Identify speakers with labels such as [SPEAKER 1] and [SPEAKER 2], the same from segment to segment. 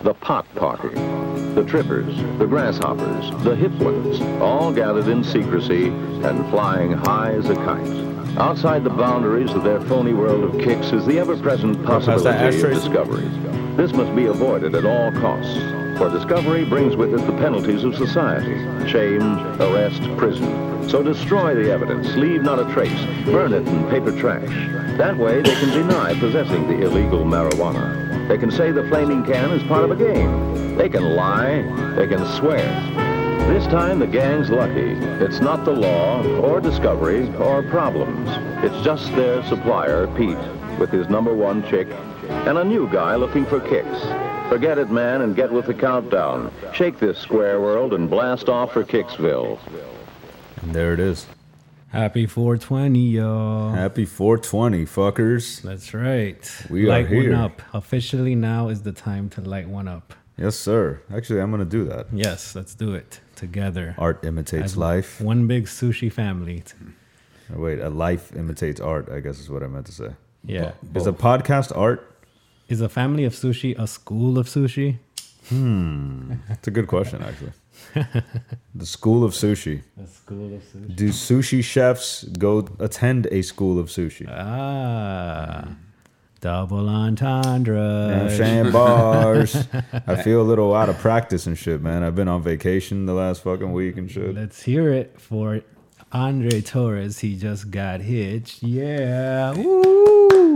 [SPEAKER 1] the pot party. The trippers, the grasshoppers, the hip ones, all gathered in secrecy and flying high as a kite. Outside the boundaries of their phony world of kicks is the ever-present possibility of
[SPEAKER 2] asterisk.
[SPEAKER 1] discovery. This must be avoided at all costs, for discovery brings with it the penalties of society, shame, arrest, prison. So destroy the evidence, leave not a trace, burn it in paper trash. That way they can deny possessing the illegal marijuana. They can say the flaming can is part of a game. They can lie, they can swear. This time the gang's lucky. It's not the law or discovery or problems. It's just their supplier, Pete, with his number one chick and a new guy looking for kicks. Forget it, man, and get with the countdown. Shake this square world and blast off for Kicksville.
[SPEAKER 2] And there it is.
[SPEAKER 3] Happy 420, y'all.
[SPEAKER 2] Happy 420, fuckers.
[SPEAKER 3] That's right.
[SPEAKER 2] We are
[SPEAKER 3] light
[SPEAKER 2] here.
[SPEAKER 3] one up. Officially, now is the time to light one up.
[SPEAKER 2] Yes, sir. Actually, I'm gonna do that.
[SPEAKER 3] Yes, let's do it together.
[SPEAKER 2] Art imitates life.
[SPEAKER 3] One big sushi family.
[SPEAKER 2] Or Wait, a life imitates art. I guess is what I meant to say.
[SPEAKER 3] Yeah.
[SPEAKER 2] Is a podcast art?
[SPEAKER 3] Is a family of sushi a school of sushi?
[SPEAKER 2] It's a good question, actually. the school of sushi.
[SPEAKER 3] A school of sushi.
[SPEAKER 2] Do sushi chefs go attend a school of sushi?
[SPEAKER 3] Uh, Ah. Double entendre.
[SPEAKER 2] You know what I'm saying Uh, bars. I feel a little out of practice and shit, man. I've been on vacation the last fucking week and shit.
[SPEAKER 3] Let's hear it for Andre Torres. He just got hitched. Yeah. Woo.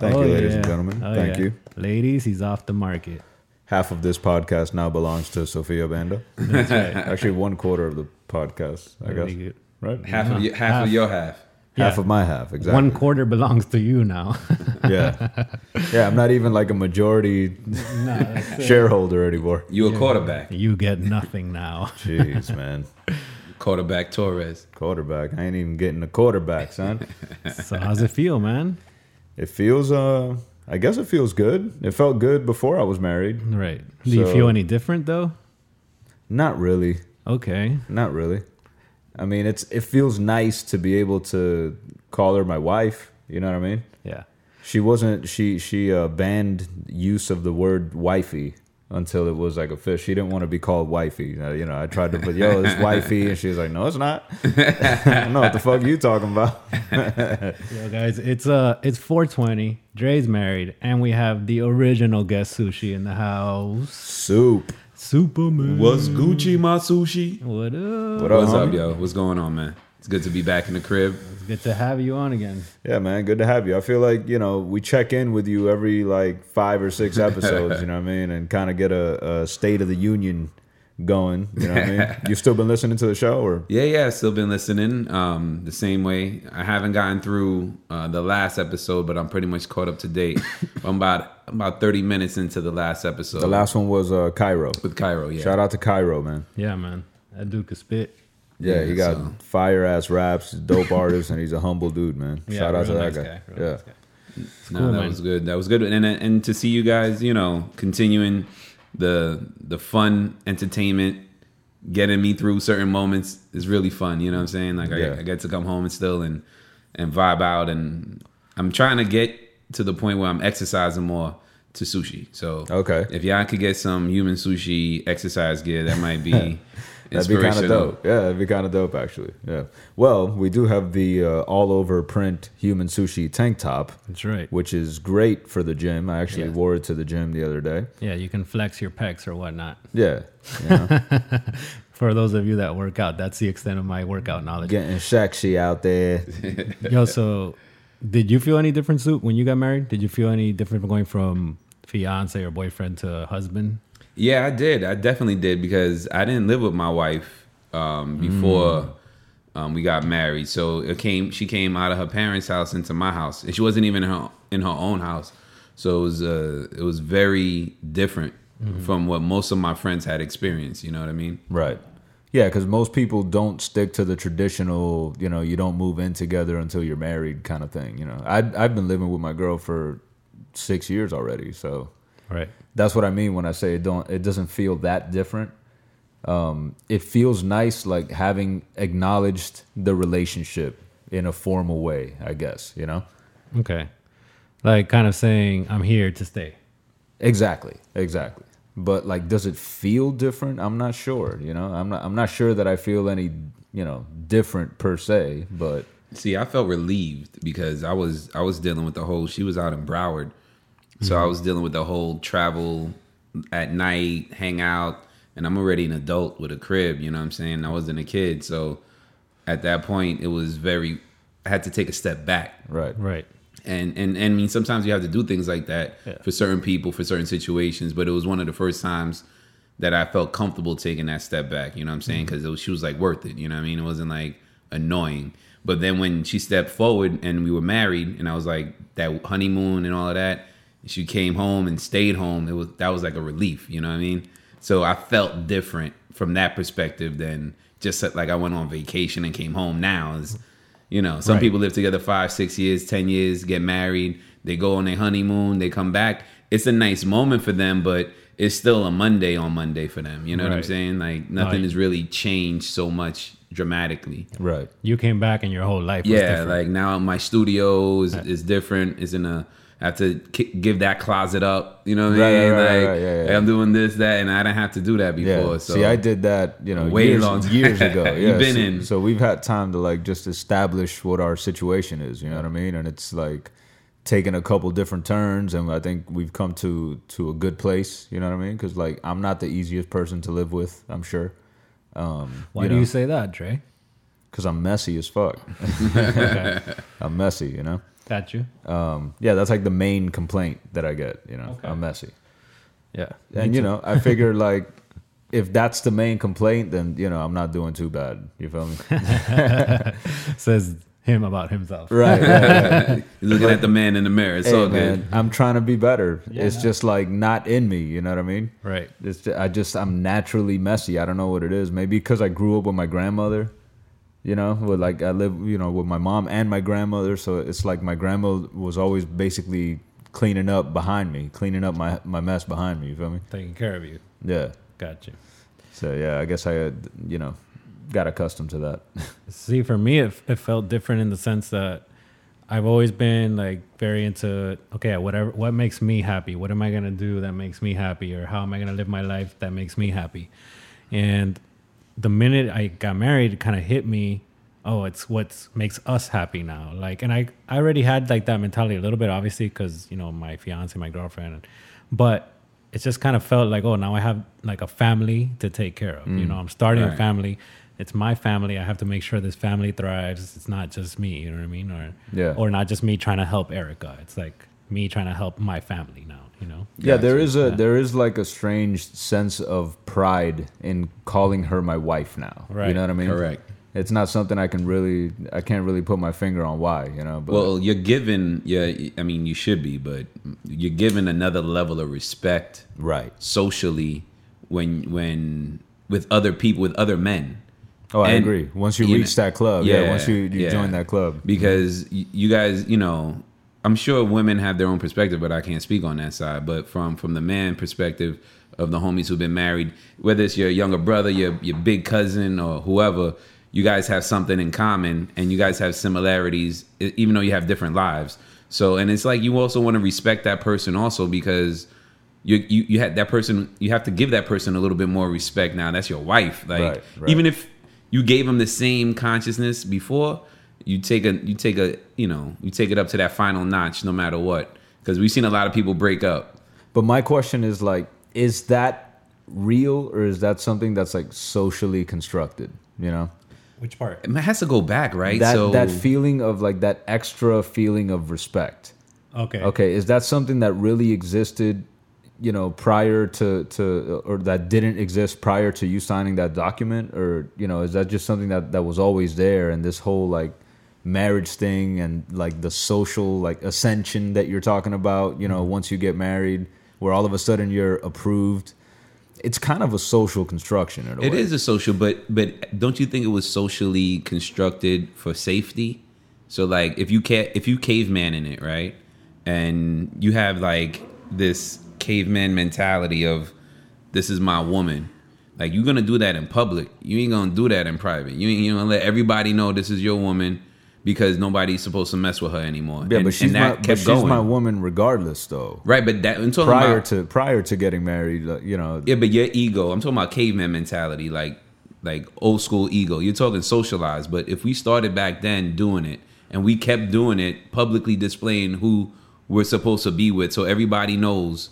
[SPEAKER 2] Thank you,
[SPEAKER 3] Oh,
[SPEAKER 2] ladies and
[SPEAKER 3] yeah.
[SPEAKER 2] gentlemen.
[SPEAKER 3] Oh,
[SPEAKER 2] Thank
[SPEAKER 3] yeah.
[SPEAKER 2] you.
[SPEAKER 3] Ladies, he's off the market.
[SPEAKER 2] Half of this podcast now belongs to Sofia Banda.
[SPEAKER 3] That's right.
[SPEAKER 2] Actually, one quarter of the podcast, I
[SPEAKER 3] Pretty
[SPEAKER 2] guess.
[SPEAKER 3] good.
[SPEAKER 2] Right? Mm-hmm. Half,
[SPEAKER 4] Half of your, half, of your half.
[SPEAKER 3] Yeah.
[SPEAKER 2] of my half, exactly.
[SPEAKER 3] One quarter belongs to you now.
[SPEAKER 2] yeah. Yeah, I'm not even like a majority shareholder anymore.
[SPEAKER 4] You a quarterback.
[SPEAKER 3] you get nothing now.
[SPEAKER 2] Jeez, man.
[SPEAKER 4] Quarterback Torres.
[SPEAKER 2] Quarterback. I ain't even getting a quarterback, son.
[SPEAKER 3] So how's it feel, man?
[SPEAKER 2] It feels, uh, I guess it feels good. It felt good before I was married.
[SPEAKER 3] Right. Do you
[SPEAKER 2] So-
[SPEAKER 3] feel any different though?
[SPEAKER 2] Not really.
[SPEAKER 3] Okay.
[SPEAKER 2] Not really. I mean, it's it feels nice to be able to call her my wife. You know what I mean?
[SPEAKER 3] Yeah.
[SPEAKER 2] She wasn't. She she uh, banned use of the word wifey until it was like official. She didn't want to be called wifey. Uh, you know, I tried to, but yo, it's wifey, and she was like, no, it's not. I don't know what the fuck you talking about.
[SPEAKER 3] Yo guys, it's uh it's 420. Dre's married, and we have the original guest sushi in the house.
[SPEAKER 2] Soup.
[SPEAKER 3] Superman.
[SPEAKER 4] What's Gucci Matsushi?
[SPEAKER 3] What up?
[SPEAKER 2] What up,
[SPEAKER 4] What's up,
[SPEAKER 2] homie?
[SPEAKER 4] yo? What's going on, man? It's good to be back in the crib.
[SPEAKER 3] It's good to have you on again.
[SPEAKER 2] Yeah, man, good to have you. I feel like you know we check in with you every like five or six episodes. you know what I mean, and kind of get a, a state of the union going. You know what I mean? You've still been listening to the show, or
[SPEAKER 4] Yeah, yeah, I've still been listening. Um, the same way. I haven't gotten through uh, the last episode, but I'm pretty much caught up to date. I'm about I'm about 30 minutes into the last episode.
[SPEAKER 2] the last one was uh, Cairo.
[SPEAKER 4] with Cairo, yeah.
[SPEAKER 2] Shout out to Cairo, man.
[SPEAKER 3] Yeah, man. That dude could spit.
[SPEAKER 2] Yeah, he
[SPEAKER 4] Yeah,
[SPEAKER 2] got
[SPEAKER 4] so-
[SPEAKER 2] fire ass raps, dope artist, and he's a humble dude, man.
[SPEAKER 3] Yeah,
[SPEAKER 2] Shout out to
[SPEAKER 3] real
[SPEAKER 2] that
[SPEAKER 3] nice
[SPEAKER 2] guy.
[SPEAKER 3] guy, real
[SPEAKER 2] Yeah,
[SPEAKER 3] nice guy.
[SPEAKER 4] No,
[SPEAKER 3] Cool,
[SPEAKER 4] that
[SPEAKER 3] man.
[SPEAKER 4] was good. That was good. And and to see you guys, you know, continuing the the fun entertainment, getting me through certain moments is really fun. You know what I'm saying? Like
[SPEAKER 2] Yeah.
[SPEAKER 4] I, I get to come home and still and and vibe out. And I'm trying to get to the point where I'm exercising more to sushi. So
[SPEAKER 2] Okay.
[SPEAKER 4] if y'all could get some human sushi exercise gear, that might be
[SPEAKER 2] that'd be kind of
[SPEAKER 4] inspirational.
[SPEAKER 2] dope. Yeah, that'd be kind of dope, actually. Yeah. Well, we do have the uh, all over print human sushi tank top,
[SPEAKER 3] That's right.
[SPEAKER 2] which is great for the gym. I actually
[SPEAKER 3] Yeah.
[SPEAKER 2] wore it to the gym the other day.
[SPEAKER 3] Yeah, you can flex your pecs or whatnot.
[SPEAKER 2] Yeah, you know,
[SPEAKER 3] For those of you that work out, that's the extent of my workout knowledge.
[SPEAKER 2] getting sexy out there.
[SPEAKER 3] Yo, so did you feel any different, Soup, when you got married? Did you feel any different from going from fiance or boyfriend to husband?
[SPEAKER 4] Yeah, I did. I definitely did because I didn't live with my wife um, before um, we got married. So it came. She came out of her parents' house into my house, and she wasn't even in her in her own house. So it was uh, it was very different from what most of my friends had experienced. You know what I mean?
[SPEAKER 2] Right. Yeah, because most people don't stick to the traditional, you know, you don't move in together until you're married kind of thing. You know, I I've been living with my girl for six years already, so
[SPEAKER 3] Right.
[SPEAKER 2] that's what I mean when I say it don't. It doesn't feel that different. Um, it feels nice, like having acknowledged the relationship in a formal way. I guess you know.
[SPEAKER 3] Okay. Like kind of saying, I'm here to stay.
[SPEAKER 2] Exactly. Exactly. but like does it feel different i'm not sure you know i'm not i'm not sure that i feel any you know different per se but
[SPEAKER 4] See, I felt relieved because I was I was dealing with the whole. She was out in Broward, so I was dealing with the whole travel at night, hang out, and I'm already an adult with a crib. You know what I'm saying? I wasn't a kid, so at that point, it was very. I had to take a step back,
[SPEAKER 2] right
[SPEAKER 3] Right.
[SPEAKER 4] and and and I mean sometimes you have to do things like that for certain people for certain situations. But it was one of the first times that I felt comfortable taking that step back. You know what I'm saying? Because was she was like worth it. You know what I mean? It wasn't like annoying. But then when she stepped forward and we were married, and I was like that honeymoon and all of that. She came home and stayed home. It was that was like a relief. You know what I mean? So I felt different from that perspective than just like I went on vacation and came home. Now is you know, some
[SPEAKER 3] Right.
[SPEAKER 4] people live together five, six years, ten years, get married, they go on their honeymoon, they come back. It's a nice moment for them, but it's still a Monday on Monday for them. You know what I'm
[SPEAKER 3] Right.
[SPEAKER 4] saying? Like nothing
[SPEAKER 3] Right.
[SPEAKER 4] has really changed so much dramatically.
[SPEAKER 2] right
[SPEAKER 3] You came back and your whole life was
[SPEAKER 4] Yeah,
[SPEAKER 3] different.
[SPEAKER 4] like now my studio is, is different. Is in a I have to ki- give that closet up. You know what I
[SPEAKER 2] Right,
[SPEAKER 4] mean?
[SPEAKER 2] right, right,
[SPEAKER 4] like
[SPEAKER 2] right, yeah, yeah.
[SPEAKER 4] I'm doing this, that, and I didn't have to do that
[SPEAKER 2] yeah
[SPEAKER 4] before. So
[SPEAKER 2] see i did that you know
[SPEAKER 4] Way
[SPEAKER 2] years,
[SPEAKER 4] long time.
[SPEAKER 2] years ago yeah
[SPEAKER 4] You been
[SPEAKER 2] so,
[SPEAKER 4] in.
[SPEAKER 2] so we've had time to like just establish what our situation is you know what i mean and it's like taken a couple different turns and i think we've come to to a good place you know what i mean because like i'm not the easiest person to live with i'm sure um
[SPEAKER 3] Why
[SPEAKER 2] you
[SPEAKER 3] do
[SPEAKER 2] know.
[SPEAKER 3] you say that, Dre?
[SPEAKER 2] because I'm messy as fuck. I'm messy, you know.
[SPEAKER 3] Got you.
[SPEAKER 2] Um, yeah, that's like the main complaint that I get. You know, I'm messy,
[SPEAKER 3] Yeah.
[SPEAKER 2] and you know, I figure like if that's the main complaint, then you know I'm not doing too bad. You feel me?
[SPEAKER 3] Says him about himself.
[SPEAKER 2] right. right, right.
[SPEAKER 4] You're looking at the man in the mirror. It's
[SPEAKER 2] Hey,
[SPEAKER 4] all good.
[SPEAKER 2] man, I'm trying to be better. it's just like not in me. You know what I mean?
[SPEAKER 3] Right.
[SPEAKER 2] It's ju- I just I'm naturally messy. I don't know what it is. Maybe because I grew up with my grandmother. You know, with like I live, you know, with my mom and my grandmother, so it's like my grandma was always basically cleaning up behind me, cleaning up my my mess behind me. You feel me?
[SPEAKER 3] Taking care of you.
[SPEAKER 2] Yeah.
[SPEAKER 3] Got you.
[SPEAKER 2] So yeah, I guess I, uh, you know, got accustomed to that.
[SPEAKER 3] See, for me, it, it felt different in the sense that I've always been like very into okay, whatever, what makes me happy? What am I gonna do that makes me happy, or how am I gonna live my life that makes me happy? And the minute I got married, it kind of hit me. Oh, it's what makes us happy now. Like, and I, I already had like that mentality a little bit, obviously, because you know my fiance, my girlfriend, but it just kind of felt like, oh, now I have like a family to take care of. You know, I'm starting a
[SPEAKER 4] Right.
[SPEAKER 3] family. It's my family. I have to make sure this family thrives. It's not just me. You know what I mean? Or
[SPEAKER 2] Yeah.
[SPEAKER 3] or not just me trying to help Erica. It's like me trying to help my family now. You know?
[SPEAKER 2] Yeah, there is a there is like a strange sense of pride in calling her my wife now. You
[SPEAKER 3] Right.
[SPEAKER 2] know what I mean?
[SPEAKER 4] Correct.
[SPEAKER 2] It's not something I can really I can't really put my finger on why, you know, but
[SPEAKER 4] Well, you're given, yeah, I mean, you should be, but you're given another level of respect
[SPEAKER 2] right.
[SPEAKER 4] socially when when with other people, with other men.
[SPEAKER 2] Oh, I
[SPEAKER 4] And-
[SPEAKER 2] agree. Once you
[SPEAKER 4] you
[SPEAKER 2] reach
[SPEAKER 4] know-
[SPEAKER 2] that club, yeah,
[SPEAKER 4] yeah,
[SPEAKER 2] once you, you
[SPEAKER 4] yeah.
[SPEAKER 2] join that club.
[SPEAKER 4] because y you guys, you know, I'm sure women have their own perspective, but I can't speak on that side. But from from the man perspective of the homies who've been married, whether it's your younger brother, your your big cousin, or whoever, you guys have something in common, and you guys have similarities, e- even though you have different lives. So, and it's like you also want to respect that person also because you you you had that person you have to give that person a little bit more respect now. That's your wife, like
[SPEAKER 2] Right, right.
[SPEAKER 4] even if you gave them the same consciousness before, you take a you take a you know you take it up to that final notch, no matter what. Because we've seen a lot of people break up.
[SPEAKER 2] But my question is like, is that real or is that something that's like socially constructed? You know?
[SPEAKER 3] Which part?
[SPEAKER 4] It has to go back, right?
[SPEAKER 2] That
[SPEAKER 4] so
[SPEAKER 2] that feeling of like that extra feeling of respect.
[SPEAKER 3] Okay.
[SPEAKER 2] Okay, is that something that really existed, you know, prior to to or that didn't exist prior to you signing that document or, you know, is that just something that that was always there and this whole like marriage thing and like the social like ascension that you're talking about, you know,
[SPEAKER 4] Mm-hmm.
[SPEAKER 2] once you get married where all of a sudden you're approved. It's kind of a social construction in a
[SPEAKER 4] it
[SPEAKER 2] way.
[SPEAKER 4] is a social, but but don't you think it was socially constructed for safety? So like if you ca- if you caveman in it, right, and you have like this caveman mentality of this is my woman. Like you're gonna do that in public. You ain't gonna do that in private. You ain't you gonna let everybody know this is your woman. because nobody's supposed to mess with her anymore.
[SPEAKER 2] Yeah,
[SPEAKER 4] and,
[SPEAKER 2] but she's
[SPEAKER 4] and that
[SPEAKER 2] my,
[SPEAKER 4] kept
[SPEAKER 2] but she's
[SPEAKER 4] going.
[SPEAKER 2] my woman regardless, though.
[SPEAKER 4] right, but that I'm talking
[SPEAKER 2] Prior
[SPEAKER 4] about,
[SPEAKER 2] to prior to getting married, like, you know,
[SPEAKER 4] yeah, but your ego. I'm talking about caveman mentality, like like old school ego. You're talking socialized, but if we started back then doing it and we kept doing it, publicly displaying who we're supposed to be with, so everybody knows.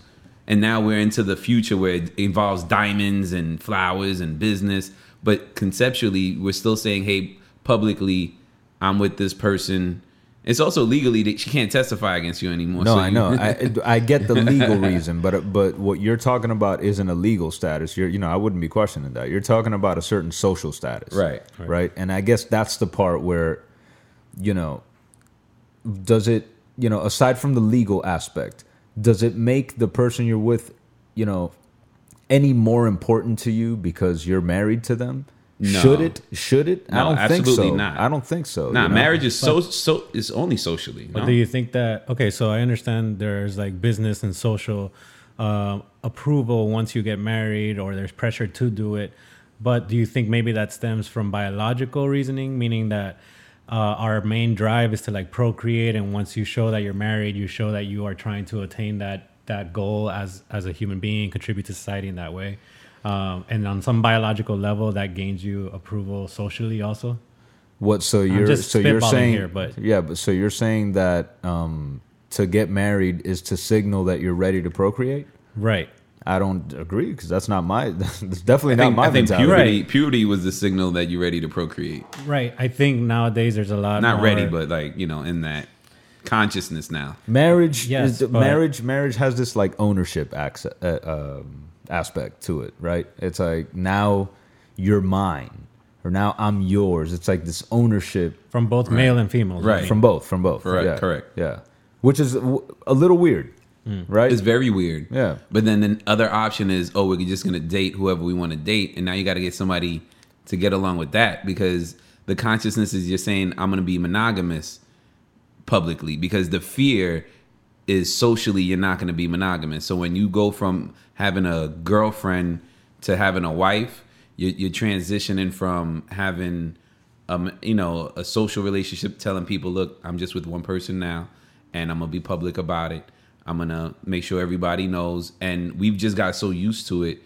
[SPEAKER 4] And now we're into the future where it involves diamonds and flowers and business, but conceptually we're still saying, "Hey, publicly, I'm with this person." It's also legally that she can't testify against you anymore.
[SPEAKER 2] No,
[SPEAKER 4] so
[SPEAKER 2] I
[SPEAKER 4] you-
[SPEAKER 2] know. I, I get the legal reason, but but what you're talking about isn't a legal status. You're you know I wouldn't be questioning that. You're talking about a certain social status,
[SPEAKER 4] Right.
[SPEAKER 2] Right. And I guess that's the part where, you know, does it you know aside from the legal aspect, does it make the person you're with, you know, any more important to you because you're married to them?
[SPEAKER 4] No.
[SPEAKER 2] Should it? Should it? I
[SPEAKER 4] No,
[SPEAKER 2] don't think
[SPEAKER 4] absolutely
[SPEAKER 2] so.
[SPEAKER 4] not.
[SPEAKER 2] I don't think so.
[SPEAKER 4] Nah,
[SPEAKER 2] you know?
[SPEAKER 4] marriage is so so is only socially.
[SPEAKER 3] But
[SPEAKER 4] no?
[SPEAKER 3] do you think that okay? So I understand there's like business and social um, approval once you get married, or there's pressure to do it. But do you think maybe that stems from biological reasoning, meaning that uh, our main drive is to like procreate, and once you show that you're married, you show that you are trying to attain that that goal as as a human being, contribute to society in that way. Um, and on some biological level, that gains you approval socially, also.
[SPEAKER 2] What? So you're
[SPEAKER 3] just
[SPEAKER 2] so you're
[SPEAKER 3] spitballing
[SPEAKER 2] saying
[SPEAKER 3] here, but-
[SPEAKER 2] yeah, but so you're saying that um, to get married is to signal that you're ready to procreate.
[SPEAKER 3] Right.
[SPEAKER 2] I don't agree because that's not my. That's definitely
[SPEAKER 4] I
[SPEAKER 2] not
[SPEAKER 4] think,
[SPEAKER 2] my
[SPEAKER 4] I think
[SPEAKER 2] mentality.
[SPEAKER 4] puberty puberty was the signal that you're ready to procreate.
[SPEAKER 3] Right. I think nowadays there's a lot
[SPEAKER 4] Not
[SPEAKER 3] more-
[SPEAKER 4] ready, but like you know, in that consciousness now.
[SPEAKER 2] Marriage
[SPEAKER 3] Yes,
[SPEAKER 2] is
[SPEAKER 3] but-
[SPEAKER 2] marriage. Marriage has this like ownership acce- uh, um, aspect to it, right? It's like now you're mine, or now I'm yours. It's like this ownership
[SPEAKER 3] from both male and female.
[SPEAKER 4] Right.
[SPEAKER 2] from both, from both.
[SPEAKER 4] Correct,
[SPEAKER 2] Yeah.
[SPEAKER 4] correct. Hmm.
[SPEAKER 2] Yeah, which is w- a little weird, right?
[SPEAKER 4] It's very weird.
[SPEAKER 2] Yeah.
[SPEAKER 4] But then the other option is, oh, we're just gonna date whoever we want to date, and now you got to get somebody to get along with that because the consciousness is you're saying I'm gonna be monogamous publicly because the fear is socially you're not gonna be monogamous. So when you go from having a girlfriend to having a wife, you're, you're transitioning from having um, you know, a social relationship telling people, look, I'm just with one person now and I'm gonna be public about it. I'm gonna make sure everybody knows. And we've just got so used to it.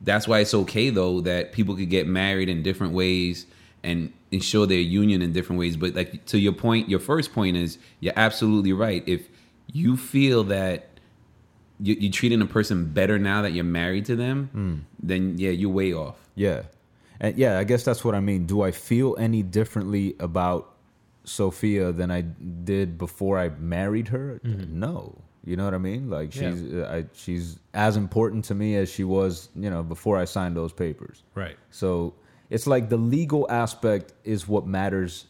[SPEAKER 4] That's why it's okay though that people could get married in different ways and ensure their union in different ways. But like to your point, your first point is you're absolutely right. If you feel that you- you're treating a person better now that you're married to them, then yeah, you're way off.
[SPEAKER 2] Yeah. And yeah, I guess that's what I mean. Do I feel any differently about Sophia than I did before I married her? No. You know what I mean? Like
[SPEAKER 3] Yeah.
[SPEAKER 2] she's uh I, she's as important to me as she was, you know, before I signed those papers.
[SPEAKER 3] Right.
[SPEAKER 2] So it's like the legal aspect is what matters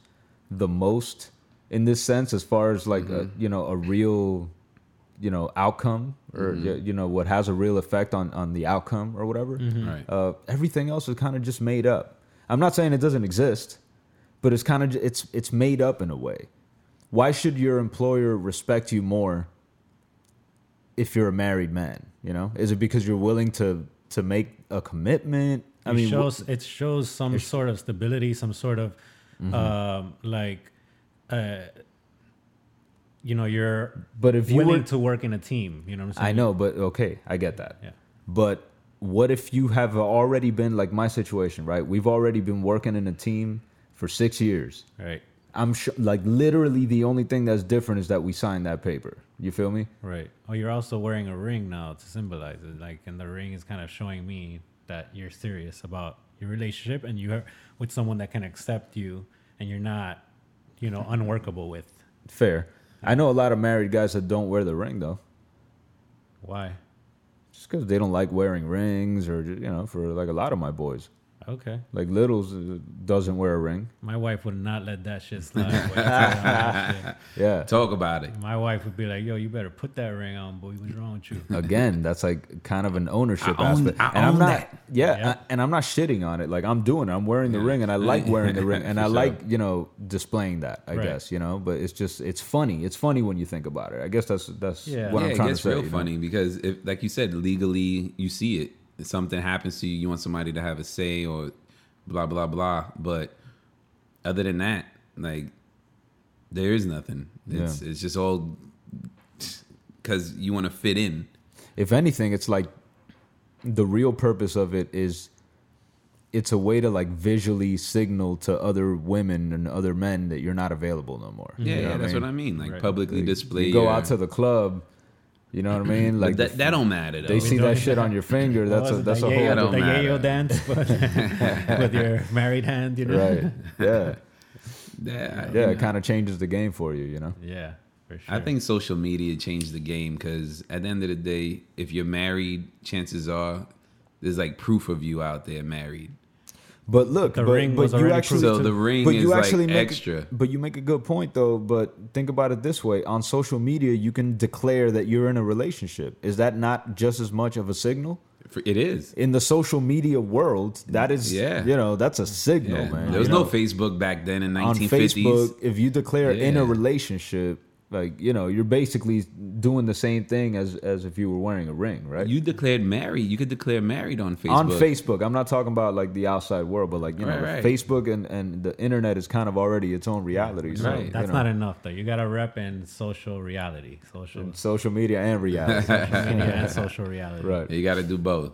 [SPEAKER 2] the most in this sense, as far as like a, you know a real you know outcome or y you know what has a real effect on on the outcome or whatever.
[SPEAKER 4] Right.
[SPEAKER 2] Uh, everything else is kind of just made up. I'm not saying it doesn't exist, but it's kind of it's it's made up in a way. Why should your employer respect you more if you're a married man? You know, is it because you're willing to to make a commitment? I
[SPEAKER 3] it
[SPEAKER 2] mean, wh-
[SPEAKER 3] shows it shows some sort of stability, some sort of
[SPEAKER 2] Mm-hmm.
[SPEAKER 3] um, like, uh, you know, you're
[SPEAKER 2] But if you
[SPEAKER 3] willing
[SPEAKER 2] were-
[SPEAKER 3] to work in a team. You know what I'm saying?
[SPEAKER 2] I know, but okay, I get that.
[SPEAKER 3] Yeah.
[SPEAKER 2] But what if you have already been like my situation, right? We've already been working in a team for six years.
[SPEAKER 3] Right.
[SPEAKER 2] I'm sure, like literally, the only thing that's different is that we signed that paper. You feel me?
[SPEAKER 3] Right. Oh, you're also wearing a ring now to symbolize it. Like, and the ring is kind of showing me that you're serious about your relationship and you're with someone that can accept you and you're not, you know, unworkable with.
[SPEAKER 2] Fair. I know a lot of married guys that don't wear the ring though,
[SPEAKER 3] Why?
[SPEAKER 2] just because they don't like wearing rings, or you know, for like a lot of my boys,
[SPEAKER 3] Okay.
[SPEAKER 2] like Littles uh, doesn't wear a ring.
[SPEAKER 3] My wife would not let that shit slide. boy. That's what I'm
[SPEAKER 2] Yeah.
[SPEAKER 4] Talk about it.
[SPEAKER 3] My wife would be like, "Yo, you better put that ring on, boy. What's wrong with you?"
[SPEAKER 2] again that's like kind of an ownership
[SPEAKER 4] I own-
[SPEAKER 2] aspect
[SPEAKER 4] I
[SPEAKER 2] and i'm
[SPEAKER 4] own
[SPEAKER 2] not
[SPEAKER 4] that.
[SPEAKER 2] yeah,
[SPEAKER 3] Yeah.
[SPEAKER 2] I- and i'm not shitting on it like i'm doing it i'm wearing the ring and i like wearing the ring and
[SPEAKER 4] For
[SPEAKER 2] i
[SPEAKER 4] sure.
[SPEAKER 2] like you know displaying that i
[SPEAKER 3] Right.
[SPEAKER 2] guess you know but it's just it's funny it's funny when you think about it i guess that's that's
[SPEAKER 3] Yeah.
[SPEAKER 2] what
[SPEAKER 4] yeah,
[SPEAKER 2] i'm
[SPEAKER 4] it
[SPEAKER 2] trying
[SPEAKER 4] gets
[SPEAKER 2] to say
[SPEAKER 4] real
[SPEAKER 2] you know?
[SPEAKER 4] funny because if, like you said, legally you see it. If something happens to you, you want somebody to have a say or blah blah blah. But other than that, like There is nothing. It's it's just all because you want to fit in.
[SPEAKER 2] if anything, it's like the real purpose of it is it's a way to like visually signal to other women and other men that you're not available no more.
[SPEAKER 4] Yeah,
[SPEAKER 2] you know
[SPEAKER 4] yeah, that's
[SPEAKER 2] mean?
[SPEAKER 4] what I mean. Like
[SPEAKER 3] Right.
[SPEAKER 4] publicly
[SPEAKER 2] Like,
[SPEAKER 4] display.
[SPEAKER 2] You go
[SPEAKER 4] your-
[SPEAKER 2] out to the club, you know what I mean?
[SPEAKER 4] But
[SPEAKER 2] Like
[SPEAKER 4] that, that don't matter. Though.
[SPEAKER 2] they see that shit on your finger. That's a
[SPEAKER 3] What was it,
[SPEAKER 2] that's a
[SPEAKER 3] the
[SPEAKER 2] whole
[SPEAKER 3] yayo,
[SPEAKER 4] That don't
[SPEAKER 3] the
[SPEAKER 4] matter.
[SPEAKER 3] yayo dance with, with your married hand, you know?
[SPEAKER 2] right. Yeah,
[SPEAKER 4] That-
[SPEAKER 2] yeah. It kind of changes the game for you, you know.
[SPEAKER 3] Yeah, for sure.
[SPEAKER 4] I think social media changed the game because at the end of the day, if you're married, chances are there's like proof of you out there married.
[SPEAKER 2] But look,
[SPEAKER 3] The
[SPEAKER 2] but,
[SPEAKER 3] ring
[SPEAKER 2] but
[SPEAKER 3] was
[SPEAKER 2] you
[SPEAKER 3] already
[SPEAKER 2] actually
[SPEAKER 4] So the ring
[SPEAKER 2] but
[SPEAKER 4] is
[SPEAKER 2] you
[SPEAKER 4] like
[SPEAKER 2] actually make a-
[SPEAKER 4] extra.
[SPEAKER 2] but you make a good point though. But think about it this way: on social media, you can declare that you're in a relationship. Is that not just as much of a signal
[SPEAKER 4] It is.
[SPEAKER 2] in the social media world? That is,
[SPEAKER 4] Yeah.
[SPEAKER 2] you know, that's a signal,
[SPEAKER 4] Yeah.
[SPEAKER 2] man.
[SPEAKER 4] there was
[SPEAKER 2] You
[SPEAKER 4] no
[SPEAKER 2] know,
[SPEAKER 4] Facebook back then in
[SPEAKER 2] on
[SPEAKER 4] 1950s.
[SPEAKER 2] Facebook. If you declare in a
[SPEAKER 4] Yeah.
[SPEAKER 2] relationship, like you know, you're basically doing the same thing as as if you were wearing a ring, right?
[SPEAKER 4] You declared married. You could declare married on Facebook.
[SPEAKER 2] on Facebook. I'm not talking about like the outside world, but like you know,
[SPEAKER 4] Right, right.
[SPEAKER 2] Facebook and and the internet is kind of already its own reality. So,
[SPEAKER 4] Right.
[SPEAKER 2] you
[SPEAKER 3] that's
[SPEAKER 2] know,
[SPEAKER 3] not enough, though. You got to rep in social reality, social,
[SPEAKER 2] social media and reality.
[SPEAKER 3] social media and social reality.
[SPEAKER 2] right.
[SPEAKER 4] You got to do both.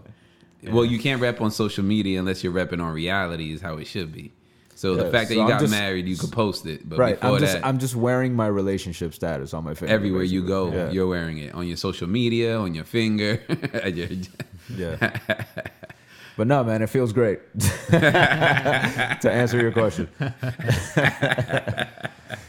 [SPEAKER 4] Well, you can't rep on social media unless you're repping on reality. Is how it should be. So
[SPEAKER 2] Yeah,
[SPEAKER 4] the fact that
[SPEAKER 2] so
[SPEAKER 4] you
[SPEAKER 2] I'm
[SPEAKER 4] got
[SPEAKER 2] just-
[SPEAKER 4] married, you could post it. But
[SPEAKER 2] Right.
[SPEAKER 4] before
[SPEAKER 2] I'm just
[SPEAKER 4] that,
[SPEAKER 2] I'm just wearing my relationship status on my finger.
[SPEAKER 4] everywhere you go,
[SPEAKER 2] basically. Yeah.
[SPEAKER 4] you're wearing it on your social media, on your finger. at your-
[SPEAKER 2] Yeah. but no, man, it feels great. to answer your question,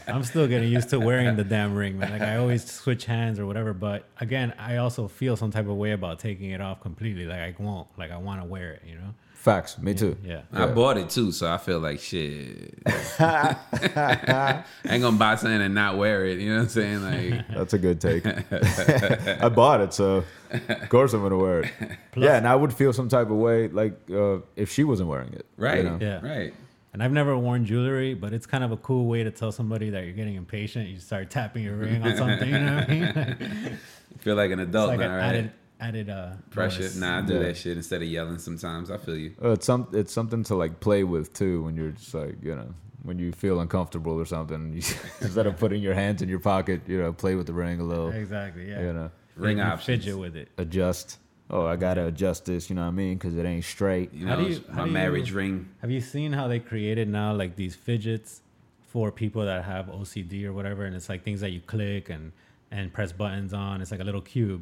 [SPEAKER 3] I'm still getting used to wearing the damn ring, man. Like I always switch hands or whatever. But again, I also feel some type of way about taking it off completely. Like I won't. Like I want to wear it. You know?
[SPEAKER 2] facts. Me too.
[SPEAKER 3] Yeah.
[SPEAKER 4] I bought it too, so I feel like shit. I ain't gonna buy something and not wear it. You know what I'm saying? Like,
[SPEAKER 2] That's a good take. I bought it, so of course I'm gonna wear it. yeah, and I would feel some type of way like uh, if she wasn't wearing it. you
[SPEAKER 4] right?
[SPEAKER 2] know?
[SPEAKER 3] Yeah.
[SPEAKER 4] Right.
[SPEAKER 3] And I've never worn jewelry, but it's kind of a cool way to tell somebody that you're getting impatient. You start tapping your ring on something. You know what I mean? It's
[SPEAKER 4] Feel like an adult
[SPEAKER 3] like an
[SPEAKER 4] now, right?
[SPEAKER 3] added added uh,
[SPEAKER 4] Pressure.
[SPEAKER 3] bonus.
[SPEAKER 4] Nah, I do
[SPEAKER 2] Yeah.
[SPEAKER 4] that shit instead of yelling. Sometimes I feel you.
[SPEAKER 2] Uh, it's some it's something to like play with too when you're just like you know when you feel uncomfortable or something you, instead of putting your hands in your pocket you know play with the ring a little
[SPEAKER 3] Exactly. Yeah.
[SPEAKER 2] you know
[SPEAKER 4] Ring
[SPEAKER 3] you
[SPEAKER 4] options.
[SPEAKER 3] Fidget with it.
[SPEAKER 2] adjust oh I gotta adjust this you know what I mean because it ain't straight
[SPEAKER 4] You
[SPEAKER 3] How
[SPEAKER 4] know,
[SPEAKER 3] do you- how
[SPEAKER 4] my
[SPEAKER 3] do you-
[SPEAKER 4] marriage ring.
[SPEAKER 3] Have you seen how they created now like these fidgets for people that have OCD or whatever? And it's like things that you click and and press buttons on. It's like a little cube,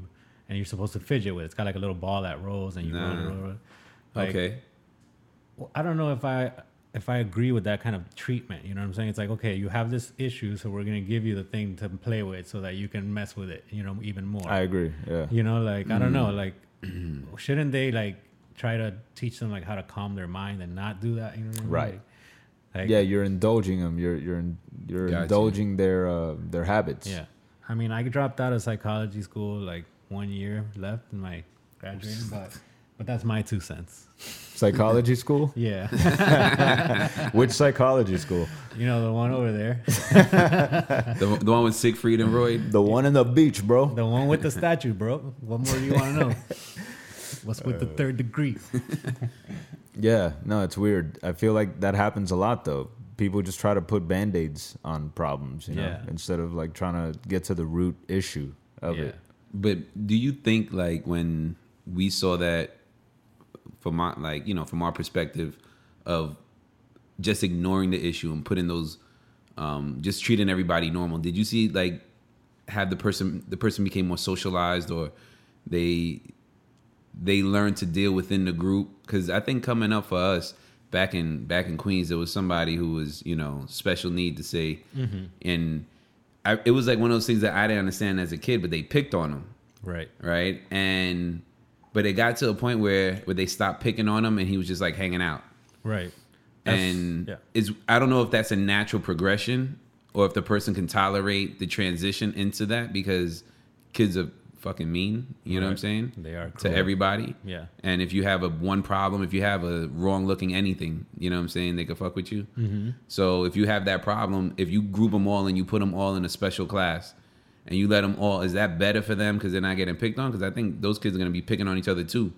[SPEAKER 3] and you're supposed to fidget with. it. It's got like a little ball that rolls, and you roll,
[SPEAKER 4] Nah.
[SPEAKER 3] roll, roll. Like,
[SPEAKER 4] okay.
[SPEAKER 3] well, I don't know if I if I agree with that kind of treatment. You know what I'm saying? It's like okay, you have this issue, so we're gonna give you the thing to play with so that you can mess with it. You know, even more.
[SPEAKER 2] I Mm. agree yeah
[SPEAKER 3] You know, like I don't know, like shouldn't they like try to teach them like how to calm their mind and not do that? You know what I mean?
[SPEAKER 2] Right.
[SPEAKER 3] Like,
[SPEAKER 2] yeah you're indulging them you're you're in- you're
[SPEAKER 4] Gotcha.
[SPEAKER 2] indulging their uh, their habits
[SPEAKER 3] yeah. I mean, I dropped out of psychology school like one year left in my graduating, but but that's my two cents.
[SPEAKER 2] psychology school
[SPEAKER 3] Yeah,
[SPEAKER 2] which psychology school
[SPEAKER 3] you know the one over there,
[SPEAKER 4] The, the one with Siegfried and Roy.
[SPEAKER 2] the one in the beach bro
[SPEAKER 3] the one with the statue, bro. What more do you want to know? What's with the third degree?
[SPEAKER 2] yeah no it's weird I feel like that happens a lot though people just try to put band-aids on problems you know
[SPEAKER 3] Yeah.
[SPEAKER 2] instead of like trying to get to the root issue of
[SPEAKER 3] Yeah.
[SPEAKER 2] it
[SPEAKER 4] But do you think like when we saw that from my like you know from our perspective of just ignoring the issue and putting those um just treating everybody normal did you see like have the person the person became more socialized or they they learned to deal within the group because i think coming up for us back in back in queens there was somebody who was you know special need to say
[SPEAKER 3] Mm-hmm.
[SPEAKER 4] and I, it was like one of those things that i didn't understand as a kid but they picked on him
[SPEAKER 3] Right.
[SPEAKER 4] right? And but it got to a point where where they stopped picking on him, and he was just like hanging out.
[SPEAKER 3] Right.
[SPEAKER 4] And
[SPEAKER 3] yeah.
[SPEAKER 4] is I don't know if that's a natural progression or if the person can tolerate the transition into that because kids are fucking mean. You know what I'm
[SPEAKER 3] Right.
[SPEAKER 4] saying?
[SPEAKER 3] They are
[SPEAKER 4] to
[SPEAKER 3] cruel.
[SPEAKER 4] everybody.
[SPEAKER 3] Yeah.
[SPEAKER 4] And if you have a one problem, if you have a wrong looking anything, you know what I'm saying? They could fuck with you. Mm-hmm. So if you have that problem, if you group them all and you put them all in a special class and you let them all, is that better for them because they're not getting picked on? Because I think those kids are going to be picking on each other too.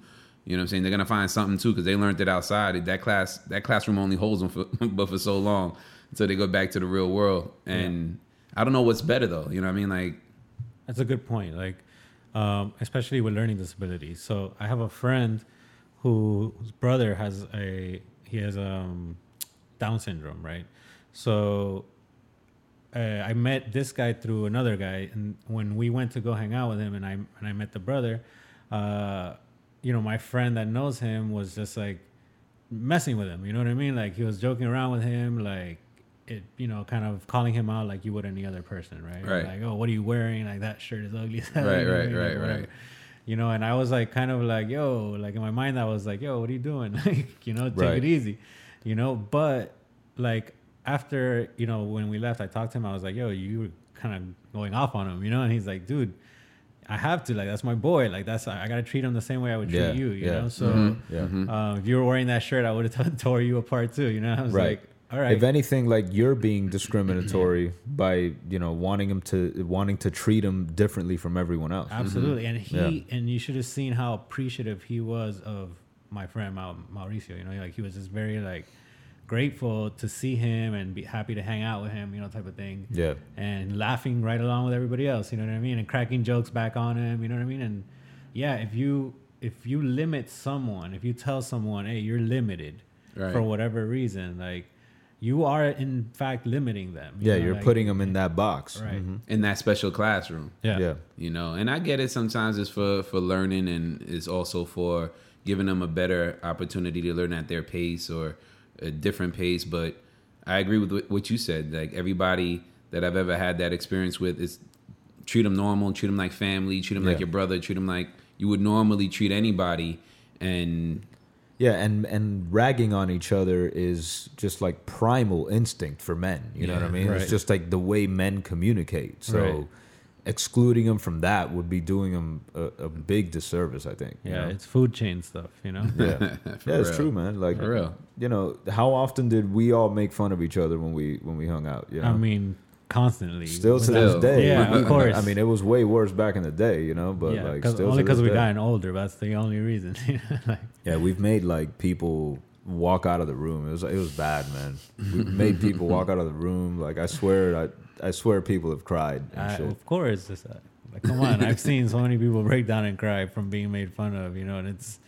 [SPEAKER 4] You know what I'm saying? They're gonna find something too because they learned it outside. That class, that classroom only holds them for, but for so long until they go back to the real world. And I don't know what's better though. You know what I mean? Like,
[SPEAKER 3] That's a good point. Like, um, especially with learning disabilities. So I have a friend whose brother has a he has um Down syndrome, right? So uh, I met this guy through another guy, and when we went to go hang out with him, and I and I met the brother, uh, you know, my friend that knows him was just like messing with him. You know what I mean? Like he was joking around with him, like it, you know, kind of calling him out like you would any other person, right?
[SPEAKER 4] Right.
[SPEAKER 3] Like, oh, what are you wearing? Like that shirt is ugly.
[SPEAKER 4] Right,
[SPEAKER 3] You know what I
[SPEAKER 4] right,
[SPEAKER 3] mean? Like,
[SPEAKER 4] right,
[SPEAKER 3] whatever.
[SPEAKER 4] right.
[SPEAKER 3] You know, and I was like, kind of like, yo, like in my mind, I was like, yo, what are you doing? Like, you know, take
[SPEAKER 2] Right.
[SPEAKER 3] it easy, you know. But like after, you know, when we left, I talked to him. I was like, yo, you were kind of going off on him, you know. And he's like, dude, I have to. Like, that's my boy. Like, that's I gotta treat him the same way I would treat
[SPEAKER 2] Yeah,
[SPEAKER 3] you, you
[SPEAKER 2] yeah. Mm-hmm.
[SPEAKER 3] know. So
[SPEAKER 2] Yeah.
[SPEAKER 3] um, if you were wearing that shirt, I would have tore you apart too. You know, I was
[SPEAKER 2] Right.
[SPEAKER 3] like, all right,
[SPEAKER 2] If anything, like you're being discriminatory by you know wanting him to wanting to treat him differently from everyone else.
[SPEAKER 3] absolutely. And he and you should have seen how appreciative he was of my friend Mau- Mauricio. You know, like he was just very like grateful to see him and be happy to hang out with him. You know, type of thing.
[SPEAKER 2] Yeah.
[SPEAKER 3] and laughing right along with everybody else. You know what I mean? And cracking jokes back on him. You know what I mean? And yeah, if you if you limit someone, if you tell someone, hey, you're limited
[SPEAKER 4] Right.
[SPEAKER 3] for whatever reason, like you are in fact limiting them. you
[SPEAKER 2] Yeah,
[SPEAKER 3] know,
[SPEAKER 2] you're
[SPEAKER 3] like-
[SPEAKER 2] putting him in that box. Mm-hmm.
[SPEAKER 3] right.
[SPEAKER 4] in that special classroom.
[SPEAKER 3] Yeah.
[SPEAKER 2] Yeah.
[SPEAKER 4] you know and i get it sometimes it's for for learning and it's also for giving them a better opportunity to learn at their pace or a different pace but i agree with wh- what you said like everybody that i've ever had that experience with is treat them normal treat them like family treat them like
[SPEAKER 2] Yeah.
[SPEAKER 4] your brother treat them like you would normally treat anybody and
[SPEAKER 2] Yeah, and and ragging on each other is just like primal instinct for men. You know what I mean?
[SPEAKER 3] right.
[SPEAKER 2] It's just like the way men communicate. So
[SPEAKER 3] Right.
[SPEAKER 2] excluding them from that would be doing them a, a big disservice. I think. you
[SPEAKER 3] Yeah,
[SPEAKER 2] know?
[SPEAKER 3] it's food chain stuff, you know.
[SPEAKER 2] yeah,
[SPEAKER 4] For
[SPEAKER 2] yeah, it's
[SPEAKER 4] real.
[SPEAKER 2] true, man. Like
[SPEAKER 4] For real.
[SPEAKER 2] you know, how often did we all make fun of each other when we when we hung out? You know,
[SPEAKER 3] I mean, constantly.
[SPEAKER 2] still to
[SPEAKER 3] Without-
[SPEAKER 2] this day.
[SPEAKER 3] Yeah, of course.
[SPEAKER 2] I mean, it was way worse back in the day, you know, but
[SPEAKER 3] yeah,
[SPEAKER 2] like
[SPEAKER 3] 'cause-
[SPEAKER 2] still
[SPEAKER 3] only
[SPEAKER 2] because
[SPEAKER 3] because we're gotten older. That's the only reason. you know, like,
[SPEAKER 2] Yeah, we've made like people walk out of the room. It was it was bad, man. We made people walk out of the room. Like I swear, I I swear people have cried and
[SPEAKER 3] I,
[SPEAKER 2] shit.
[SPEAKER 3] of course, it's, uh, like, come on. I've seen so many people break down and cry from being made fun of, you know. And it's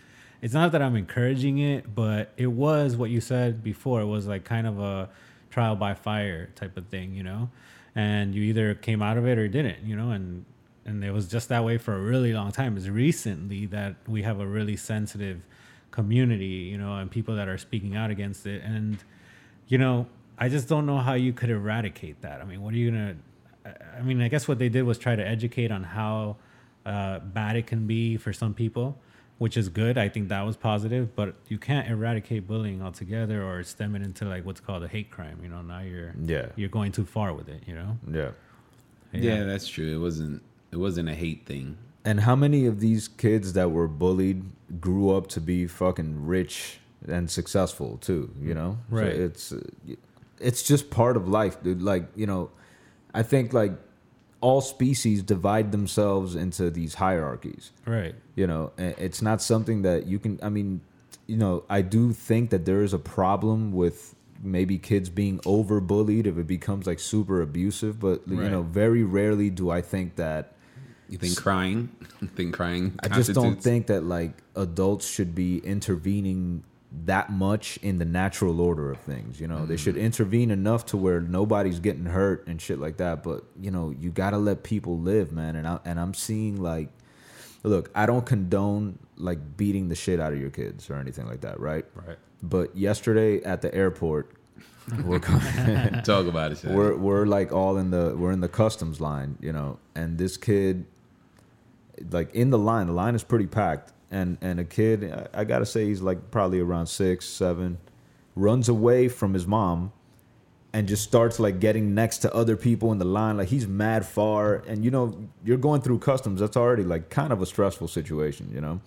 [SPEAKER 3] it's not that I'm encouraging it, but it was what you said before. It was like kind of a trial by fire type of thing, you know. And you either came out of it or didn't, you know. And and it was just that way for a really long time. It's recently that we have a really sensitive community, you know, and people that are speaking out against it. And you know, I just don't know how you could eradicate that. I mean, what are you gonna? I- I mean, I guess what they did was try to educate on how uh, bad it can be for some people, which is good. I think that was positive, but you can't eradicate bullying altogether or stem it into like what's called a hate crime. You know, now you're
[SPEAKER 2] Yeah.
[SPEAKER 3] you're going too far with it. You know,
[SPEAKER 2] Yeah.
[SPEAKER 4] yeah. that's true it wasn't it wasn't a hate thing
[SPEAKER 2] And how many of these kids that were bullied grew up to be fucking rich and successful too? You know, So
[SPEAKER 3] Right.
[SPEAKER 2] it's uh, it's just part of life, dude. Like you know, I think like all species divide themselves into these hierarchies.
[SPEAKER 3] right?
[SPEAKER 2] you know a- it's not something that you can i mean you know i do think that there is a problem with maybe kids being over bullied if it becomes like super abusive but you
[SPEAKER 3] Right.
[SPEAKER 2] know very rarely do i think that
[SPEAKER 4] you think crying you think crying
[SPEAKER 2] i just don't
[SPEAKER 4] constitutes-
[SPEAKER 2] think that like adults should be intervening that much in the natural order of things you know they should intervene enough to where nobody's getting hurt and shit like that but you know you got to let people live man and i and i'm seeing like look, I don't condone like beating the shit out of your kids or anything like that, right?
[SPEAKER 3] Right.
[SPEAKER 2] But yesterday at the airport, we're coming,
[SPEAKER 4] talk about it Shaq.
[SPEAKER 2] we're we're like all in the we're in the customs line, you know, and this kid, like in the line, the line is pretty packed, and and a kid, I, I gotta say he's like probably around six, seven, runs away from his mom. And just starts like getting next to other people in the line, like he's mad far. And you know, you're going through customs. That's already like kind of a stressful situation, you know.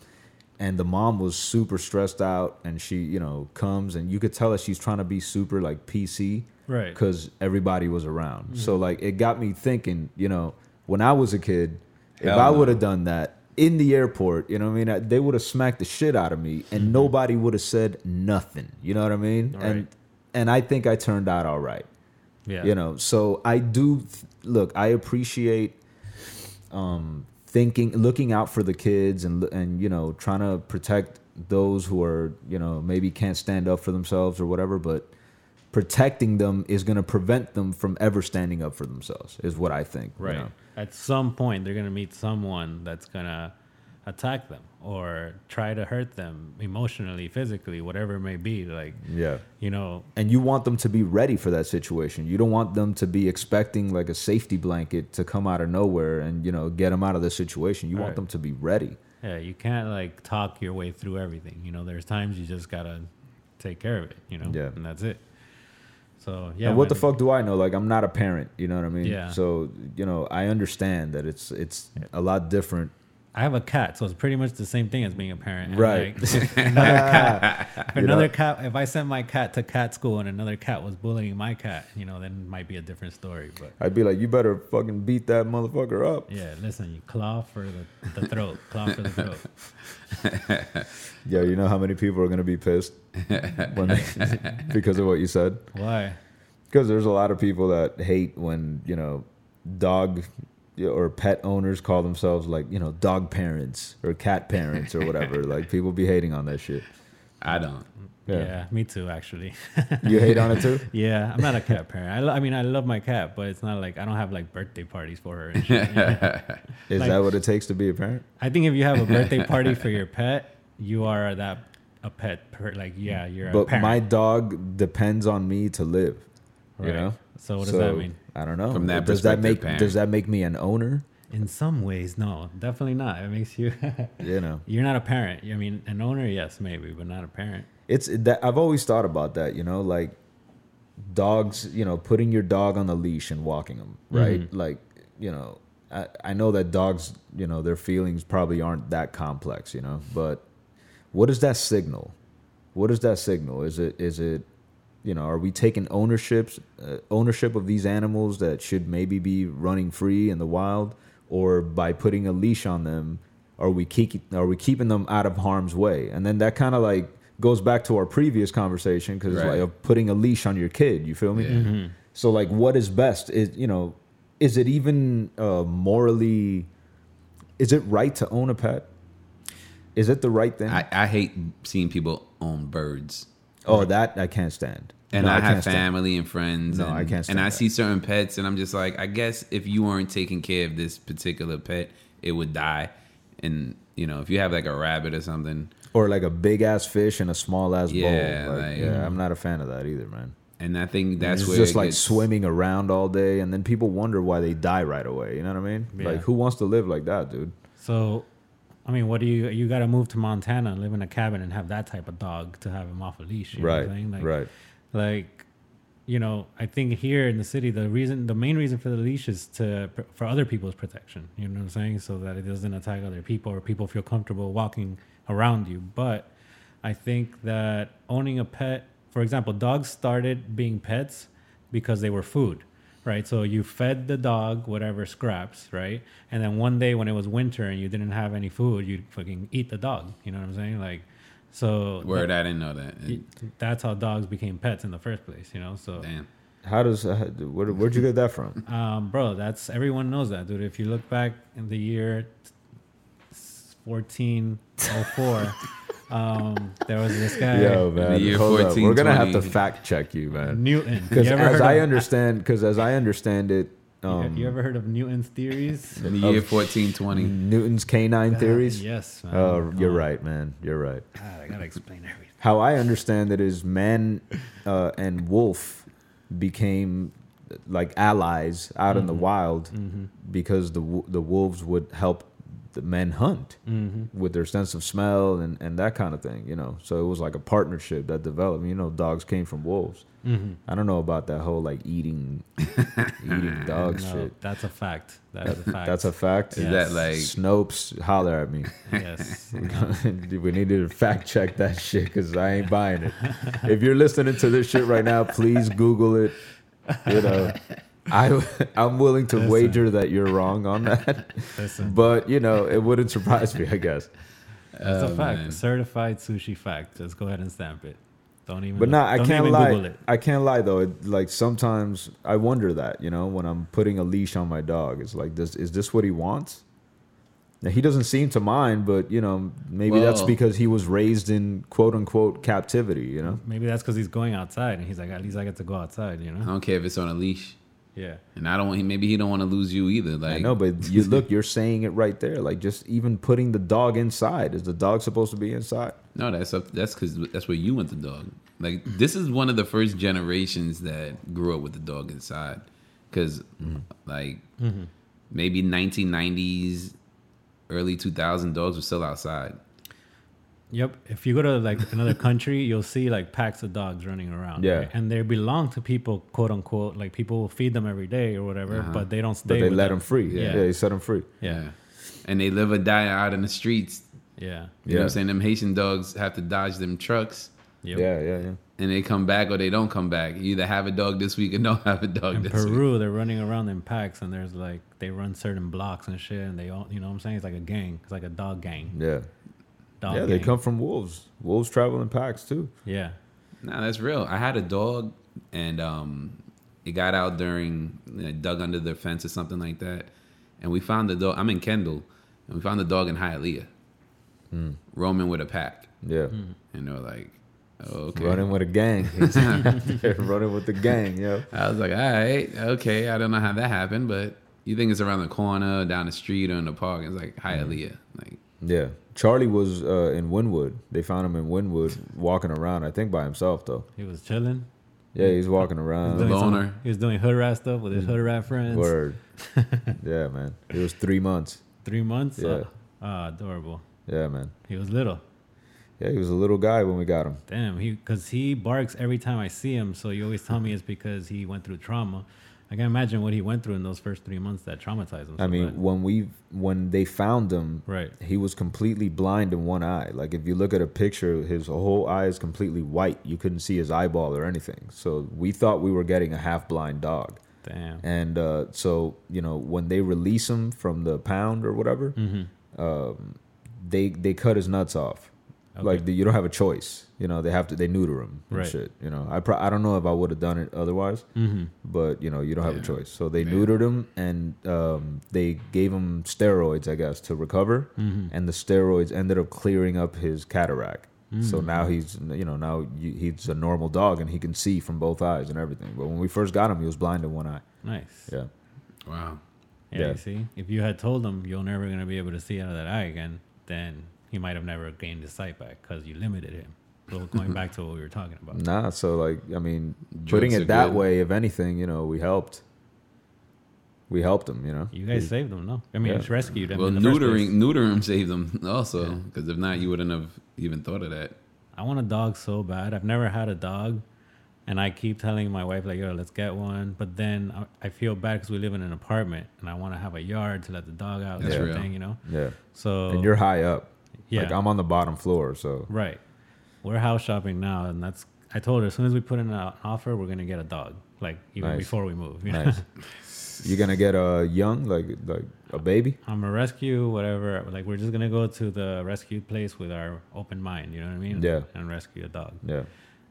[SPEAKER 2] And the mom was super stressed out, and she, you know, comes and you could tell that she's trying to be super like PC,
[SPEAKER 3] Right.
[SPEAKER 2] because everybody was around.
[SPEAKER 4] Mm-hmm.
[SPEAKER 2] So like it got me thinking, you know, when I was a kid, if
[SPEAKER 4] Hell
[SPEAKER 2] I
[SPEAKER 4] no.
[SPEAKER 2] would have done that in the airport, you know what I mean? I, they would have smacked the shit out of me
[SPEAKER 4] Mm-hmm.
[SPEAKER 2] and nobody would have said nothing. You know what I mean? And
[SPEAKER 3] Right.
[SPEAKER 2] and I think I turned out all right.
[SPEAKER 3] Yeah.
[SPEAKER 2] You know, so I do th- look, I appreciate um thinking looking out for the kids and and you know, trying to protect those who are, you know, maybe can't stand up for themselves or whatever, but protecting them is going to prevent them from ever standing up for themselves is what I think. you
[SPEAKER 3] Right.
[SPEAKER 2] know.
[SPEAKER 3] At some point, they're going to meet someone that's going to attack them or try to hurt them emotionally, physically, whatever it may be. Like,
[SPEAKER 2] Yeah.
[SPEAKER 3] you know,
[SPEAKER 2] and you want them to be ready for that situation. You don't want them to be expecting like a safety blanket to come out of nowhere and you know get them out of the situation. You want
[SPEAKER 3] Right.
[SPEAKER 2] them to be ready.
[SPEAKER 3] yeah, you can't like talk your way through everything. You know, there's times you just got to take care of it, you know,
[SPEAKER 2] Yeah.
[SPEAKER 3] and that's it. So, yeah.
[SPEAKER 2] and what the
[SPEAKER 3] man.
[SPEAKER 2] fuck do I know? Like I'm not a parent, you know what I mean?
[SPEAKER 3] Yeah.
[SPEAKER 2] So, you know, I understand that it's it's a lot different.
[SPEAKER 3] I have a cat, so it's pretty much the same thing as being a parent. And,
[SPEAKER 2] Right.
[SPEAKER 3] like, if another cat. If
[SPEAKER 2] You know-
[SPEAKER 3] another cat. If I sent my cat to cat school and another cat was bullying my cat, you know, then it might be a different story. But
[SPEAKER 2] I'd be like, you better fucking beat that motherfucker up.
[SPEAKER 3] yeah, listen, you claw for the, the throat, claw for the throat.
[SPEAKER 2] Yo, you know how many people are gonna be pissed when they, because of what you said?
[SPEAKER 3] Why?
[SPEAKER 2] because there's a lot of people that hate when you know dog or pet owners call themselves like you know dog parents or cat parents or whatever like people be hating on that shit
[SPEAKER 4] I don't.
[SPEAKER 2] Yeah.
[SPEAKER 3] Yeah, me too, actually.
[SPEAKER 2] you hate on it too
[SPEAKER 3] yeah, I'm not a cat parent. I, lo- I mean, I love my cat, but it's not like I don't have like birthday parties for her. And shit.
[SPEAKER 2] is that what it takes to be a parent
[SPEAKER 3] I think if you have a birthday party for your pet, you are that a pet. Per, like, yeah, you're a
[SPEAKER 2] but
[SPEAKER 3] parent.
[SPEAKER 2] my dog depends on me to live you
[SPEAKER 3] Right.
[SPEAKER 2] know
[SPEAKER 3] So what does that mean?
[SPEAKER 2] i don't know
[SPEAKER 4] From that
[SPEAKER 2] does that
[SPEAKER 4] perspective,
[SPEAKER 2] make
[SPEAKER 4] parent.
[SPEAKER 2] does that make me an owner
[SPEAKER 3] In some ways, no, definitely not. It makes you.
[SPEAKER 2] you know
[SPEAKER 3] You're not a parent. I mean, an owner, yes, maybe, but not a parent.
[SPEAKER 2] it's that I've always thought about that, you know, like dogs, you know, putting your dog on the leash and walking them,
[SPEAKER 3] Mm-hmm.
[SPEAKER 2] right? Like, you know, I, I know that dogs, you know, their feelings probably aren't that complex, you know, but what is that signal? What is that signal? Is it is it you know, are we taking ownerships uh, ownership of these animals that should maybe be running free in the wild or by putting a leash on them are we keep, are we keeping them out of harm's way? And then that kind of like goes back to our previous conversation cuz it's
[SPEAKER 4] Right.
[SPEAKER 2] like uh, putting a leash on your kid, you feel me?
[SPEAKER 4] Yeah.
[SPEAKER 2] So like what is best is you know, is it even uh, morally is it right to own a pet? Is it the right thing?
[SPEAKER 4] I, I hate seeing people own birds.
[SPEAKER 2] Oh, that I can't stand.
[SPEAKER 4] And
[SPEAKER 2] No,
[SPEAKER 4] I,
[SPEAKER 2] can't
[SPEAKER 4] have
[SPEAKER 2] stand.
[SPEAKER 4] family and friends.
[SPEAKER 2] No,
[SPEAKER 4] and,
[SPEAKER 2] I can't stand
[SPEAKER 4] And I
[SPEAKER 2] that.
[SPEAKER 4] see certain pets, and I'm just like, I guess if you weren't taking care of this particular pet, it would die. And you know, if you have like a rabbit or something,
[SPEAKER 2] Or like a big ass fish in a small ass
[SPEAKER 4] Yeah,
[SPEAKER 2] bowl. Like,
[SPEAKER 4] like-
[SPEAKER 2] yeah, I'm not a fan of that either, man.
[SPEAKER 4] and I think that's
[SPEAKER 2] It's
[SPEAKER 4] where
[SPEAKER 2] just
[SPEAKER 4] it
[SPEAKER 2] like
[SPEAKER 4] gets-
[SPEAKER 2] swimming around all day, and then people wonder why they die right away. You know what I mean?
[SPEAKER 3] Yeah.
[SPEAKER 2] Like, who wants to live like that, dude?
[SPEAKER 3] So, I mean, what do you? You got to move to Montana and live in a cabin and have that type of dog to have him off a leash. You Know what I'm saying? like, Like, you know, I think here in the city, the reason, the main reason for the leash is to for other people's protection. You know what I'm saying? So that it doesn't attack other people or people feel comfortable walking around you. But I think that owning a pet, for example, dogs started being pets because they were food, right? So you fed the dog whatever scraps, right? And then one day when it was winter and you didn't have any food, you'd fucking eat the dog. You know what I'm saying? Like, so
[SPEAKER 4] Word, I didn't know that.
[SPEAKER 3] that's how dogs became pets in the first place, you know? So,
[SPEAKER 4] Damn.
[SPEAKER 2] How does uh, where, where'd you get that from?
[SPEAKER 3] um, bro, that's everyone knows that, dude. If you look back in the year 1404, um, there was this guy,
[SPEAKER 2] Yo, man,
[SPEAKER 4] year
[SPEAKER 2] hold up. We're gonna have to
[SPEAKER 4] 1420.
[SPEAKER 2] fact check you, man.
[SPEAKER 3] Newton. You
[SPEAKER 2] Because
[SPEAKER 3] ever,
[SPEAKER 2] as
[SPEAKER 3] heard
[SPEAKER 2] I
[SPEAKER 3] of,
[SPEAKER 2] understand, because as I understand it, um,
[SPEAKER 3] you ever heard of Newton's theories?
[SPEAKER 4] In the year 1420,
[SPEAKER 2] Newton's
[SPEAKER 3] Uh,
[SPEAKER 2] canine theories.
[SPEAKER 3] Yes. Man.
[SPEAKER 2] Oh, you're right, man. You're right.
[SPEAKER 3] God, I gotta explain everything.
[SPEAKER 2] how I understand it is man uh, and wolf became like allies out in the wild because the wo- the wolves would help the men hunt with their sense of smell and, and that kind of thing, you know. So it was like a partnership that developed. You know, dogs came from wolves. I don't know about that whole like eating eating dog
[SPEAKER 3] No,
[SPEAKER 2] shit.
[SPEAKER 3] that's a fact. That is a fact.
[SPEAKER 2] That's a fact.
[SPEAKER 4] is that like
[SPEAKER 2] Snopes holler at me.
[SPEAKER 3] yes.
[SPEAKER 2] we need to fact check that shit because I ain't buying it. If you're listening to this shit right now, please Google it. You know, I I'm willing to wager that you're wrong on that,
[SPEAKER 3] Listen,
[SPEAKER 2] but you know it wouldn't surprise me. I guess
[SPEAKER 3] that's a fact.
[SPEAKER 4] Oh, man.
[SPEAKER 3] Certified sushi fact. Just go ahead and stamp it. Don't even.
[SPEAKER 2] But no, I
[SPEAKER 3] don't
[SPEAKER 2] can't
[SPEAKER 3] even
[SPEAKER 2] lie.
[SPEAKER 3] Google it.
[SPEAKER 2] I can't lie though. It, like sometimes I wonder that you know when I'm putting a leash on my dog, it's like this is this what he wants? Now he doesn't seem to mind, but you know maybe that's
[SPEAKER 4] Well-
[SPEAKER 2] because he was raised in quote unquote captivity. You know,
[SPEAKER 3] Maybe that's because he's going outside, and he's like, at least I get to go outside, you
[SPEAKER 4] I
[SPEAKER 3] know?
[SPEAKER 4] don't care if it's on a leash,
[SPEAKER 3] Yeah.
[SPEAKER 4] and I don't. want Maybe he don't want to lose you either. Like
[SPEAKER 2] I know, but you look, you're saying it right there. Like just even putting the dog inside is the dog supposed to be inside?
[SPEAKER 4] No, that's up. That's because that's where you went the dog. Like
[SPEAKER 3] Mm-hmm.
[SPEAKER 4] this is one of the first generations that grew up with the dog inside, because
[SPEAKER 3] Mm-hmm.
[SPEAKER 4] like maybe 1990s, early 2000 dogs were still outside.
[SPEAKER 3] Yep. If you go to like another country, you'll see like packs of dogs running around.
[SPEAKER 2] Yeah.
[SPEAKER 3] And they belong to people, quote unquote. Like people will feed them every day or whatever, but they don't
[SPEAKER 2] Uh-huh. But
[SPEAKER 3] stay.
[SPEAKER 2] they
[SPEAKER 3] with
[SPEAKER 2] let him free. Yeah,
[SPEAKER 3] Yeah.
[SPEAKER 2] they set him free.
[SPEAKER 3] Yeah.
[SPEAKER 4] and they live or die out in the streets.
[SPEAKER 3] Yeah.
[SPEAKER 4] You know what
[SPEAKER 2] Yeah.
[SPEAKER 4] I'm saying? Them Haitian dogs have to dodge them trucks,
[SPEAKER 3] Yep.
[SPEAKER 2] Yeah, yeah, yeah.
[SPEAKER 4] and they come back or they don't come back. You either have a dog this week or don't have a dog
[SPEAKER 3] In
[SPEAKER 4] this week.
[SPEAKER 3] Peru, they're running around in packs, and there's like they run certain blocks and shit, and they all, you know, what I'm saying it's like a gang. It's like a dog gang.
[SPEAKER 2] Yeah,
[SPEAKER 3] Dog
[SPEAKER 2] yeah. They
[SPEAKER 3] gang.
[SPEAKER 2] come from wolves. Wolves travel in packs too.
[SPEAKER 3] Yeah.
[SPEAKER 4] Nah, that's real. I had a dog, and um, it got out during like, dug under the fence or something like that, and we found the dog. I'm in Kendall, and we found the dog in Hialeah, roaming with a pack,
[SPEAKER 2] Yeah,
[SPEAKER 4] and they were like, oh, "Okay."
[SPEAKER 2] running with a gang. They're running with the gang. Yeah.
[SPEAKER 4] I was like, "All right, okay." I don't know how that happened, but you think it's around the corner, down the street, or in the park? It's like Hialeah, like.
[SPEAKER 2] Yeah. Charlie was uh, in Wynwood. They found him in Wynwood walking around, I think by himself though.
[SPEAKER 3] He was chilling.
[SPEAKER 2] Yeah, he's walking around.
[SPEAKER 4] Doing
[SPEAKER 3] some-
[SPEAKER 4] Loner.
[SPEAKER 3] he was doing hood rat stuff with his hood rat friends.
[SPEAKER 2] Mm. Word. yeah, man. It was three months.
[SPEAKER 3] Three months.
[SPEAKER 2] Yeah.
[SPEAKER 3] Oh, ah, adorable.
[SPEAKER 2] Yeah, man.
[SPEAKER 3] He was little.
[SPEAKER 2] Yeah, he was a little guy when we got him.
[SPEAKER 3] Damn, he because he barks every time I see him. So you always tell me it's because he went through trauma. I can imagine what he went through in those first three months that traumatized him.
[SPEAKER 2] I
[SPEAKER 3] so
[SPEAKER 2] mean,
[SPEAKER 3] bad.
[SPEAKER 2] when we when they found him,
[SPEAKER 3] Right.
[SPEAKER 2] he was completely blind in one eye. Like if you look at a picture, his whole eye is completely white. You couldn't see his eyeball or anything. So we thought we were getting a half blind dog.
[SPEAKER 3] damn.
[SPEAKER 2] And uh, so, you know, when they release him from the pound or whatever, um, they they cut his nuts off. Like the, you don't have a choice. You know, they have to they neuter him and
[SPEAKER 3] Right.
[SPEAKER 2] shit. You know, I pro- I don't know if I would have done it otherwise, but you know, you don't have a choice. So they neutered him and um, they gave him steroids, I guess, to recover. And the steroids ended up clearing up his cataract. So now he's, you know, now you, he's a normal dog and he can see from both eyes and everything. But when we first got him, he was blind in one eye.
[SPEAKER 3] Nice.
[SPEAKER 2] Yeah.
[SPEAKER 4] Wow.
[SPEAKER 3] Yeah,
[SPEAKER 2] Yeah.
[SPEAKER 3] You see, if you had told him you're never gonna be able to see out of that eye again, then he might have never gained his sight back because you limited him. So going back to what we were talking about.
[SPEAKER 2] Nah, so like I mean, putting
[SPEAKER 4] Drugs are
[SPEAKER 2] it that
[SPEAKER 4] good.
[SPEAKER 2] way, if anything, you know, we helped. We helped him, you know.
[SPEAKER 3] You guys saved him, no? I mean,
[SPEAKER 2] Yeah.
[SPEAKER 3] it's rescued him.
[SPEAKER 4] Well,
[SPEAKER 3] in the first place.
[SPEAKER 4] neutering neutering saved them also, because if not, you wouldn't have even thought of that.
[SPEAKER 3] I want a dog so bad. I've never had a dog, and I keep telling my wife like, "Yo, let's get one." But then I, I feel bad because we live in an apartment, and I want to have a yard to let the dog out. and
[SPEAKER 4] That's real.
[SPEAKER 3] everything, you know.
[SPEAKER 2] Yeah.
[SPEAKER 3] So
[SPEAKER 2] And you're high up.
[SPEAKER 3] Oh. Yeah.
[SPEAKER 2] Like I'm on the bottom floor, so
[SPEAKER 3] right. We're house shopping now, and that's. I told her as soon as we put in an offer, we're gonna get a dog, like even
[SPEAKER 2] Nice.
[SPEAKER 3] before we move. you know?
[SPEAKER 2] nice. You're gonna get a young, like like a baby.
[SPEAKER 3] I'm a rescue, whatever. Like we're just gonna go to the rescue place with our open mind. You know what I mean?
[SPEAKER 2] Yeah.
[SPEAKER 3] And rescue a dog.
[SPEAKER 2] Yeah.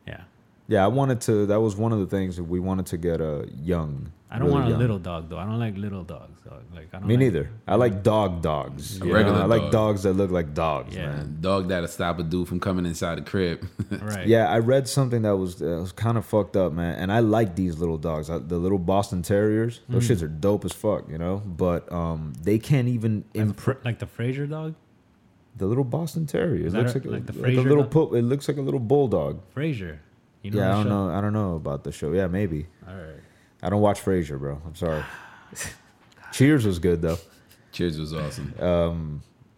[SPEAKER 3] Yeah.
[SPEAKER 2] Yeah, I wanted to. That was one of the things that we wanted to get a young.
[SPEAKER 3] I don't
[SPEAKER 2] really
[SPEAKER 3] want a
[SPEAKER 2] young.
[SPEAKER 3] little dog though. I don't like little dogs. Dog. Like I don't.
[SPEAKER 2] Me
[SPEAKER 3] like-
[SPEAKER 2] neither. I like dog dogs. you know?
[SPEAKER 4] regular
[SPEAKER 2] I like
[SPEAKER 4] dog.
[SPEAKER 2] dogs that look like dogs,
[SPEAKER 3] Yeah.
[SPEAKER 2] man.
[SPEAKER 4] A dog that'll stop a dude from coming inside the crib.
[SPEAKER 3] Right.
[SPEAKER 2] Yeah, I read something that was, that was kind of fucked up, man. And I like these little dogs, I, the little Boston Terriers. Those
[SPEAKER 3] Mm.
[SPEAKER 2] shits are dope as fuck, you know. But um, they can't even
[SPEAKER 3] Like the,
[SPEAKER 2] impress
[SPEAKER 3] Fra- like the Fraser dog?
[SPEAKER 2] the little Boston Terrier. It
[SPEAKER 3] that
[SPEAKER 2] looks
[SPEAKER 3] a-
[SPEAKER 2] like, a-
[SPEAKER 3] like the
[SPEAKER 2] like a
[SPEAKER 3] Fraser
[SPEAKER 2] little
[SPEAKER 3] dog?
[SPEAKER 2] pu- It looks like a little bulldog.
[SPEAKER 3] Fraser. You know
[SPEAKER 2] yeah,
[SPEAKER 3] the
[SPEAKER 2] I don't
[SPEAKER 3] show?
[SPEAKER 2] know. I don't know about the show. Yeah, maybe.
[SPEAKER 3] All right.
[SPEAKER 2] I don't watch Frasier, bro. I'm sorry. Cheers was good though.
[SPEAKER 4] Cheers was awesome.
[SPEAKER 2] Uh,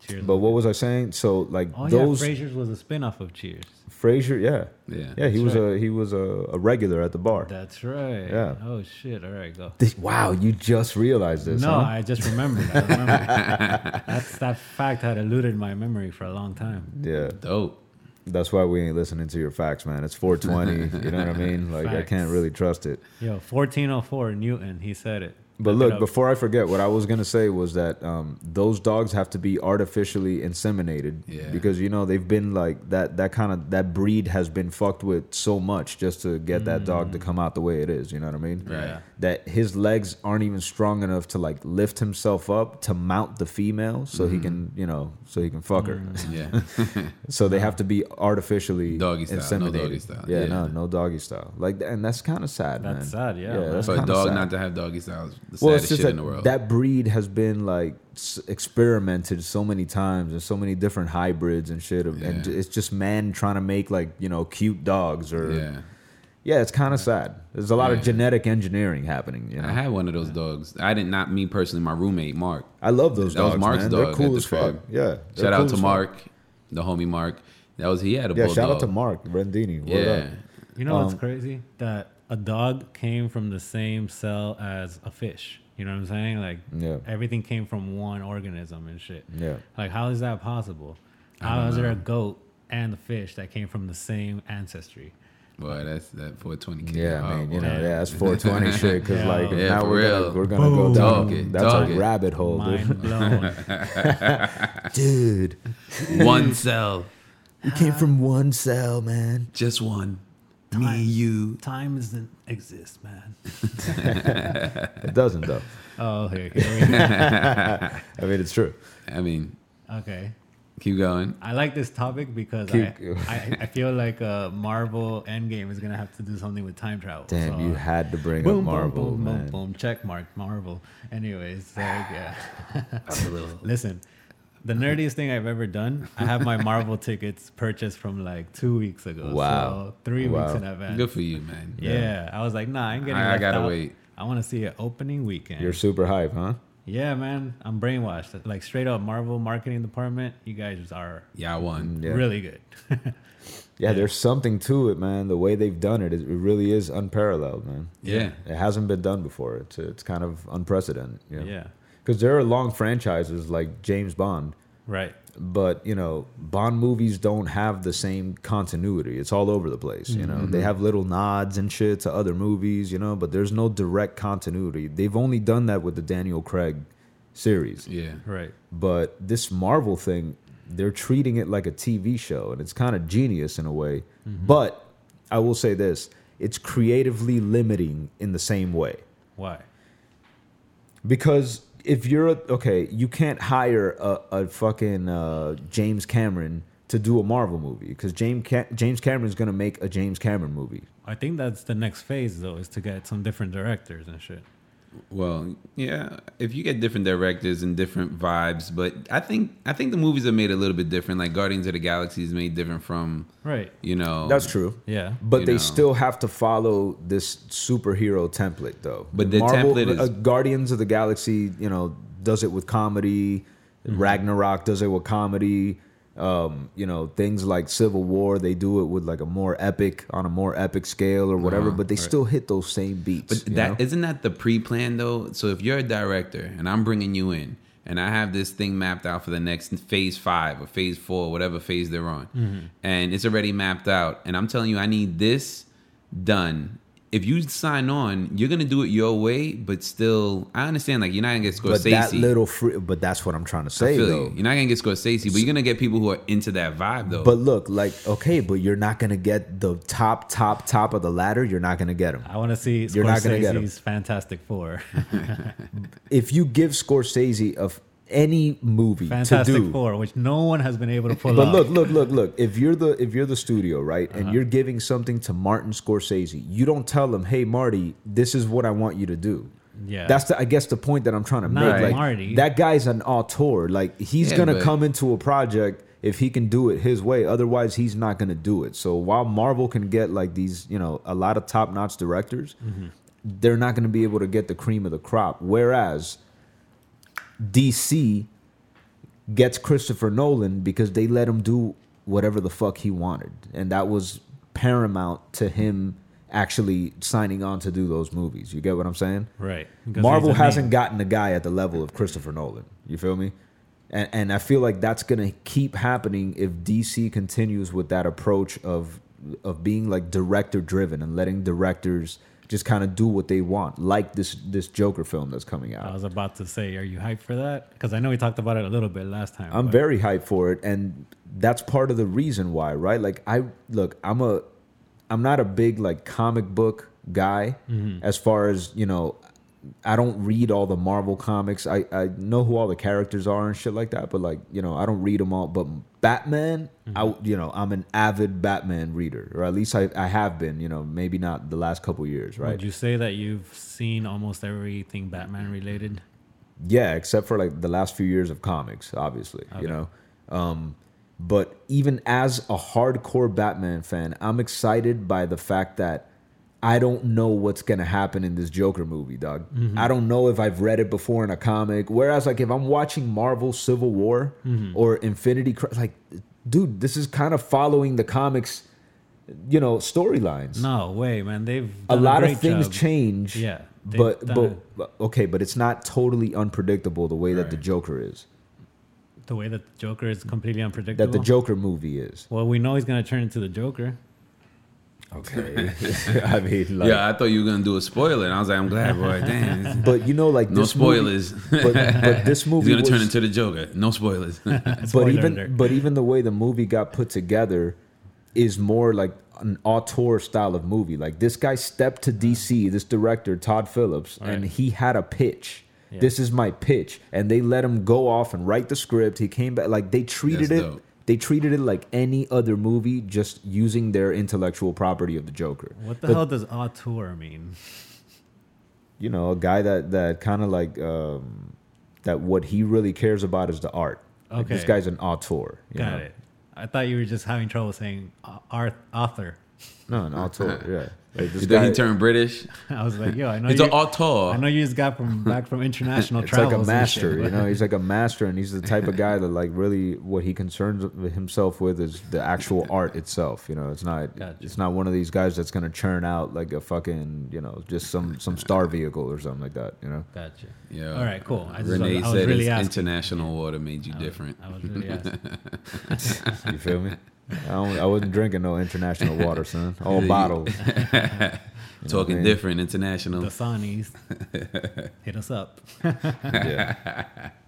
[SPEAKER 3] Cheers.
[SPEAKER 2] But what was I saying? So like
[SPEAKER 3] oh,
[SPEAKER 2] those
[SPEAKER 3] yeah. Frasier's was a spin off of Cheers.
[SPEAKER 2] Frasier, yeah,
[SPEAKER 4] Yeah.
[SPEAKER 2] yeah. He
[SPEAKER 3] That's
[SPEAKER 2] was a he was a, a regular at the bar.
[SPEAKER 3] That's right.
[SPEAKER 2] Yeah.
[SPEAKER 3] Oh, shit. All right, go.
[SPEAKER 2] This- wow, you just realized this?
[SPEAKER 3] No,
[SPEAKER 2] huh?
[SPEAKER 3] I just remembered. I remembered. That's, that fact had eluded my memory for a long time.
[SPEAKER 2] yeah.
[SPEAKER 4] Dope.
[SPEAKER 2] That's why we ain't listening to your facts, man. It's 420. you know what I mean? Like I
[SPEAKER 3] Facts.
[SPEAKER 2] can't really trust it.
[SPEAKER 3] Yo, 1404 Newton, he said it.
[SPEAKER 2] But look,
[SPEAKER 3] up.
[SPEAKER 2] before I forget, what I was gonna say was that um, those dogs have to be artificially inseminated
[SPEAKER 4] Yeah.
[SPEAKER 2] because you know they've been like that. That kind of that breed has been fucked with so much just to get that dog
[SPEAKER 3] Mm.
[SPEAKER 2] to come out the way it is. You know what I mean?
[SPEAKER 4] Right. Yeah.
[SPEAKER 2] That his legs aren't even strong enough to like lift himself up to mount the female so
[SPEAKER 3] Mm.
[SPEAKER 2] he can you know so he can fuck her.
[SPEAKER 4] Yeah.
[SPEAKER 2] so they have to be artificially
[SPEAKER 4] Doggy style, no
[SPEAKER 2] inseminated.
[SPEAKER 4] doggy style.
[SPEAKER 2] Yeah,
[SPEAKER 4] Yeah.
[SPEAKER 2] no, no doggy style. Like, and that's kind of sad.
[SPEAKER 3] That's
[SPEAKER 2] man.
[SPEAKER 3] sad, yeah, man.
[SPEAKER 2] that's
[SPEAKER 4] For a
[SPEAKER 2] kinda
[SPEAKER 4] dog
[SPEAKER 2] sad
[SPEAKER 4] not to have doggy style is the
[SPEAKER 2] well, it's
[SPEAKER 4] saddest
[SPEAKER 2] just
[SPEAKER 4] shit
[SPEAKER 2] that,
[SPEAKER 4] in the world.
[SPEAKER 2] that breed has been like s- experimented so many times and so many different hybrids and shit of, and
[SPEAKER 4] Yeah.
[SPEAKER 2] it's just man trying to make like you know cute dogs or yeah,
[SPEAKER 4] yeah.
[SPEAKER 2] it's kind of sad there's a lot
[SPEAKER 4] Yeah.
[SPEAKER 2] of genetic engineering happening you know
[SPEAKER 4] I
[SPEAKER 2] i,
[SPEAKER 4] had one of those dogs. I did not me personally, my roommate Mark.
[SPEAKER 2] love those
[SPEAKER 4] That
[SPEAKER 2] dogs
[SPEAKER 4] was Mark's
[SPEAKER 2] man.
[SPEAKER 4] dog
[SPEAKER 2] they're
[SPEAKER 4] at
[SPEAKER 2] cool
[SPEAKER 4] the
[SPEAKER 2] as fuck
[SPEAKER 4] crib.
[SPEAKER 2] yeah Uh, they're
[SPEAKER 4] Shout
[SPEAKER 2] cool
[SPEAKER 4] out to
[SPEAKER 2] as fuck.
[SPEAKER 4] Mark, the homie Mark. That was he had a
[SPEAKER 2] yeah
[SPEAKER 4] bulldog.
[SPEAKER 2] shout out to mark rendini what
[SPEAKER 4] Yeah.
[SPEAKER 2] up?
[SPEAKER 3] You know
[SPEAKER 2] um,
[SPEAKER 3] what's crazy? That a dog came from the same cell as a fish. You know what I'm saying? Like
[SPEAKER 2] Yeah.
[SPEAKER 3] everything came from one organism and shit.
[SPEAKER 2] Yeah.
[SPEAKER 3] Like how is that possible? How is there a goat and a fish that came from the same ancestry?
[SPEAKER 4] Boy, that's that 420 kid.
[SPEAKER 2] Yeah,
[SPEAKER 4] Oh,
[SPEAKER 2] man, you
[SPEAKER 4] boy.
[SPEAKER 2] know, yeah, that's 420 shit. Because
[SPEAKER 3] Yeah.
[SPEAKER 2] like
[SPEAKER 4] Yeah,
[SPEAKER 2] now
[SPEAKER 4] for
[SPEAKER 2] we're
[SPEAKER 4] real.
[SPEAKER 2] gonna, we're gonna go
[SPEAKER 3] Boom.
[SPEAKER 2] down.
[SPEAKER 4] Dog it,
[SPEAKER 2] That's
[SPEAKER 4] dog
[SPEAKER 2] a
[SPEAKER 4] it.
[SPEAKER 2] rabbit hole,
[SPEAKER 3] Mind blown.
[SPEAKER 2] dude. Dude,
[SPEAKER 4] One cell.
[SPEAKER 2] you came from one cell, man.
[SPEAKER 4] Just one. Me, you.
[SPEAKER 3] Time doesn't exist, man.
[SPEAKER 2] It doesn't though.
[SPEAKER 3] Oh, okay. here we go.
[SPEAKER 2] I mean, it's true.
[SPEAKER 4] I mean,
[SPEAKER 3] okay.
[SPEAKER 4] keep going.
[SPEAKER 3] I like this topic because I,
[SPEAKER 2] Keep-
[SPEAKER 3] I, I feel like uh, Marvel Endgame is gonna have to do something with time travel.
[SPEAKER 2] Damn,
[SPEAKER 3] so-
[SPEAKER 2] you had to bring up
[SPEAKER 3] boom,
[SPEAKER 2] Marvel,
[SPEAKER 3] boom, boom,
[SPEAKER 2] man.
[SPEAKER 3] boom, boom, check mark, Marvel. Anyways, so, yeah. Listen, the nerdiest thing I've ever done. I have my Marvel tickets purchased from like two weeks ago.
[SPEAKER 2] Wow.
[SPEAKER 3] so three
[SPEAKER 2] Wow.
[SPEAKER 3] weeks in advance.
[SPEAKER 4] Good for you, man.
[SPEAKER 3] yeah. I was like, nah, I'm getting.
[SPEAKER 4] I- I
[SPEAKER 3] left
[SPEAKER 4] gotta
[SPEAKER 3] out.
[SPEAKER 4] wait.
[SPEAKER 3] I want to see it opening weekend.
[SPEAKER 2] You're super hype, huh?
[SPEAKER 3] yeah, man, I'm brainwashed. Like straight up, Marvel marketing department. You guys are
[SPEAKER 4] Yeah, I won.
[SPEAKER 2] Yeah.
[SPEAKER 3] really good.
[SPEAKER 2] Yeah, there's something to it, man. The way they've done it, is, it really is unparalleled, man.
[SPEAKER 4] Yeah.
[SPEAKER 2] It hasn't been done before. It's it's kind of unprecedented. You know?
[SPEAKER 3] yeah,
[SPEAKER 2] Because there are long franchises like James Bond,
[SPEAKER 3] right.
[SPEAKER 2] but you know bond movies don't have the same continuity it's all over the place you know they have little nods and shit to other movies you know but there's no direct continuity they've only done that with the daniel craig series
[SPEAKER 4] Yeah.
[SPEAKER 3] Right.
[SPEAKER 2] but this marvel thing they're treating it like a tv show and it's kind of genius in a way but i will say this it's creatively limiting in the same way
[SPEAKER 3] Why?
[SPEAKER 2] because if you're a, okay, you can't hire a, a fucking uh, James Cameron to do a Marvel movie because James Ca- James Cameron's gonna make a James Cameron movie.
[SPEAKER 3] I think that's the next phase though, is to get some different directors and shit.
[SPEAKER 4] Well, yeah. If you get different directors and different vibes, but I think I think the movies are made a little bit different. Like Guardians of the Galaxy is made different from
[SPEAKER 3] Right.
[SPEAKER 4] you know.
[SPEAKER 2] That's true.
[SPEAKER 3] Yeah.
[SPEAKER 2] But
[SPEAKER 4] You
[SPEAKER 2] they
[SPEAKER 4] know.
[SPEAKER 2] still have to follow this superhero template, though.
[SPEAKER 4] But the template is-
[SPEAKER 2] uh, Guardians of the Galaxy, you know, does it with comedy.
[SPEAKER 4] Mm-hmm.
[SPEAKER 2] Ragnarok does it with comedy. Um, you know, things like Civil War, they do it with like a more epic on a more epic scale or whatever. but they still hit those same beats.
[SPEAKER 4] Uh-huh. But
[SPEAKER 2] you
[SPEAKER 4] that
[SPEAKER 2] know?
[SPEAKER 4] isn't that the pre-plan though. So if you're a director and I'm bringing you in and I have this thing mapped out for the next phase five or phase four, whatever phase they're on,
[SPEAKER 2] Mm-hmm.
[SPEAKER 4] and it's already mapped out, and I'm telling you I need this done. If you sign on, you're gonna do it your way, but still, I understand. Like you're not gonna get Scorsese.
[SPEAKER 2] but that little free, but that's what I'm trying to say
[SPEAKER 4] feel
[SPEAKER 2] though.
[SPEAKER 4] you. You're not gonna get Scorsese, but you're gonna get people who are into that vibe though.
[SPEAKER 2] But look, like okay, but you're not gonna get the top, top, top of the ladder. You're not gonna get them
[SPEAKER 3] I want to see
[SPEAKER 2] You're not gonna get 'em.
[SPEAKER 3] Scorsese's Fantastic Four.
[SPEAKER 2] if you give Scorsese of any movie to
[SPEAKER 3] Fantastic
[SPEAKER 2] do.
[SPEAKER 3] Four, which no one has been able to pull
[SPEAKER 2] But
[SPEAKER 3] off.
[SPEAKER 2] look, look, look, look. If you're the if you're the studio, right,
[SPEAKER 3] Uh-huh.
[SPEAKER 2] and you're giving something to Martin Scorsese, you don't tell him, "Hey, Marty, this is what I want you to do."
[SPEAKER 3] Yeah.
[SPEAKER 2] that's the, I guess the point that I'm trying to
[SPEAKER 3] Not
[SPEAKER 2] make. Like,
[SPEAKER 3] Marty.
[SPEAKER 2] that guy's an auteur. Like he's
[SPEAKER 4] Yeah,
[SPEAKER 2] gonna
[SPEAKER 4] but-
[SPEAKER 2] come into a project if he can do it his way. Otherwise, he's not gonna do it. So while Marvel can get like these, you know, a lot of top notch directors,
[SPEAKER 3] Mm-hmm.
[SPEAKER 2] they're not gonna be able to get the cream of the crop. Whereas DC gets Christopher Nolan because they let him do whatever the fuck he wanted. And that was paramount to him actually signing on to do those movies. You get what I'm saying?
[SPEAKER 3] right. because
[SPEAKER 2] Marvel
[SPEAKER 3] he's a
[SPEAKER 2] hasn't
[SPEAKER 3] name.
[SPEAKER 2] gotten a guy at the level of Christopher Nolan. You feel me? And, and I feel like that's gonna keep happening if DC continues with that approach of of being like director driven and letting directors just kind of do what they want, like this this Joker film that's coming
[SPEAKER 3] I
[SPEAKER 2] out.
[SPEAKER 3] was about to say, are you hyped for that? Because I know we talked about it a little bit last time.
[SPEAKER 2] I'm
[SPEAKER 3] but
[SPEAKER 2] very hyped for it, and that's part of the reason why, right? Like I look, I'm a, I'm not a big like comic book guy
[SPEAKER 3] Mm-hmm.
[SPEAKER 2] as far as you know. I don't read all the Marvel comics. I, I know who all the characters are and shit like that, but like you know, I don't read them all. But Batman,
[SPEAKER 3] Mm-hmm.
[SPEAKER 2] I you know, I'm an avid Batman reader, or at least I, I have been. You know, maybe not the last couple years, right?
[SPEAKER 3] Would you say that you've seen almost everything Batman related?
[SPEAKER 2] Yeah, except for like the last few years of comics, obviously, you know. Um, but even as a hardcore Batman fan, I'm excited by the fact that I don't know what's gonna happen in this Joker movie, dog. I don't know if I've read it before in a comic. Whereas, like, if I'm watching Marvel Civil War or Infinity, Cri- like, dude, this is kind of following the comics, you know, storylines
[SPEAKER 3] No way, man. They've
[SPEAKER 2] a
[SPEAKER 3] done
[SPEAKER 2] lot
[SPEAKER 3] great
[SPEAKER 2] of things
[SPEAKER 3] job.
[SPEAKER 2] change.
[SPEAKER 3] Yeah, they've
[SPEAKER 2] But
[SPEAKER 3] done
[SPEAKER 2] but
[SPEAKER 3] it.
[SPEAKER 2] but- okay, but it's not totally unpredictable the way that the
[SPEAKER 4] Right.
[SPEAKER 2] Joker is.
[SPEAKER 3] The way that the Joker is completely unpredictable.
[SPEAKER 2] That the Joker movie is.
[SPEAKER 3] Well, we know he's gonna turn into the Joker.
[SPEAKER 2] Okay. I mean like
[SPEAKER 4] yeah, I thought you were gonna do a spoiler, and I was like, I'm glad, boy. Damn,
[SPEAKER 2] but you know like
[SPEAKER 4] no
[SPEAKER 2] this movie-
[SPEAKER 4] spoilers.
[SPEAKER 2] but, but this
[SPEAKER 4] He's
[SPEAKER 2] movie
[SPEAKER 4] gonna turn
[SPEAKER 2] was-
[SPEAKER 4] into the Joker. No spoilers.
[SPEAKER 2] but
[SPEAKER 3] Spoiler
[SPEAKER 2] even
[SPEAKER 3] alert.
[SPEAKER 2] but even the way the movie got put together is more like an auteur style of movie. Like this guy stepped to DC, this director Todd Phillips, and
[SPEAKER 3] Right.
[SPEAKER 2] he had a pitch.
[SPEAKER 3] Yeah.
[SPEAKER 2] This is my pitch, and they let him go off and write the script. He came back like they treated
[SPEAKER 4] That's
[SPEAKER 2] it.
[SPEAKER 4] dope.
[SPEAKER 2] They treated it like any other movie, just using their intellectual property of the Joker.
[SPEAKER 3] What the
[SPEAKER 2] But,
[SPEAKER 3] hell does auteur mean?
[SPEAKER 2] You know, a guy that that kind of like um, that. What he really cares about is the art. Like, this
[SPEAKER 3] Okay.
[SPEAKER 2] guy's an auteur. you
[SPEAKER 3] Got
[SPEAKER 2] know?
[SPEAKER 3] it. I thought you were just having trouble saying au- arth- author.
[SPEAKER 2] No, an auteur. Yeah. Like, this
[SPEAKER 4] you think
[SPEAKER 2] guy-
[SPEAKER 4] he turned British?
[SPEAKER 3] I was like, yo, I know
[SPEAKER 4] It's
[SPEAKER 3] you.
[SPEAKER 4] an auteur.
[SPEAKER 3] I know you just got from back from international
[SPEAKER 2] it's
[SPEAKER 3] travels.
[SPEAKER 2] like a
[SPEAKER 3] and
[SPEAKER 2] master,
[SPEAKER 3] shit,
[SPEAKER 2] you know. He's like a master, and he's the type of guy that, like, really, what he concerns himself with is the actual art itself. You know, it's not,
[SPEAKER 3] Gotcha.
[SPEAKER 2] it's not one of these guys that's gonna churn out like a fucking, you know, just some some star vehicle or something like that. You know,
[SPEAKER 3] but- Gotcha.
[SPEAKER 4] Yeah.
[SPEAKER 3] All right, cool. I just
[SPEAKER 4] Renee
[SPEAKER 3] was, I was
[SPEAKER 4] said
[SPEAKER 3] really
[SPEAKER 4] his
[SPEAKER 3] asking.
[SPEAKER 4] international water made you different.
[SPEAKER 3] I was really asking.
[SPEAKER 2] you feel me? I, don't, I wasn't drinking no international water, son. All
[SPEAKER 4] Yeah, you-
[SPEAKER 2] bottles.
[SPEAKER 4] Talking
[SPEAKER 2] man.
[SPEAKER 4] different, international.
[SPEAKER 3] the Sonnies. Hit us up.
[SPEAKER 2] yeah.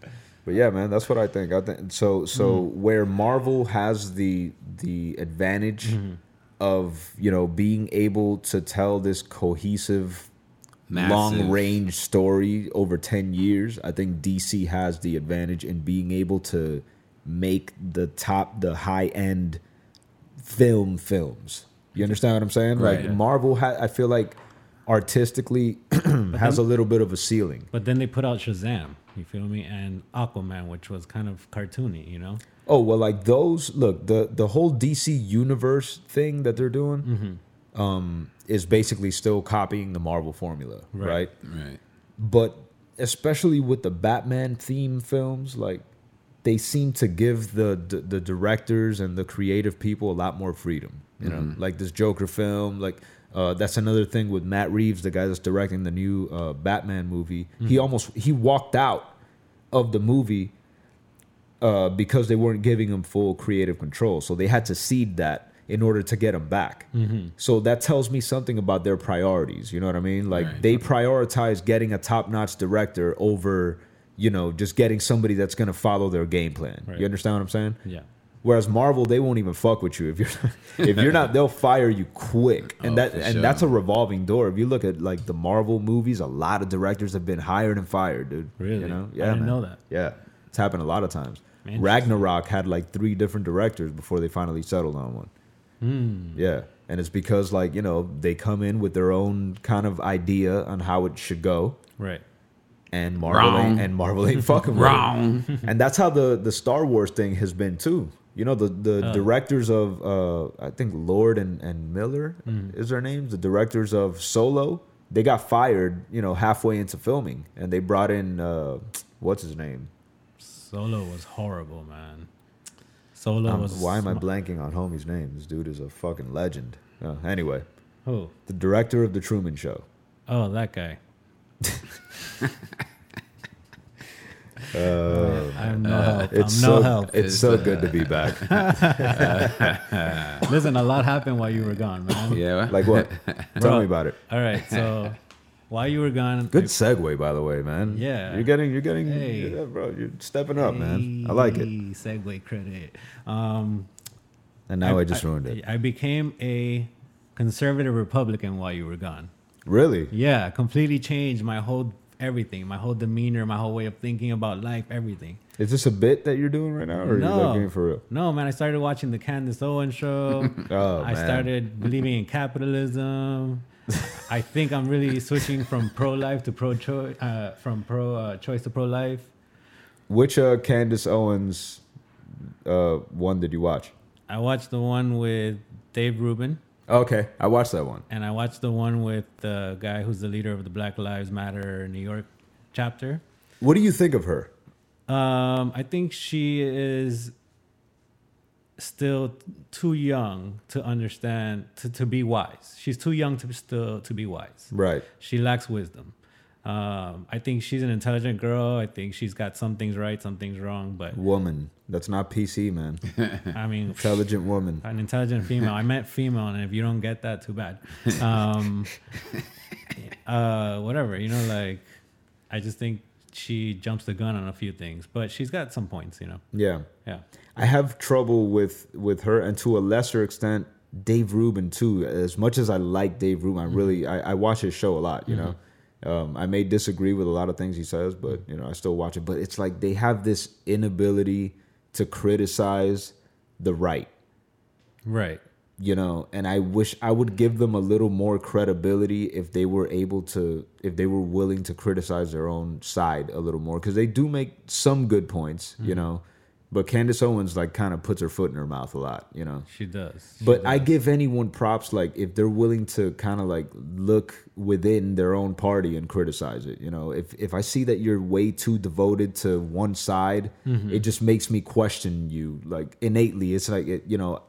[SPEAKER 2] But yeah, man, that's what I think. I think so. So
[SPEAKER 4] Mm.
[SPEAKER 2] where Marvel has the the advantage
[SPEAKER 4] Mm-hmm.
[SPEAKER 2] of you know being able to tell this cohesive,
[SPEAKER 4] Massive.
[SPEAKER 2] long range story over ten years, I think DC has the advantage in being able to make the top, the high end film films. You understand what I'm saying?
[SPEAKER 4] Right,
[SPEAKER 2] like
[SPEAKER 4] yeah.
[SPEAKER 2] Marvel, ha- I feel like artistically
[SPEAKER 4] Mm-hmm.
[SPEAKER 2] has a little bit of a ceiling.
[SPEAKER 3] But then they put out Shazam, you feel me? And Aquaman, which was kind of cartoony, you know?
[SPEAKER 2] Oh well, like those. Look, the the whole DC universe thing that they're doing um, is basically still copying the Marvel formula, right.
[SPEAKER 3] Right.
[SPEAKER 4] Right.
[SPEAKER 2] But especially with the Batman theme films, like they seem to give the the, the directors and the creative people a lot more freedom. You know, like this Joker film, like. Uh, that's another thing with Matt Reeves, the guy that's directing the new uh, Batman movie. He almost he walked out of the movie uh, because they weren't giving him full creative control. So they had to cede that in order to get him back. So that tells me something about their priorities. You know what I mean? Like
[SPEAKER 4] Right.
[SPEAKER 2] they prioritize getting a top notch director over, you know, just getting somebody that's going to follow their game plan.
[SPEAKER 3] Right.
[SPEAKER 2] You understand what I'm saying?
[SPEAKER 3] Yeah.
[SPEAKER 2] Whereas Marvel, they won't even fuck with you if you're if you're not. They'll fire you quick, and
[SPEAKER 4] Oh,
[SPEAKER 2] that
[SPEAKER 4] for
[SPEAKER 2] and
[SPEAKER 4] sure.
[SPEAKER 2] that's a revolving door. If you look at like the Marvel movies, a lot of directors have been hired and fired, dude.
[SPEAKER 3] Really?
[SPEAKER 2] You know?
[SPEAKER 3] I didn't know that.
[SPEAKER 2] Yeah, it's happened a lot of times.
[SPEAKER 3] Interesting.
[SPEAKER 2] Ragnarok had like three different directors before they finally settled on one.
[SPEAKER 3] Hmm.
[SPEAKER 2] Yeah, and it's because like you know they come in with their own kind of idea on how it should go,
[SPEAKER 3] Right.
[SPEAKER 2] and Marvel ain't,
[SPEAKER 4] Wrong.
[SPEAKER 2] and Marvel ain't fucking with it.
[SPEAKER 4] Wrong.
[SPEAKER 2] and that's how the the Star Wars thing has been too. You know the the directors of uh, I think Lord and and Miller is their names. The directors of Solo they got fired. You know halfway into filming, and they brought in uh, what's his name.
[SPEAKER 3] Solo was horrible, man. Solo
[SPEAKER 2] Um,
[SPEAKER 3] was.
[SPEAKER 2] why am I blanking on homie's name? This dude is a fucking legend. Uh, anyway,
[SPEAKER 3] Who?
[SPEAKER 2] the director of the Truman Show.
[SPEAKER 3] Oh, that guy. I'm no help.
[SPEAKER 2] Uh, It's
[SPEAKER 3] I'm
[SPEAKER 2] so
[SPEAKER 3] Uh, no help.
[SPEAKER 2] it's so good to be back.
[SPEAKER 3] Listen, a lot happened while you were gone, man.
[SPEAKER 4] Yeah, well,
[SPEAKER 2] Like what? Tell me about it.
[SPEAKER 3] All right, so while you were gone,
[SPEAKER 2] Good segue, by the way, man.
[SPEAKER 3] Yeah.
[SPEAKER 2] you're getting, you're getting,
[SPEAKER 3] Hey.
[SPEAKER 2] yeah, bro, you're stepping up, man. I like it.
[SPEAKER 3] Hey, Segway credit. Um,
[SPEAKER 2] And now I, just ruined it.
[SPEAKER 3] I became a conservative Republican while you were gone.
[SPEAKER 2] Really?
[SPEAKER 3] Yeah, completely changed my whole everything, my whole demeanor, my whole way of thinking about life, everything.
[SPEAKER 2] Is this a bit that you're doing right now, or are you like being for real?
[SPEAKER 3] No, man, I started watching the Candace Owens show.
[SPEAKER 2] Oh,
[SPEAKER 3] I
[SPEAKER 2] man.
[SPEAKER 3] started believing in capitalism. I think I'm really switching from pro life to pro choice, uh, from pro uh, choice to pro life.
[SPEAKER 2] Which uh, Candace Owens uh, one did you watch?
[SPEAKER 3] I watched the one with Dave Rubin,
[SPEAKER 2] Okay, I watched that one.
[SPEAKER 3] and I watched the one with the guy who's the leader of the Black Lives Matter New York chapter.
[SPEAKER 2] What do you think of her?
[SPEAKER 3] Um, I think she is still too young to understand to, to be wise. She's too young to be still to be wise.
[SPEAKER 2] Right.
[SPEAKER 3] She lacks wisdom. Um, I think she's an intelligent girl. I think she's got some things right, some things wrong. But
[SPEAKER 2] Woman. That's not PC, man.
[SPEAKER 3] I mean,
[SPEAKER 2] Intelligent woman.
[SPEAKER 3] an intelligent female. I meant female, and if you don't get that, too bad. Um, uh, whatever, you know, like I just think she jumps the gun on a few things, but she's got some points, you know.
[SPEAKER 2] Yeah.
[SPEAKER 3] Yeah.
[SPEAKER 2] I have trouble with with her, and to a lesser extent, Dave Rubin too. As much as I like Dave Rubin, I really I, I watch his show a lot. You know, um, I may disagree with a lot of things he says, but you know I still watch it. But it's like they have this inability to criticize the right
[SPEAKER 3] Right.
[SPEAKER 2] you know and i wish i would give them a little more credibility if they were able to if they were willing to criticize their own side a little more because they do make some good points you
[SPEAKER 3] Mm-hmm.
[SPEAKER 2] know but candace owens like kind of puts her foot in her mouth a lot you know
[SPEAKER 3] She does.
[SPEAKER 2] but I give anyone props, like if they're willing to kind of like look within their own party and criticize it. You know, if if I see that you're way too devoted to one side,
[SPEAKER 3] Mm-hmm.
[SPEAKER 2] it just makes me question you. Like innately, it's like it, you know,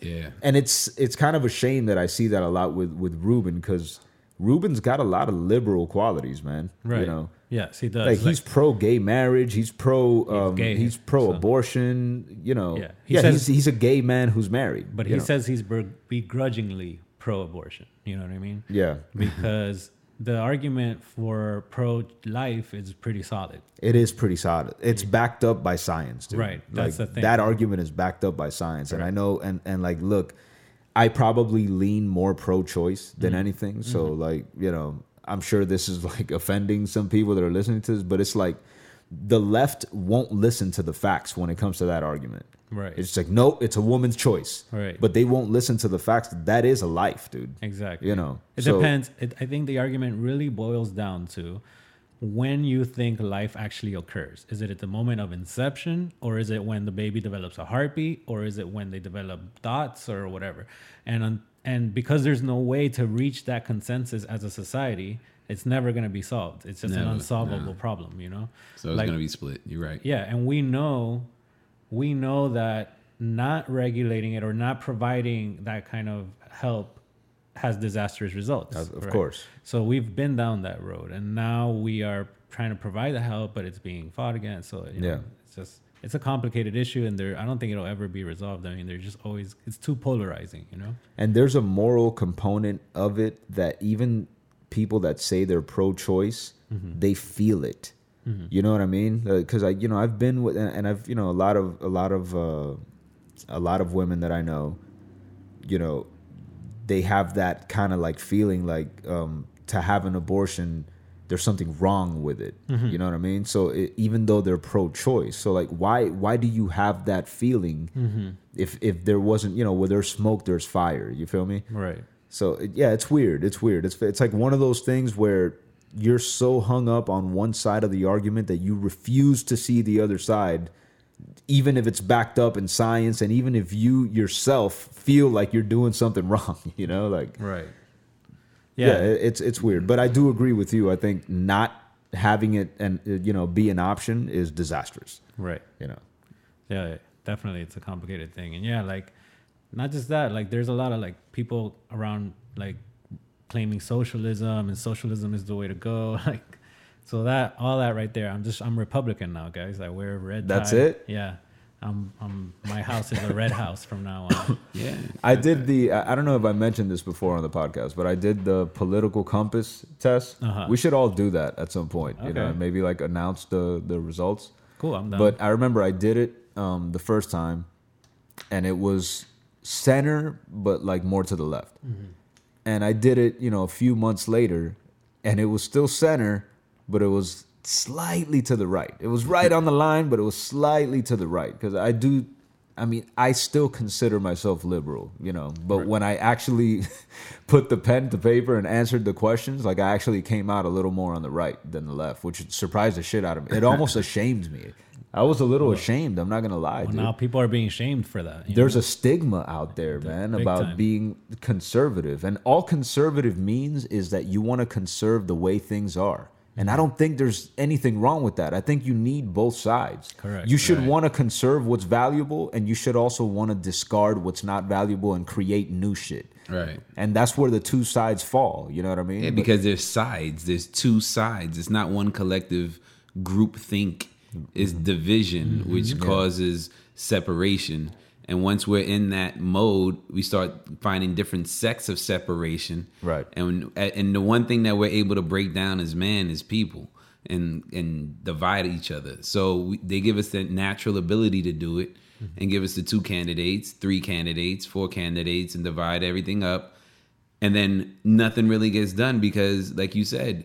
[SPEAKER 4] yeah.
[SPEAKER 2] and it's it's kind of a shame that I see that a lot with with Ruben because Ruben's got a lot of liberal qualities, man.
[SPEAKER 3] right.
[SPEAKER 2] You know,
[SPEAKER 3] Yes, he does.
[SPEAKER 2] like he's pro gay marriage. He's pro um,
[SPEAKER 3] gay,
[SPEAKER 2] he's pro abortion. You know,
[SPEAKER 3] Yeah.
[SPEAKER 2] yeah,
[SPEAKER 3] He says-
[SPEAKER 2] he's he's a gay man who's married.
[SPEAKER 3] but
[SPEAKER 2] you
[SPEAKER 3] he
[SPEAKER 2] know?
[SPEAKER 3] says he's beg- begrudgingly pro-abortion. You know what I mean?
[SPEAKER 2] yeah,
[SPEAKER 3] Because the argument for pro-life is pretty solid.
[SPEAKER 2] it is pretty solid. It's backed up by science, dude.
[SPEAKER 3] Right, that's
[SPEAKER 2] Like,
[SPEAKER 3] the thing.
[SPEAKER 2] That argument is backed up by science, and I know. And and like, look, I probably lean more pro-choice than
[SPEAKER 3] Mm-hmm.
[SPEAKER 2] anything. So like, you know, I'm sure this is like offending some people that are listening to this, but it's like the left won't listen to the facts when it comes to that argument.
[SPEAKER 3] Right.
[SPEAKER 2] It's like, no, it's a woman's choice.
[SPEAKER 3] Right.
[SPEAKER 2] But they won't listen to the facts. That is a life, dude.
[SPEAKER 3] Exactly.
[SPEAKER 2] You know,
[SPEAKER 3] it
[SPEAKER 2] so-
[SPEAKER 3] depends. It, I think the argument really boils down to when you think life actually occurs. Is it at the moment of inception, or is it when the baby develops a heartbeat, or is it when they develop thoughts or whatever? And on, and because there's no way to reach that consensus as a society, it's never going to be solved. It's just an
[SPEAKER 4] Never,
[SPEAKER 3] unsolvable problem, you know.
[SPEAKER 4] So it's
[SPEAKER 3] Like-
[SPEAKER 4] gonna be split. You're right.
[SPEAKER 3] yeah, and we know we know that not regulating it or not providing that kind of help has disastrous results.
[SPEAKER 2] Of- of
[SPEAKER 3] right?
[SPEAKER 2] course.
[SPEAKER 3] So we've been down that road and now we are trying to provide the help but it's being fought against. So you know,
[SPEAKER 2] Yeah.
[SPEAKER 3] it's just it's a complicated issue and there I don't think it'll ever be resolved. I mean, they're just always it's too polarizing, you know.
[SPEAKER 2] And there's a moral component of it that even people that say they're pro-choice, they feel it. You know what I mean? Because I, you know, I've been with, and and I've, you know, a lot of, a lot of, uh, a lot of women that I know, you know, they have that kind of like feeling like um, to have an abortion, there's something wrong with it. You know what I mean? So it, even though they're pro-choice, so like why why do you have that feeling if if there wasn't you know where there's smoke there's fire? You feel me?
[SPEAKER 3] Right.
[SPEAKER 2] So it- yeah, it's weird. It's weird. It's it's like one of those things where you're so hung up on one side of the argument that you refuse to see the other side even if it's backed up in science and even if you yourself feel like you're doing something wrong, you know, like
[SPEAKER 3] Right.
[SPEAKER 2] yeah, it- it's it's weird, but I do agree with you. I think not having it and uh, you know be an option is disastrous,
[SPEAKER 3] Right.
[SPEAKER 2] you know.
[SPEAKER 3] yeah definitely it's a complicated thing and yeah like not just that like there's a lot of like people around like claiming socialism and socialism is the way to go like So that all that right there, I'm just I'm Republican now, guys. I wear red.
[SPEAKER 2] That's
[SPEAKER 3] tie.
[SPEAKER 2] it?
[SPEAKER 3] Yeah, I'm I'm my house is a red house from now on.
[SPEAKER 4] Yeah.
[SPEAKER 2] I did the. I I don't know if I mentioned this before on the podcast, but I did the political compass test.
[SPEAKER 3] Uh-huh.
[SPEAKER 2] We should all do that at some point. You know,
[SPEAKER 3] Okay.
[SPEAKER 2] and maybe like announce the the results.
[SPEAKER 3] Cool, I'm done.
[SPEAKER 2] But I remember I did it um, the first time, and it was center, but like more to the left. And I did it, you know, a few months later, and it was still center, but it was slightly to the right. It was right on the line, but it was slightly to the right because I do. I mean, I still consider myself liberal, you know, but when I actually put the pen to paper and answered the questions, like I actually came out a little more on the right than the left, which surprised the shit out of me. It almost ashamed me. I was a little ashamed. I'm not gonna lie.
[SPEAKER 3] well,
[SPEAKER 2] dude
[SPEAKER 3] now people are being shamed for that. you
[SPEAKER 2] there's a stigma out there, man,
[SPEAKER 3] big
[SPEAKER 2] about
[SPEAKER 3] time.
[SPEAKER 2] being conservative. And all conservative means is that you want to conserve the way things are. And I
[SPEAKER 4] Mm-hmm.
[SPEAKER 2] don't think there's anything wrong with that. I think you need both sides.
[SPEAKER 3] Correct,
[SPEAKER 2] You should want to conserve what's valuable, and you should also want to discard what's not valuable and create new shit.
[SPEAKER 4] Right.
[SPEAKER 2] And that's where the two sides fall. You know what I mean?
[SPEAKER 4] Yeah,
[SPEAKER 2] But-
[SPEAKER 4] because there's sides. There's two sides. It's not one collective group think. It's
[SPEAKER 2] Mm-hmm.
[SPEAKER 4] division, which causes separation. And once we're in that mode, we start finding different sects of separation.
[SPEAKER 2] Right.
[SPEAKER 4] And and the one thing that we're able to break down as man is people and and divide each other. So we, they give us that natural ability to do it
[SPEAKER 2] Mm-hmm.
[SPEAKER 4] and give us the two candidates, three candidates, four candidates and divide everything up and then nothing really gets done because like you said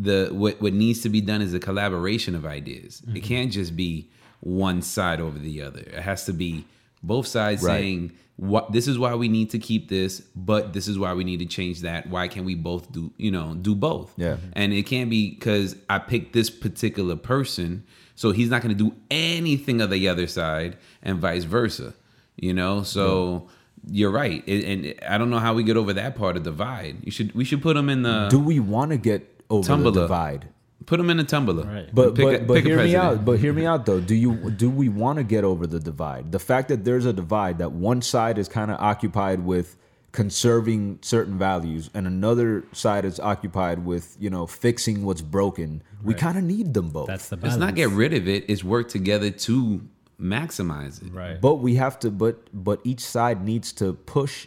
[SPEAKER 4] the what what needs to be done is a collaboration of ideas
[SPEAKER 2] Mm-hmm.
[SPEAKER 4] it can't just be one side over the other it has to be both sides
[SPEAKER 2] Right.
[SPEAKER 4] saying what this is why we need to keep this but this is why we need to change that why can't we both do you know do both
[SPEAKER 2] Yeah. Mhm.
[SPEAKER 4] and it can't be because i picked this particular person so he's not going to do anything of the other side and vice versa you know so you're right It- and i don't know how we get over that part of divide you should we should put them in the
[SPEAKER 2] do we want to get over
[SPEAKER 4] Tumblr.
[SPEAKER 2] the divide?
[SPEAKER 4] put them in a tumbler
[SPEAKER 3] Right.
[SPEAKER 2] But
[SPEAKER 4] Pick
[SPEAKER 2] but,
[SPEAKER 4] a-
[SPEAKER 2] but
[SPEAKER 4] pick a
[SPEAKER 2] hear me
[SPEAKER 4] president.
[SPEAKER 2] out. But hear me out though. Do you do we want to get over the divide? The fact that there's a divide that one side is kind of occupied with conserving certain values and another side is occupied with you know fixing what's broken. We kind of need them both.
[SPEAKER 3] That's the balance.
[SPEAKER 4] it's not get rid of it it's work together to maximize it
[SPEAKER 3] right.
[SPEAKER 2] but we have to. But but each side needs to push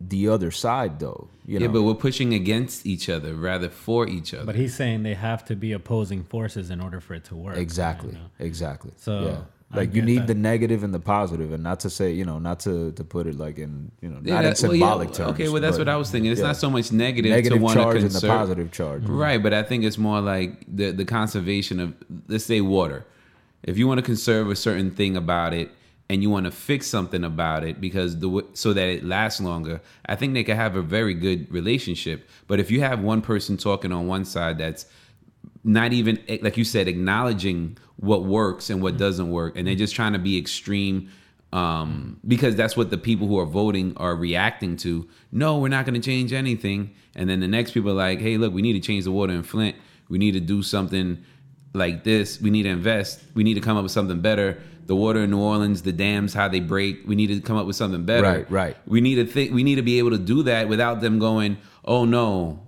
[SPEAKER 2] the other side though. You know.
[SPEAKER 4] yeah but we're pushing against each other rather for each other
[SPEAKER 3] But he's saying they have to be opposing forces in order for it to work.
[SPEAKER 2] Exactly.
[SPEAKER 3] you know?
[SPEAKER 2] Exactly.
[SPEAKER 3] So,
[SPEAKER 2] yeah.
[SPEAKER 3] I
[SPEAKER 2] like you
[SPEAKER 3] get
[SPEAKER 2] need
[SPEAKER 3] that.
[SPEAKER 2] the negative and the positive, and not to say you know not to to put it like in you know not in
[SPEAKER 4] that- well, yeah,
[SPEAKER 2] symbolic terms.
[SPEAKER 4] Okay, well that's
[SPEAKER 2] but
[SPEAKER 4] what I was thinking. It's
[SPEAKER 2] yeah.
[SPEAKER 4] not so much negative,
[SPEAKER 2] negative
[SPEAKER 4] to want
[SPEAKER 2] charge
[SPEAKER 4] to
[SPEAKER 2] and the
[SPEAKER 4] conserve,
[SPEAKER 2] positive charge.
[SPEAKER 4] right? But I think it's more like the the conservation of let's say water. If you want to conserve a certain thing about it, and you want to fix something about it because the w- so that it lasts longer, I think they could have a very good relationship. But if you have one person talking on one side that's not even eh, like you said acknowledging what works and
[SPEAKER 2] Mm-hmm.
[SPEAKER 4] what doesn't work and they're just trying to be extreme um because that's what the people who are voting are reacting to no we're not going to change anything and then the next people are like hey look we need to change the water in flint we need to do something like this we need to invest we need to come up with something better the water in new orleans the dams how they break we need to come up with something better
[SPEAKER 2] Right, right.
[SPEAKER 4] we need to think we need to be able to do that without them going oh no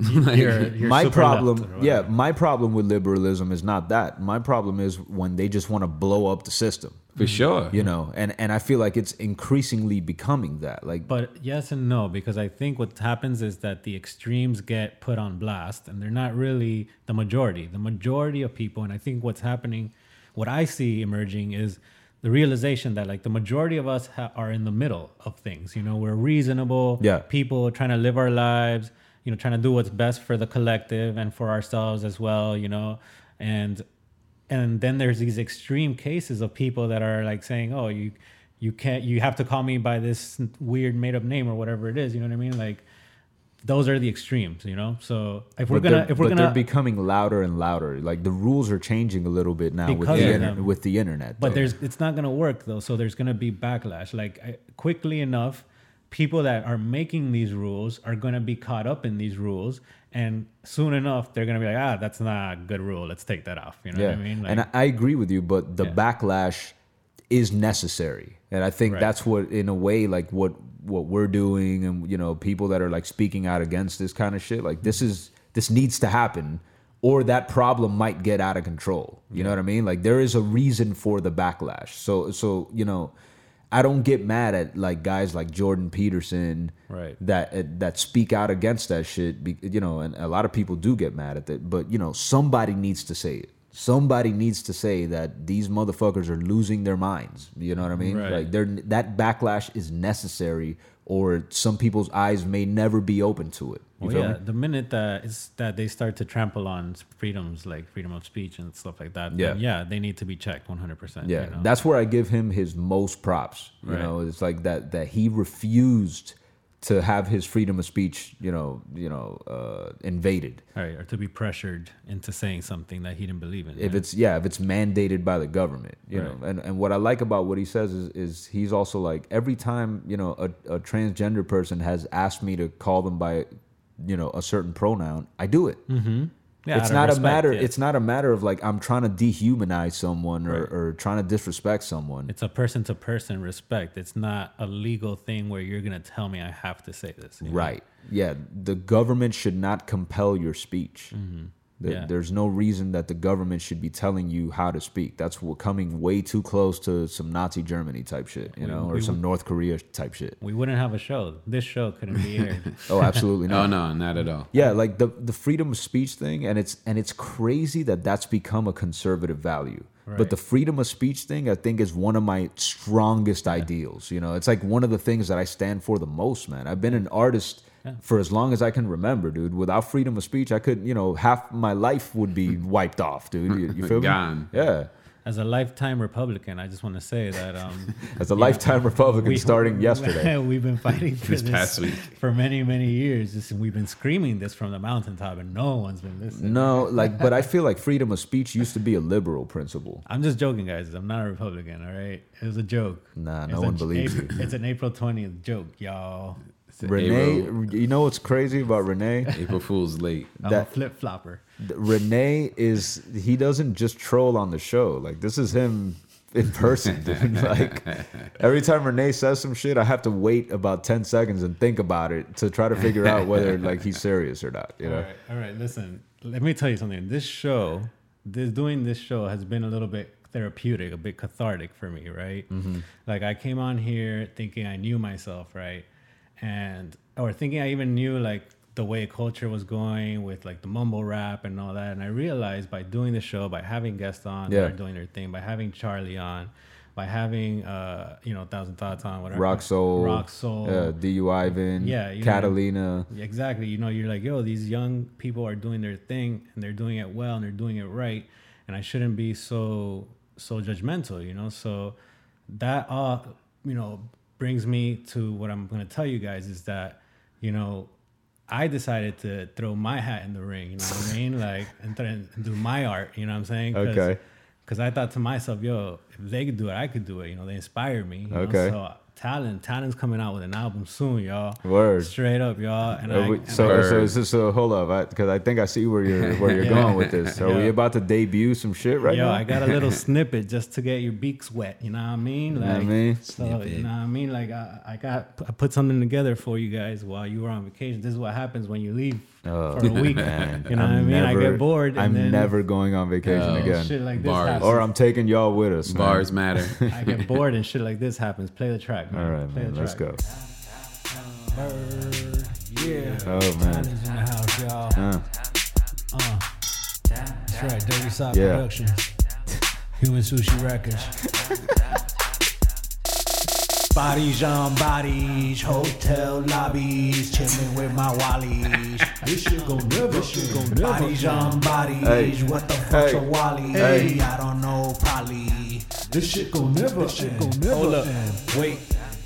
[SPEAKER 4] Like-
[SPEAKER 3] You're- you're
[SPEAKER 2] My
[SPEAKER 3] super left or
[SPEAKER 2] problem,
[SPEAKER 3] whatever.
[SPEAKER 2] yeah, my problem with liberalism is not that. My problem is when they just want to blow up the system,
[SPEAKER 4] for sure
[SPEAKER 3] Mm-hmm.
[SPEAKER 2] you know, and and I feel like it's increasingly becoming that. Like,
[SPEAKER 3] But yes and no, because I think what happens is that the extremes get put on blast and they're not really the majority. The majority of people, and I think what's happening, what I see emerging is the realization that like the majority of us ha- are in the middle of things. You know, we're reasonable
[SPEAKER 2] Yeah.
[SPEAKER 3] people trying to live our lives, you know, trying to do what's best for the collective and for ourselves as well, you know, and and then there's these extreme cases of people that are like saying oh you you can't you have to call me by this weird made up name or whatever it is you know what i mean like those are the extremes you know so if we're
[SPEAKER 2] but
[SPEAKER 3] gonna
[SPEAKER 2] they're,
[SPEAKER 3] if we're
[SPEAKER 2] but
[SPEAKER 3] gonna
[SPEAKER 2] they're becoming louder and louder. Like the rules are changing a little bit now with
[SPEAKER 3] Because
[SPEAKER 2] the
[SPEAKER 4] of
[SPEAKER 2] inter-
[SPEAKER 3] them.
[SPEAKER 2] with the internet.
[SPEAKER 3] but
[SPEAKER 2] though.
[SPEAKER 3] there's it's not gonna work though so there's gonna be backlash like I, quickly enough people that are making these rules are gonna be caught up in these rules and soon enough they're gonna be like ah that's not a good rule let's take that off you know what i mean like,
[SPEAKER 2] and I, I agree with you, but the backlash is necessary, and I think
[SPEAKER 3] Right.
[SPEAKER 2] that's what, in a way, like what what we're doing, and you know, people that are like speaking out against this kind of shit, like this is this needs to happen, or that problem might get out of control. You know what I mean? Like there is a reason for the backlash. So so you know, I don't get mad at like guys like Jordan Peterson
[SPEAKER 3] Right.
[SPEAKER 2] that eh, that speak out against that shit. be- You know, and a lot of people do get mad at that, but you know, somebody needs to say it. Somebody needs to say that these motherfuckers are losing their minds. You know what I mean?
[SPEAKER 3] Right.
[SPEAKER 2] Like they're that backlash is necessary, or some people's eyes may never be open to it. You
[SPEAKER 3] Well,
[SPEAKER 2] feel
[SPEAKER 3] yeah,
[SPEAKER 2] me?
[SPEAKER 3] the minute that it's that they start to trample on freedoms like freedom of speech and stuff like that, then
[SPEAKER 2] Yeah.
[SPEAKER 3] yeah, they need to be checked 100%.
[SPEAKER 2] Yeah,
[SPEAKER 3] you know?
[SPEAKER 2] that's where I give him his most props. You
[SPEAKER 3] Right.
[SPEAKER 2] know, it's like that that he refused to have his freedom of speech, you know, you know, uh, invaded.
[SPEAKER 3] right, or to be pressured into saying something that he didn't believe in.
[SPEAKER 2] If
[SPEAKER 3] right?
[SPEAKER 2] it's yeah, if it's mandated by the government, you know.
[SPEAKER 3] Right.
[SPEAKER 2] And and what I like about what he says is is he's also like every time you know a, a transgender person has asked me to call them by you know a certain pronoun, I do it.
[SPEAKER 3] Yeah, Mm-hmm. out
[SPEAKER 2] it's
[SPEAKER 3] of
[SPEAKER 2] not a
[SPEAKER 3] respect,
[SPEAKER 2] matter.
[SPEAKER 3] yeah.
[SPEAKER 2] It's not a matter of like I'm trying to dehumanize someone or, or trying to disrespect someone.
[SPEAKER 3] it's a person to person respect. It's not a legal thing where you're gonna tell me I have to say this. you know?
[SPEAKER 2] Right. Yeah. The government should not compel your speech. The-
[SPEAKER 3] Yeah.
[SPEAKER 2] There's no reason that the government should be telling you how to speak. That's w- coming way too close to some Nazi Germany type shit, you know, or some North Korea type shit.
[SPEAKER 3] We wouldn't have a show. This show couldn't be aired.
[SPEAKER 2] Oh, absolutely not.
[SPEAKER 4] Oh no, not at all.
[SPEAKER 2] Yeah, like the the freedom of speech thing, and it's and it's crazy that that's become a conservative value. But
[SPEAKER 3] Right.
[SPEAKER 2] the freedom of speech thing, I think, is one of my strongest ideals. You know, it's like one of the things that I stand for the most, man. I've been an artist for as long as I can remember, dude. Without freedom of speech, I could, you know, half my life would be wiped off, dude. You, you feel me?
[SPEAKER 4] Gone.
[SPEAKER 2] Yeah,
[SPEAKER 3] As a lifetime Republican, I just want to say that um,
[SPEAKER 2] as a lifetime Republican,
[SPEAKER 3] we-
[SPEAKER 2] starting yesterday.
[SPEAKER 3] we've been fighting for
[SPEAKER 4] This
[SPEAKER 3] this,
[SPEAKER 4] past week.
[SPEAKER 3] for many many years. This, we've been screaming this from the mountaintop, and no one's been listening.
[SPEAKER 2] No, like, but I feel like freedom of speech used to be a liberal principle.
[SPEAKER 3] I'm just joking, guys. I'm not a Republican. All right, it was a joke.
[SPEAKER 2] Nah,
[SPEAKER 3] It's
[SPEAKER 2] no
[SPEAKER 3] a
[SPEAKER 2] one
[SPEAKER 3] j-
[SPEAKER 2] believes you.
[SPEAKER 3] April- It's an April 20th joke, y'all.
[SPEAKER 2] Renee,
[SPEAKER 4] April,
[SPEAKER 2] you know what's crazy about Renee?
[SPEAKER 4] April Fool's late.
[SPEAKER 3] I'm
[SPEAKER 2] That-
[SPEAKER 3] a flip flopper.
[SPEAKER 2] Th- Renee is he doesn't just troll on the show. Like this is him in person, dude. Like every time Renee says some shit, I have to wait about ten seconds and think about it to try to figure out whether like he's serious or not. You know?
[SPEAKER 3] All right, all right. Listen, let me tell you something. This show, this doing this show has been a little bit therapeutic, a bit cathartic for me, right?
[SPEAKER 2] Mm-hmm.
[SPEAKER 3] Like I came on here thinking I knew myself, right, and or thinking I even knew like the way culture was going with like the mumble rap and all that. And I realized by doing the show, by having guests on,
[SPEAKER 2] Yeah.
[SPEAKER 3] they're doing their thing, by having Charlie on. By having uh, you know, Thousand Thoughts on whatever
[SPEAKER 2] Rock Soul,
[SPEAKER 3] Rock Soul,
[SPEAKER 2] uh, DU Ivan,
[SPEAKER 3] Yeah, you know.
[SPEAKER 2] Catalina.
[SPEAKER 3] Exactly. You know, you're like, yo, these young people are doing their thing and they're doing it well and they're doing it right. And I shouldn't be so so judgmental, you know? So that uh you know brings me to what I'm gonna tell you guys is that, you know, I decided to throw my hat in the ring, you know what I mean? Like and, th- and do my art, you know what I'm saying? 'Cause-
[SPEAKER 2] Okay.
[SPEAKER 3] Cause I thought to myself, yo, if they could do it, I could do it. You know, they inspire me. you know?
[SPEAKER 2] Okay.
[SPEAKER 3] So talent, talent's coming out with an album soon, y'all.
[SPEAKER 2] Word.
[SPEAKER 3] Straight up, y'all. And
[SPEAKER 2] Are
[SPEAKER 3] I,
[SPEAKER 2] we-
[SPEAKER 3] and
[SPEAKER 2] so,
[SPEAKER 4] Bird.
[SPEAKER 2] so is this a hold up? Because I, think I see where you're where you're
[SPEAKER 3] Yeah.
[SPEAKER 2] going with this. Are we
[SPEAKER 3] Yeah.
[SPEAKER 2] about to debut some shit right
[SPEAKER 3] yo,
[SPEAKER 2] now?
[SPEAKER 3] I got a little snippet just to get your beaks wet. You know what I mean? Like,
[SPEAKER 2] what I mean?
[SPEAKER 3] So you know what I mean? Like I, I got I put something together for you guys while you were on vacation. This is what happens when you leave for a week.
[SPEAKER 2] Oh, Man,
[SPEAKER 3] You know
[SPEAKER 2] I'm
[SPEAKER 3] what I mean? I
[SPEAKER 2] never-
[SPEAKER 3] get bored. And
[SPEAKER 2] I'm
[SPEAKER 3] then
[SPEAKER 2] never going on vacation again.
[SPEAKER 3] Oh, Shit like this
[SPEAKER 4] Bars.
[SPEAKER 3] happens.
[SPEAKER 2] Or I'm taking y'all with us. man.
[SPEAKER 4] Bars matter.
[SPEAKER 3] I get bored and shit like this happens. Play the track, man.
[SPEAKER 2] All right,
[SPEAKER 3] Play
[SPEAKER 2] man.
[SPEAKER 3] the
[SPEAKER 2] Let's
[SPEAKER 3] track.
[SPEAKER 2] go.
[SPEAKER 3] Yeah.
[SPEAKER 2] Oh man.
[SPEAKER 3] in the house, y'all.
[SPEAKER 2] Uh,
[SPEAKER 5] Uh,
[SPEAKER 3] That's right, Dirty Side
[SPEAKER 2] Yeah.
[SPEAKER 3] Productions, Human Sushi Records.
[SPEAKER 5] Bodies on bodies, hotel lobbies, chilling with my wallies. this shit gon' never, this shit gon' never. Bodies on bodies,
[SPEAKER 2] Hey.
[SPEAKER 5] what the fuck's
[SPEAKER 2] Hey.
[SPEAKER 5] a wally?
[SPEAKER 2] Hey.
[SPEAKER 5] I don't know, probably. This shit gon' never, this shit gon' never. Hold up, wait.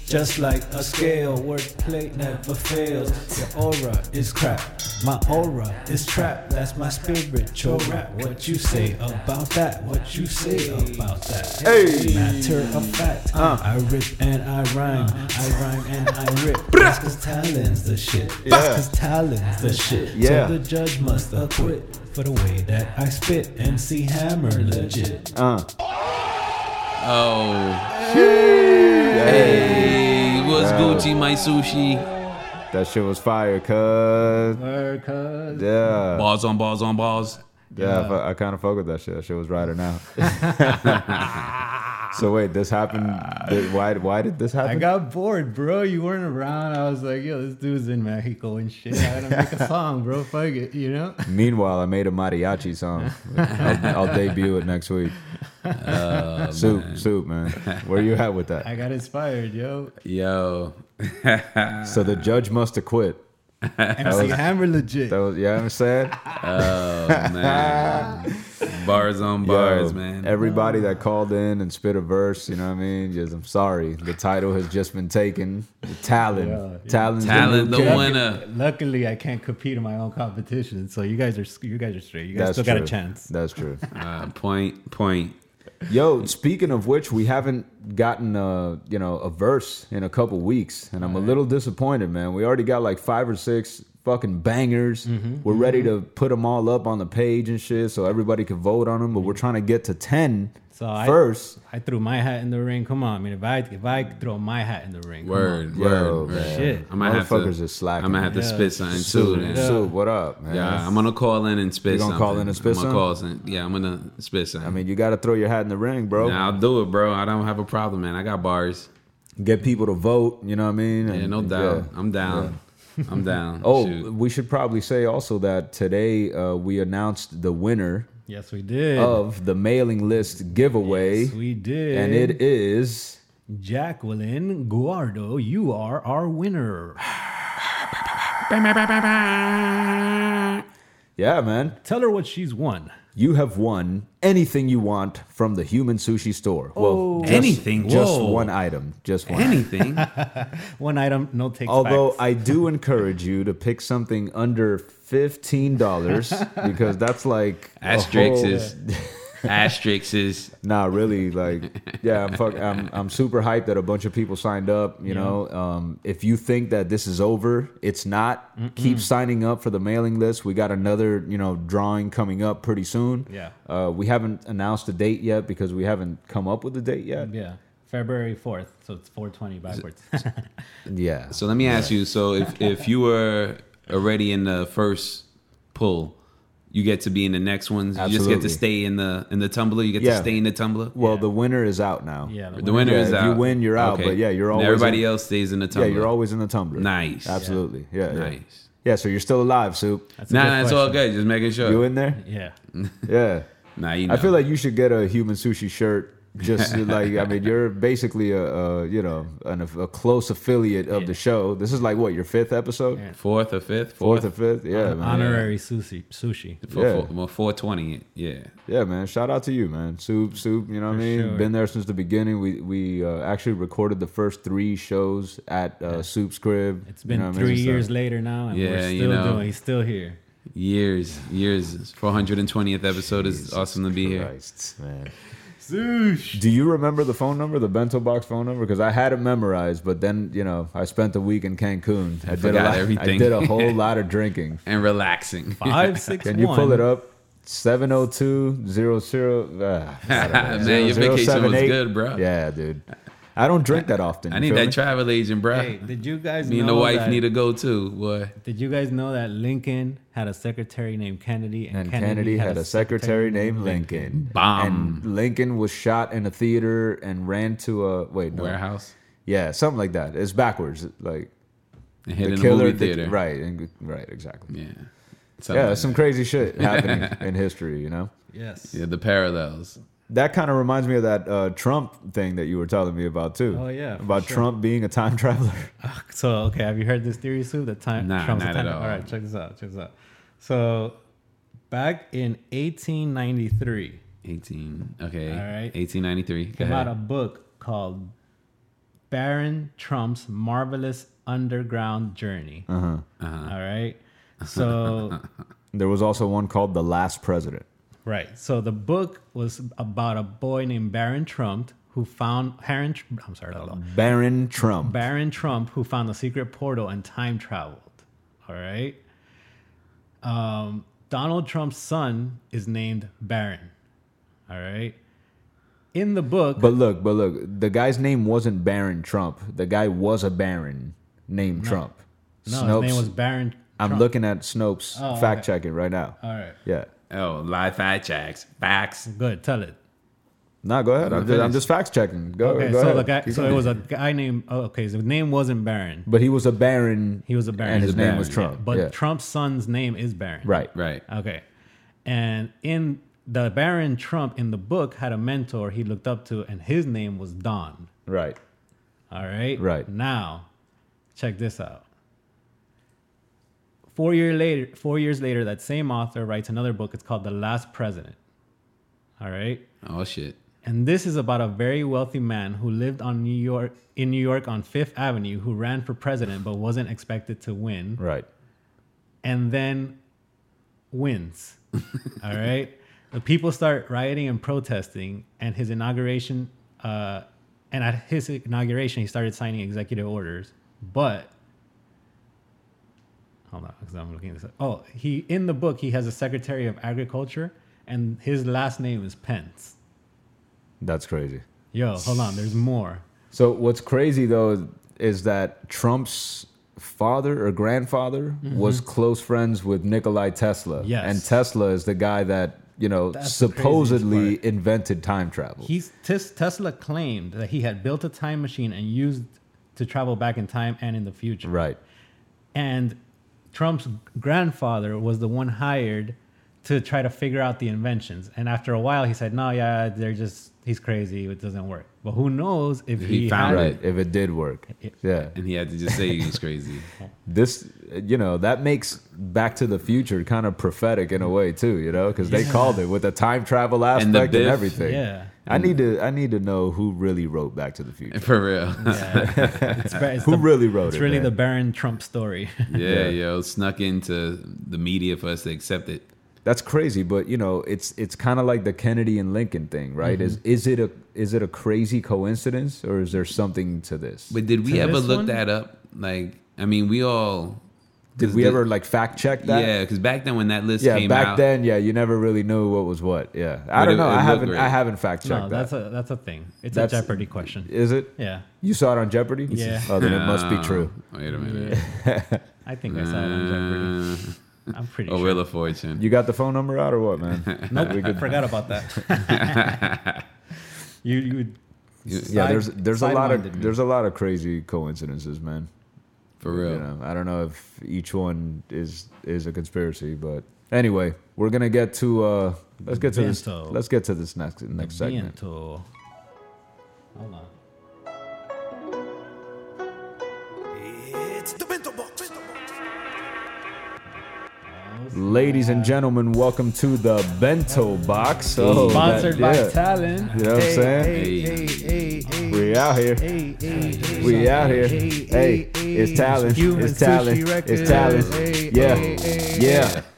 [SPEAKER 5] Just like a scale, wordplay never fails. Your aura is crap, my aura is trap. That's my spiritual rap. What you say about that? What you say about that?
[SPEAKER 2] Hey. Uh.
[SPEAKER 5] Matter of fact, I rip and I rhyme, I rhyme and I rip. That's 'cause talent's the shit. That's
[SPEAKER 2] Yeah.
[SPEAKER 5] 'cause talent's the shit.
[SPEAKER 2] Yeah.
[SPEAKER 5] So the judge must acquit for the way that I spit. MC Hammer legit.
[SPEAKER 2] uh.
[SPEAKER 4] Oh,
[SPEAKER 2] Hey.
[SPEAKER 4] hey, what's Gucci? My sushi.
[SPEAKER 2] That shit was fire, cuz. Yeah.
[SPEAKER 4] Balls on balls on balls.
[SPEAKER 2] Yeah, I fu- I, kind of fuck with that shit. That shit was right or now. so wait, this happened. did- why? Why did this happen?
[SPEAKER 3] I got bored, bro. You weren't around. I was like, yo, this dude's in Mexico and shit. I gotta make a song, bro. Fuck it, you know?
[SPEAKER 2] Meanwhile, I made a mariachi song. I'll, I'll debut it next week. soup, soup, Oh, man. Where you at with that?
[SPEAKER 3] I got inspired, yo.
[SPEAKER 4] Yo,
[SPEAKER 2] So the judge must have quit.
[SPEAKER 3] MC Hammer legit.
[SPEAKER 2] That was yeah. I'm saying
[SPEAKER 4] man. bars on bars,
[SPEAKER 2] Yo,
[SPEAKER 4] man.
[SPEAKER 2] Everybody that called in and spit a verse, you know what I mean? Just I'm sorry. The title has just been taken. The Talon,
[SPEAKER 3] Yeah.
[SPEAKER 2] Talon's
[SPEAKER 4] Talon,
[SPEAKER 2] the,
[SPEAKER 4] the
[SPEAKER 2] new
[SPEAKER 4] one-
[SPEAKER 2] king.
[SPEAKER 4] Winner.
[SPEAKER 3] Luckily, I can't compete in my own competition. So you guys are you guys are straight. You guys
[SPEAKER 2] That's
[SPEAKER 3] still got a
[SPEAKER 2] true.
[SPEAKER 3] chance.
[SPEAKER 2] That's true.
[SPEAKER 4] Uh, point, point.
[SPEAKER 2] Yo, speaking of which, we haven't gotten a you know a verse in a couple weeks, and I'm a little disappointed, man. We already got like five or six fucking bangers.
[SPEAKER 3] Mm-hmm.
[SPEAKER 2] We're ready to put them all up on the page and shit, so everybody can vote on them. But we're trying to get to ten first.
[SPEAKER 3] So I- I threw my hat in the ring. Come on, I mean, if I if I throw my hat in the ring, come
[SPEAKER 4] Word,
[SPEAKER 2] Yo,
[SPEAKER 4] word, word.
[SPEAKER 2] man.
[SPEAKER 3] Shit.
[SPEAKER 4] I might have to.
[SPEAKER 2] Motherfuckers is slacking,
[SPEAKER 4] I might have to
[SPEAKER 3] man.
[SPEAKER 4] spit something too.
[SPEAKER 2] Soup,
[SPEAKER 4] then.
[SPEAKER 2] Soup, what up, man?
[SPEAKER 4] Yeah, I'm gonna call in and spit.
[SPEAKER 2] You gonna
[SPEAKER 4] something.
[SPEAKER 2] call in and spit
[SPEAKER 4] I'm gonna call in. Yeah, I'm gonna spit something.
[SPEAKER 2] I mean, oh. you got to throw your hat in the ring, bro.
[SPEAKER 4] Nah, I'll do it, bro. I don't have a problem, man. I got bars.
[SPEAKER 2] Get people to vote. You know what I mean?
[SPEAKER 4] Yeah,
[SPEAKER 2] And-
[SPEAKER 4] no doubt.
[SPEAKER 2] yeah.
[SPEAKER 4] I'm down. I'm down.
[SPEAKER 2] Oh,
[SPEAKER 4] Shoot.
[SPEAKER 2] we should probably say also that today uh, we announced the winner
[SPEAKER 3] Yes, we did.
[SPEAKER 2] of the mailing list giveaway,
[SPEAKER 3] Yes, we did.
[SPEAKER 2] Oh. and it is
[SPEAKER 3] Jacqueline Guardo, you are our winner.
[SPEAKER 2] yeah, man.
[SPEAKER 3] Tell her what she's won.
[SPEAKER 2] You have won anything you want from the Human Sushi Store. Well, just,
[SPEAKER 4] Anything.
[SPEAKER 2] just
[SPEAKER 4] Whoa.
[SPEAKER 2] one item, just one. item.
[SPEAKER 4] anything.
[SPEAKER 3] One item, no takes.
[SPEAKER 2] Although
[SPEAKER 3] backs.
[SPEAKER 2] I do encourage you to pick something under fifteen dollars because that's like a
[SPEAKER 4] Asterisks.
[SPEAKER 2] whole-
[SPEAKER 4] is- Asterisks. is-
[SPEAKER 2] Nah, really, like, yeah, I'm fuck, I'm I'm super hyped that a bunch of people signed up. You know, um, if you think that this is over, it's not. Keep signing up for the mailing list. We got another, you know, drawing coming up pretty soon.
[SPEAKER 3] Yeah.
[SPEAKER 2] uh, we haven't announced a date yet because we haven't come up with a date yet.
[SPEAKER 3] yeah, February fourth, so it's four twenty backwards.
[SPEAKER 2] Yeah,
[SPEAKER 4] So let me ask you. So if if you were already in the first pull, you get to be in the next ones. You just get
[SPEAKER 2] Absolutely.
[SPEAKER 4] to stay in the in the tumbler. You get
[SPEAKER 2] Yeah.
[SPEAKER 4] to stay in the tumbler.
[SPEAKER 2] well, the winner is out now.
[SPEAKER 3] yeah,
[SPEAKER 4] The winner
[SPEAKER 2] Yeah,
[SPEAKER 4] is
[SPEAKER 2] if
[SPEAKER 4] out.
[SPEAKER 2] you win, you're out, but yeah, you're
[SPEAKER 4] And
[SPEAKER 2] always
[SPEAKER 4] Everybody
[SPEAKER 2] in-
[SPEAKER 4] else stays in the
[SPEAKER 2] yeah,
[SPEAKER 4] tumbler.
[SPEAKER 2] you're always in the tumbler.
[SPEAKER 4] Nice.
[SPEAKER 2] absolutely, yeah, yeah.
[SPEAKER 4] Nice.
[SPEAKER 2] yeah. So you're still alive, soup.
[SPEAKER 3] That's a
[SPEAKER 4] Nah,
[SPEAKER 3] good
[SPEAKER 4] nah, it's all Mm.
[SPEAKER 3] question.
[SPEAKER 4] good. Just making sure.
[SPEAKER 2] You in there?
[SPEAKER 3] Yeah,
[SPEAKER 2] Yeah.
[SPEAKER 4] Nah, you know.
[SPEAKER 2] I feel like you should get a human sushi shirt. Just to, like I mean, you're basically a, a you know an, a close affiliate of the show. This is like what your fifth episode,
[SPEAKER 3] Yeah.
[SPEAKER 4] fourth or fifth,
[SPEAKER 2] fourth or fifth. Yeah, man.
[SPEAKER 3] honorary sushi. Sushi.
[SPEAKER 4] four,
[SPEAKER 2] yeah.
[SPEAKER 4] four, well, four twenty. Yeah,
[SPEAKER 2] Yeah, man. Shout out to you, man. Soup, soup. You know what I mean?
[SPEAKER 3] sure.
[SPEAKER 2] Been there since the beginning. We we uh, actually recorded the first three shows at uh, Soup's crib.
[SPEAKER 3] It's
[SPEAKER 2] You
[SPEAKER 3] been
[SPEAKER 2] know what I mean?
[SPEAKER 3] three
[SPEAKER 2] So-
[SPEAKER 3] years later now, and we're
[SPEAKER 4] Yeah,
[SPEAKER 3] still
[SPEAKER 4] you know.
[SPEAKER 3] doing. He's still here.
[SPEAKER 4] years, years. Four hundred and twentieth episode is
[SPEAKER 2] Jesus
[SPEAKER 4] awesome to be here.
[SPEAKER 2] Christ, man. Do you remember the phone number, the bento box phone number? Because I had it memorized, but then you know I spent a week in Cancun. I, did a
[SPEAKER 4] forgot
[SPEAKER 2] lot, I
[SPEAKER 4] everything.
[SPEAKER 2] did a whole lot of drinking.
[SPEAKER 4] And relaxing.
[SPEAKER 3] Five six
[SPEAKER 2] Can you pull it up? 702-00... ah,
[SPEAKER 4] Man,
[SPEAKER 2] zero,
[SPEAKER 4] your
[SPEAKER 2] zero,
[SPEAKER 4] vacation
[SPEAKER 2] seven,
[SPEAKER 4] was
[SPEAKER 2] eight.
[SPEAKER 4] good, bro.
[SPEAKER 2] Yeah, dude. I don't drink that often.
[SPEAKER 4] I
[SPEAKER 2] you
[SPEAKER 4] need
[SPEAKER 2] feel
[SPEAKER 4] that
[SPEAKER 2] me?
[SPEAKER 4] travel agent, bro.
[SPEAKER 3] Hey, did you guys
[SPEAKER 4] Me and
[SPEAKER 3] know
[SPEAKER 4] the wife
[SPEAKER 3] that,
[SPEAKER 4] need to go too, boy.
[SPEAKER 3] Did you guys know that Lincoln had a secretary named Kennedy, and,
[SPEAKER 2] and Kennedy, had a secretary named Lincoln.
[SPEAKER 4] Bomb.
[SPEAKER 2] And Lincoln was shot in a theater and ran to a... Wait, no.
[SPEAKER 4] Warehouse
[SPEAKER 2] Yeah, something like that. It's backwards. Like
[SPEAKER 4] and hit
[SPEAKER 2] the
[SPEAKER 4] in
[SPEAKER 2] killer...
[SPEAKER 4] a movie
[SPEAKER 2] the-
[SPEAKER 4] theater.
[SPEAKER 2] right, and- right, exactly.
[SPEAKER 4] Yeah.
[SPEAKER 2] yeah,
[SPEAKER 4] Something like
[SPEAKER 2] that's some
[SPEAKER 4] that.
[SPEAKER 2] crazy shit happening in history, you know?
[SPEAKER 3] Yes.
[SPEAKER 4] yeah, the parallels.
[SPEAKER 2] That kind of reminds me of that uh, Trump thing that you were telling me about, too.
[SPEAKER 3] Oh, yeah, for
[SPEAKER 2] About
[SPEAKER 3] sure.
[SPEAKER 2] Trump being a time traveler.
[SPEAKER 3] So okay, have you heard this theory, Sue? The time
[SPEAKER 4] Nah,
[SPEAKER 3] Trump's
[SPEAKER 4] not
[SPEAKER 3] a time.
[SPEAKER 4] at all.
[SPEAKER 3] right, check this out. Check this out. So back in 1893,
[SPEAKER 4] Eighteen. Okay.
[SPEAKER 3] All right.
[SPEAKER 4] Eighteen ninety three. Go
[SPEAKER 3] came out
[SPEAKER 4] ahead.
[SPEAKER 3] a book called Baron Trump's Marvelous Underground Journey.
[SPEAKER 2] Uh-huh.
[SPEAKER 4] Uh-huh.
[SPEAKER 3] All right. So
[SPEAKER 2] There was also one called The Last President.
[SPEAKER 3] Right. So the book was about a boy named Baron Trump who found Baron. I'm sorry. hold on.
[SPEAKER 2] Baron Trump.
[SPEAKER 3] Baron Trump who found the secret portal and time traveled. All right. Um, Donald Trump's son is named Baron. All right. In the book,
[SPEAKER 2] but look, but look, the guy's name wasn't Baron Trump. The guy was a baron named Trump.
[SPEAKER 3] no, his name was Baron.
[SPEAKER 2] I'm
[SPEAKER 3] Trump.
[SPEAKER 2] looking at Snopes
[SPEAKER 3] Oh,
[SPEAKER 2] fact
[SPEAKER 3] okay.
[SPEAKER 2] checking right now.
[SPEAKER 3] All right.
[SPEAKER 2] Yeah.
[SPEAKER 4] Oh, live fact checks. Facts.
[SPEAKER 3] Good, tell it.
[SPEAKER 2] No, go ahead. I'm just, I'm
[SPEAKER 4] finished.
[SPEAKER 2] just fact checking. Go,
[SPEAKER 3] Okay,
[SPEAKER 2] Oh, go
[SPEAKER 3] so
[SPEAKER 2] ahead.
[SPEAKER 3] the guy,
[SPEAKER 2] Keep
[SPEAKER 3] so
[SPEAKER 2] going.
[SPEAKER 3] it was a guy named. Oh, okay, his name wasn't Baron.
[SPEAKER 2] but he was a baron.
[SPEAKER 3] He was a baron.
[SPEAKER 2] and
[SPEAKER 4] He's
[SPEAKER 2] his
[SPEAKER 4] a
[SPEAKER 2] name
[SPEAKER 4] baron,
[SPEAKER 2] was Trump.
[SPEAKER 3] But
[SPEAKER 2] yeah.
[SPEAKER 3] Trump's son's name is Baron.
[SPEAKER 2] right?
[SPEAKER 4] Right.
[SPEAKER 3] Okay. And in the Baron Trump in the book had a mentor he looked up to, and his name was Don.
[SPEAKER 2] Right.
[SPEAKER 3] All right.
[SPEAKER 2] Right.
[SPEAKER 3] Now, check this out. Four year later, four years later, that same author writes another book. It's called The Last President. All right.
[SPEAKER 4] Oh shit.
[SPEAKER 3] And this is about a very wealthy man who lived on New York in New York on Fifth Avenue who ran for president but wasn't expected to win
[SPEAKER 2] Right.
[SPEAKER 3] and then wins. All right. The people start rioting and protesting, and his inauguration, uh, and at his inauguration, he started signing executive orders. But hold on, because I'm looking this up. Oh, he in the book he has a secretary of agriculture, and his last name is Pence.
[SPEAKER 2] That's crazy.
[SPEAKER 3] Yo, hold on, there's more.
[SPEAKER 2] So what's crazy though is that Trump's father or grandfather was close friends with Nikolai Tesla.
[SPEAKER 3] Mm-hmm. Yes.
[SPEAKER 2] And Tesla is the guy that, you know,
[SPEAKER 3] That's the craziest
[SPEAKER 2] supposedly invented time travel.
[SPEAKER 3] He's Tes- Tesla claimed that he had built a time machine and used to travel back in time and in the future.
[SPEAKER 2] right.
[SPEAKER 3] and Trump's grandfather was the one hired to try to figure out the inventions. And after a while, he said, "No, yeah, they're just he's crazy. It doesn't work." But who knows if
[SPEAKER 4] He
[SPEAKER 3] he,
[SPEAKER 4] found
[SPEAKER 3] had-
[SPEAKER 4] it.
[SPEAKER 2] Right. If it did work. Yeah.
[SPEAKER 4] And he had to just say he's crazy.
[SPEAKER 2] This you know, that makes Back to the Future kind of prophetic in a way too, you know, because they
[SPEAKER 3] Yeah.
[SPEAKER 2] called it with the time travel aspect
[SPEAKER 4] And
[SPEAKER 2] and,
[SPEAKER 4] the Biff.
[SPEAKER 2] everything.
[SPEAKER 3] Yeah.
[SPEAKER 2] I need to I need to know who really wrote Back to the Future.
[SPEAKER 4] For real. Yeah,
[SPEAKER 3] Yeah. It's, ba- it's
[SPEAKER 2] Who
[SPEAKER 3] the-
[SPEAKER 2] really wrote
[SPEAKER 3] It's
[SPEAKER 2] it?
[SPEAKER 3] really
[SPEAKER 2] man?
[SPEAKER 3] the Baron Trump story.
[SPEAKER 4] yo. Snuck into the media for us to accept it.
[SPEAKER 2] That's crazy, but you know, it's it's kind of like the Kennedy and Lincoln thing, right?
[SPEAKER 4] Mm-hmm.
[SPEAKER 2] Is is it a is it a crazy coincidence or is there something to this?
[SPEAKER 4] But did we
[SPEAKER 3] To
[SPEAKER 4] ever
[SPEAKER 3] this
[SPEAKER 4] look
[SPEAKER 3] one?
[SPEAKER 4] that up? Like, I mean, we all.
[SPEAKER 2] Did we ever like fact check that?
[SPEAKER 4] Yeah, because back then when that list
[SPEAKER 2] Yeah,
[SPEAKER 4] came
[SPEAKER 2] back
[SPEAKER 4] out,
[SPEAKER 2] then, yeah, you never really knew what was what. Yeah, I
[SPEAKER 4] But
[SPEAKER 2] don't
[SPEAKER 4] it-
[SPEAKER 2] know.
[SPEAKER 4] it
[SPEAKER 2] I
[SPEAKER 4] looked
[SPEAKER 2] haven't.
[SPEAKER 4] great.
[SPEAKER 2] I haven't fact checked
[SPEAKER 3] no,
[SPEAKER 2] that.
[SPEAKER 3] that's a that's a thing. It's
[SPEAKER 2] That's-
[SPEAKER 3] a Jeopardy question.
[SPEAKER 2] Is it?
[SPEAKER 3] Yeah,
[SPEAKER 2] You saw it on Jeopardy?
[SPEAKER 3] Yeah.
[SPEAKER 2] Oh, then it must be true.
[SPEAKER 4] Oh, wait a minute.
[SPEAKER 3] I think I saw it on
[SPEAKER 4] Uh,
[SPEAKER 3] Jeopardy. I'm pretty
[SPEAKER 4] oh,
[SPEAKER 3] sure.
[SPEAKER 4] Wheel of Fortune.
[SPEAKER 2] You got the phone number out or what, man?
[SPEAKER 3] Nope, I forgot about that. you you
[SPEAKER 2] yeah, there's
[SPEAKER 3] Side-
[SPEAKER 2] there's a lot
[SPEAKER 3] sidewinded
[SPEAKER 2] of
[SPEAKER 3] me.
[SPEAKER 2] there's a lot of crazy coincidences, man.
[SPEAKER 4] for real.
[SPEAKER 2] You know, I don't know if each one is is a conspiracy, but anyway, we're gonna get to uh let's get to this
[SPEAKER 3] Bento.
[SPEAKER 2] let's get to this next next segment.
[SPEAKER 3] Viento. Hold on.
[SPEAKER 5] It's the mental box.
[SPEAKER 2] Ladies and gentlemen, welcome to the Bento Box. Oh,
[SPEAKER 3] Sponsored by
[SPEAKER 2] yeah.
[SPEAKER 3] Talon.
[SPEAKER 2] You know what I'm saying?
[SPEAKER 4] Hey,
[SPEAKER 2] We out here. We out here. Hey, it's talent. It's talent. It's talent. Yeah.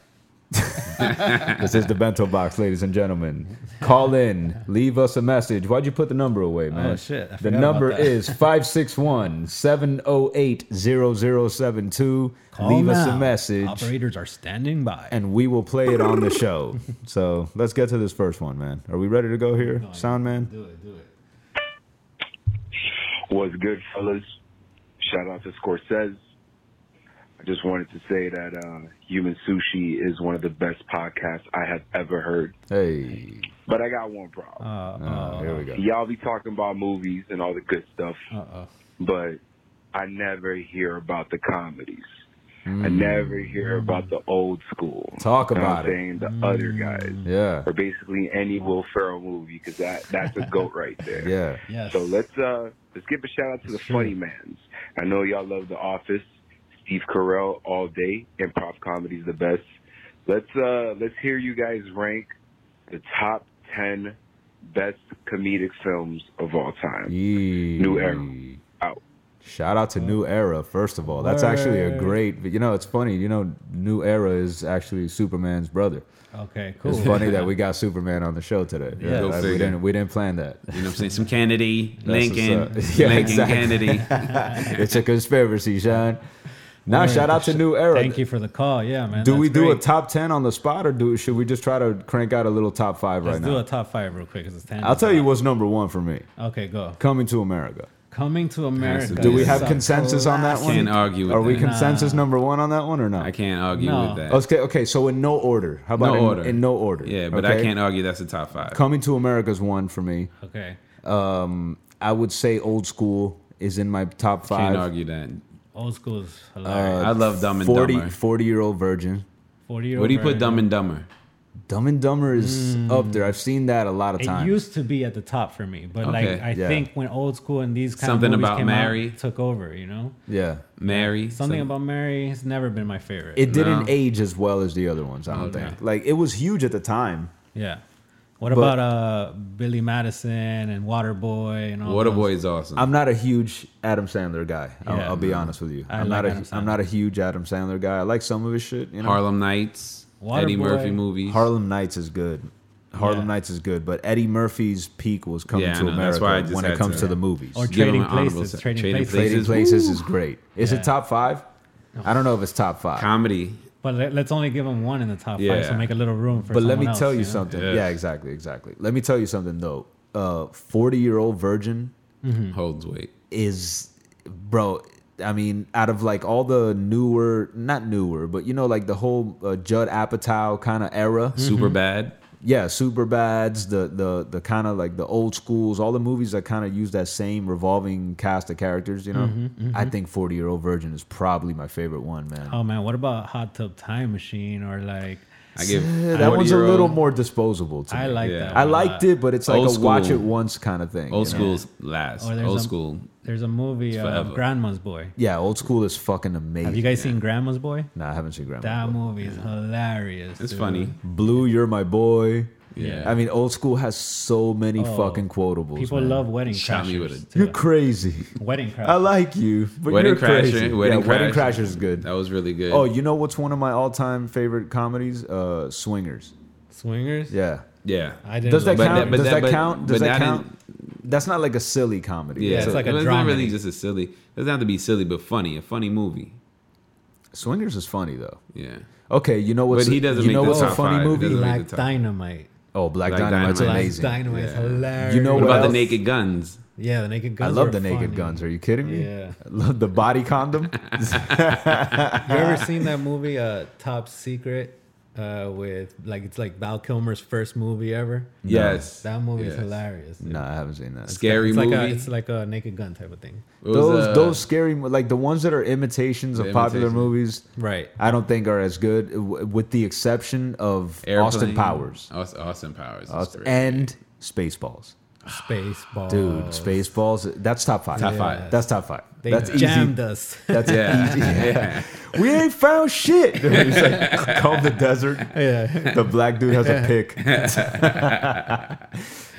[SPEAKER 2] Yeah. this is the bento box, ladies and gentlemen. Call in, leave us a message. Why'd you put the number away, man?
[SPEAKER 3] Oh, shit. I
[SPEAKER 2] the
[SPEAKER 3] forgot
[SPEAKER 2] number
[SPEAKER 3] about that.
[SPEAKER 2] is 561 708 0072. Leave us a message,
[SPEAKER 3] Operators are standing by.
[SPEAKER 2] and we will play it on the show. so let's get to this first one, man. Are we ready to go here, Sound Man?
[SPEAKER 3] do it, do it.
[SPEAKER 6] What's good, fellas? Shout out to Scorsese. I just wanted to say that uh, Human Sushi is one of the best podcasts I have ever heard.
[SPEAKER 2] Hey.
[SPEAKER 6] But I got one
[SPEAKER 3] Uh,
[SPEAKER 6] problem.
[SPEAKER 2] Oh, here we go.
[SPEAKER 6] Y'all be talking about movies and all the good stuff,
[SPEAKER 3] Uh-oh.
[SPEAKER 6] but I never hear about the comedies. I never hear about the old school.
[SPEAKER 2] Hmm. Talk
[SPEAKER 6] You know what
[SPEAKER 2] about
[SPEAKER 6] I'm
[SPEAKER 2] it. Hmm.
[SPEAKER 6] saying the other guys,
[SPEAKER 2] Yeah.
[SPEAKER 6] or basically any Will Ferrell movie, because that that's a goat right there.
[SPEAKER 2] Yeah.
[SPEAKER 3] Yes.
[SPEAKER 6] So let's uh let's give a shout out to the
[SPEAKER 3] Sure.
[SPEAKER 6] funny mans. I know y'all love The Office, Steve Carell all day. Improv comedy's the best. Let's uh let's hear you guys rank the top ten best comedic films of all time.
[SPEAKER 2] New
[SPEAKER 6] Era. Out.
[SPEAKER 2] Shout out to New Era, first of all. That's actually a
[SPEAKER 3] Word.
[SPEAKER 2] great, but you know, it's funny. You know, New Era is actually Superman's brother.
[SPEAKER 3] okay, cool.
[SPEAKER 2] It's funny that we got Superman on the show today.
[SPEAKER 3] Yeah.
[SPEAKER 4] Go
[SPEAKER 2] like, we
[SPEAKER 4] figure.
[SPEAKER 2] didn't we didn't plan that.
[SPEAKER 4] You know what I'm saying? Some Kennedy,
[SPEAKER 2] what's
[SPEAKER 4] Lincoln,
[SPEAKER 2] up. Yeah,
[SPEAKER 4] Lincoln,
[SPEAKER 2] exactly.
[SPEAKER 4] Kennedy.
[SPEAKER 2] it's a conspiracy, Sean. Now, shout out to New Era.
[SPEAKER 3] Thank you for the call. Yeah, man.
[SPEAKER 2] Do
[SPEAKER 3] that's
[SPEAKER 2] we do
[SPEAKER 3] great.
[SPEAKER 2] a top ten on the spot, or do should we just try to crank out a little top five
[SPEAKER 3] Let's
[SPEAKER 2] right
[SPEAKER 3] do
[SPEAKER 2] now?
[SPEAKER 3] a top five real quick. 'cause it's
[SPEAKER 2] I'll tell you what's number one for me:
[SPEAKER 3] Okay, go.
[SPEAKER 2] Coming to America.
[SPEAKER 3] Coming to America.
[SPEAKER 4] be
[SPEAKER 2] Do we
[SPEAKER 4] Yeah.
[SPEAKER 2] have
[SPEAKER 3] sucks.
[SPEAKER 2] consensus on that one?
[SPEAKER 4] Can't argue with
[SPEAKER 2] Are we
[SPEAKER 4] that.
[SPEAKER 2] consensus number one on that one or not?
[SPEAKER 4] I can't argue
[SPEAKER 3] No.
[SPEAKER 4] with that.
[SPEAKER 2] Oh, Okay, okay. So in no order. How about
[SPEAKER 4] No
[SPEAKER 2] in,
[SPEAKER 4] order.
[SPEAKER 2] in no order?
[SPEAKER 4] Yeah, but I
[SPEAKER 2] okay?
[SPEAKER 4] can't argue that's the top five.
[SPEAKER 2] Coming to America's one for me.
[SPEAKER 3] Okay.
[SPEAKER 2] Um, I would say old school is in my top
[SPEAKER 4] Can't
[SPEAKER 2] five. uh,
[SPEAKER 4] argue that.
[SPEAKER 3] Old school's hilarious.
[SPEAKER 4] I love Dumb and
[SPEAKER 2] 40,
[SPEAKER 4] Dumber.
[SPEAKER 2] 40 year old virgin.
[SPEAKER 3] 40 year
[SPEAKER 4] Where do you put Dumb and Dumber?
[SPEAKER 2] Dumb and Dumber is
[SPEAKER 3] Mm.
[SPEAKER 2] up there. I've seen that a lot of
[SPEAKER 3] It
[SPEAKER 2] times.
[SPEAKER 3] used to be at the top for me, but
[SPEAKER 4] Okay,
[SPEAKER 3] like I
[SPEAKER 2] yeah.
[SPEAKER 3] think when old school and these kind
[SPEAKER 4] Something
[SPEAKER 3] of movies
[SPEAKER 4] About
[SPEAKER 3] came
[SPEAKER 4] Mary.
[SPEAKER 3] out, took over, you know.
[SPEAKER 2] yeah.
[SPEAKER 4] Mary.
[SPEAKER 3] Something about Mary has never been my favorite.
[SPEAKER 2] It didn't
[SPEAKER 4] No.
[SPEAKER 2] age as well as the other ones, I don't
[SPEAKER 3] Okay.
[SPEAKER 2] think. Like, it was huge at the time.
[SPEAKER 3] yeah. What
[SPEAKER 2] But-
[SPEAKER 3] about uh Billy Madison and Waterboy and all? those?
[SPEAKER 4] Waterboy is awesome.
[SPEAKER 2] I'm not a huge Adam Sandler guy. I'll,
[SPEAKER 3] Yeah.
[SPEAKER 2] I'll be honest with you.
[SPEAKER 3] I
[SPEAKER 2] I'm
[SPEAKER 3] like
[SPEAKER 2] not a
[SPEAKER 3] Adam
[SPEAKER 2] am
[SPEAKER 3] Sandler.
[SPEAKER 2] not a huge Adam Sandler guy. I like some of his shit. You know,
[SPEAKER 4] Harlem Nights. Eddie
[SPEAKER 3] Waterboy.
[SPEAKER 4] Murphy movies.
[SPEAKER 2] Harlem Nights is good. Harlem
[SPEAKER 3] Yeah.
[SPEAKER 2] Nights is good, but Eddie Murphy's peak was coming
[SPEAKER 4] Yeah, I
[SPEAKER 2] to
[SPEAKER 4] know. That's
[SPEAKER 2] America
[SPEAKER 4] why I just
[SPEAKER 2] when it
[SPEAKER 4] had
[SPEAKER 2] comes
[SPEAKER 4] to-
[SPEAKER 2] to, the movies.
[SPEAKER 3] Or
[SPEAKER 4] Give him
[SPEAKER 3] Trading
[SPEAKER 4] an honorable
[SPEAKER 3] Places.
[SPEAKER 4] sec-
[SPEAKER 3] Trading,
[SPEAKER 4] Trading
[SPEAKER 3] Places.
[SPEAKER 4] Places.
[SPEAKER 2] Trading Places is great. Is
[SPEAKER 3] Yeah.
[SPEAKER 2] it top five? I don't know if it's top five.
[SPEAKER 4] Comedy.
[SPEAKER 3] But let, us only give him one in the top
[SPEAKER 4] Yeah.
[SPEAKER 3] five, so make a little room for.
[SPEAKER 2] but let me
[SPEAKER 3] someone else,
[SPEAKER 2] tell you
[SPEAKER 3] know?
[SPEAKER 2] something.
[SPEAKER 4] Yeah.
[SPEAKER 2] Yeah, exactly, exactly. Let me tell you something though. Uh, Forty year old virgin
[SPEAKER 3] Mm-hmm.
[SPEAKER 4] Holds weight.
[SPEAKER 2] is, bro. I mean, out of like all the newer, not newer, but you know, like the whole uh, Judd Apatow kind of era.
[SPEAKER 4] Super bad.
[SPEAKER 2] yeah, super bads, the the the kind of like the old schools, all the movies that kind of use that same revolving cast of characters. You know,
[SPEAKER 3] Mm-hmm,
[SPEAKER 2] I think Forty Year Old Virgin is probably my favorite one, man.
[SPEAKER 3] Oh man, what about Hot Tub Time Machine or like?
[SPEAKER 4] I give
[SPEAKER 2] Yeah, that one's a
[SPEAKER 4] 40-year-old
[SPEAKER 2] little more disposable to
[SPEAKER 3] I
[SPEAKER 2] me.
[SPEAKER 3] like
[SPEAKER 4] Yeah.
[SPEAKER 3] that.
[SPEAKER 2] I
[SPEAKER 3] one a
[SPEAKER 2] liked
[SPEAKER 3] lot.
[SPEAKER 2] it, but it's like
[SPEAKER 4] Old
[SPEAKER 2] a watch
[SPEAKER 4] school.
[SPEAKER 2] it once kind of thing.
[SPEAKER 4] Old
[SPEAKER 2] you know?
[SPEAKER 4] school's last.
[SPEAKER 3] Or Oh, there's
[SPEAKER 4] Old
[SPEAKER 3] a-
[SPEAKER 4] school.
[SPEAKER 3] There's a movie, uh,
[SPEAKER 4] forever.
[SPEAKER 3] Grandma's Boy.
[SPEAKER 2] Yeah, old school is fucking amazing.
[SPEAKER 3] Have you guys seen Grandma's Boy?
[SPEAKER 2] Nah, I haven't seen Grandma.
[SPEAKER 3] That movie is hilarious.
[SPEAKER 4] It's
[SPEAKER 3] dude.
[SPEAKER 4] funny.
[SPEAKER 2] Blue, you're my boy.
[SPEAKER 4] Yeah.
[SPEAKER 2] I mean, old school has so many
[SPEAKER 3] Oh,
[SPEAKER 2] fucking quotables.
[SPEAKER 3] People
[SPEAKER 2] man.
[SPEAKER 3] love wedding
[SPEAKER 4] Shot me
[SPEAKER 3] crashers.
[SPEAKER 4] with it.
[SPEAKER 2] You're
[SPEAKER 3] too.
[SPEAKER 2] crazy.
[SPEAKER 3] wedding crashers.
[SPEAKER 2] I like you, but
[SPEAKER 4] Wedding
[SPEAKER 2] you're crazy.
[SPEAKER 4] Crasher. Wedding
[SPEAKER 2] yeah, Wedding
[SPEAKER 4] Crasher.
[SPEAKER 2] Crasher is good.
[SPEAKER 4] That was really good.
[SPEAKER 2] Oh, you know what's one of my all-time favorite comedies? Uh, Swingers.
[SPEAKER 3] Swingers.
[SPEAKER 2] Yeah.
[SPEAKER 4] yeah.
[SPEAKER 3] I didn't.
[SPEAKER 2] Does that
[SPEAKER 3] like
[SPEAKER 4] But
[SPEAKER 2] count?
[SPEAKER 4] that- but
[SPEAKER 2] Does
[SPEAKER 4] that-
[SPEAKER 2] that
[SPEAKER 4] but-
[SPEAKER 2] count? Does
[SPEAKER 4] but
[SPEAKER 2] that
[SPEAKER 4] that
[SPEAKER 2] count? That's not like a silly comedy.
[SPEAKER 4] Yeah,
[SPEAKER 3] it's
[SPEAKER 4] so-
[SPEAKER 3] like a
[SPEAKER 4] it's not really
[SPEAKER 3] dramedy.
[SPEAKER 4] just a silly. It doesn't have to be silly, but funny. A funny movie.
[SPEAKER 2] Swingers is funny though.
[SPEAKER 4] Yeah.
[SPEAKER 2] Okay, you know what's
[SPEAKER 4] But he doesn't
[SPEAKER 2] you
[SPEAKER 4] make
[SPEAKER 2] know
[SPEAKER 4] the
[SPEAKER 2] what's a
[SPEAKER 4] top
[SPEAKER 2] funny
[SPEAKER 4] five. It
[SPEAKER 2] movie?
[SPEAKER 4] doesn't-
[SPEAKER 3] Black
[SPEAKER 4] Like the top.
[SPEAKER 3] Dynamite.
[SPEAKER 2] Oh, Black,
[SPEAKER 4] Black
[SPEAKER 2] Dynamite's
[SPEAKER 4] Dynamite.
[SPEAKER 2] amazing.
[SPEAKER 3] Black Dynamite is hilarious.
[SPEAKER 2] You know
[SPEAKER 4] What,
[SPEAKER 2] What
[SPEAKER 4] about
[SPEAKER 2] else?
[SPEAKER 4] the Naked Guns?
[SPEAKER 3] Yeah, the Naked
[SPEAKER 2] I
[SPEAKER 3] Guns.
[SPEAKER 2] love
[SPEAKER 3] were
[SPEAKER 2] the Naked
[SPEAKER 3] funny.
[SPEAKER 2] Guns. Are you kidding me?
[SPEAKER 3] Yeah.
[SPEAKER 2] I love the body condom.
[SPEAKER 3] You ever seen that movie, uh, Top Secret, uh, with like it's like Val Kilmer's first movie ever?
[SPEAKER 4] Yes.
[SPEAKER 3] That movie is
[SPEAKER 4] Yes.
[SPEAKER 3] hilarious. dude.
[SPEAKER 2] no, I haven't seen that.
[SPEAKER 4] Scary
[SPEAKER 3] it's
[SPEAKER 4] movie.
[SPEAKER 3] Like a, it's like a Naked Gun type of thing.
[SPEAKER 4] It was,
[SPEAKER 2] Those
[SPEAKER 4] uh,
[SPEAKER 2] those scary like the ones that are imitations of
[SPEAKER 4] The
[SPEAKER 2] popular
[SPEAKER 4] imitation.
[SPEAKER 2] movies.
[SPEAKER 3] Right.
[SPEAKER 2] I don't think are as good, w- with the exception of
[SPEAKER 4] Airplane.
[SPEAKER 2] Austin Powers
[SPEAKER 4] Aus- Austin Powers. is
[SPEAKER 2] Aust-
[SPEAKER 4] great.
[SPEAKER 2] and Spaceballs.
[SPEAKER 3] Spaceball.
[SPEAKER 2] Dude, Spaceballs. That's top five.
[SPEAKER 4] Uh, Top five.
[SPEAKER 2] That's top five.
[SPEAKER 3] They
[SPEAKER 2] that's
[SPEAKER 3] jammed
[SPEAKER 2] easy.
[SPEAKER 3] us.
[SPEAKER 2] That's
[SPEAKER 4] Yeah.
[SPEAKER 2] easy. Yeah. we ain't found shit. He's like, comb the desert.
[SPEAKER 3] yeah.
[SPEAKER 2] The black dude has a pick.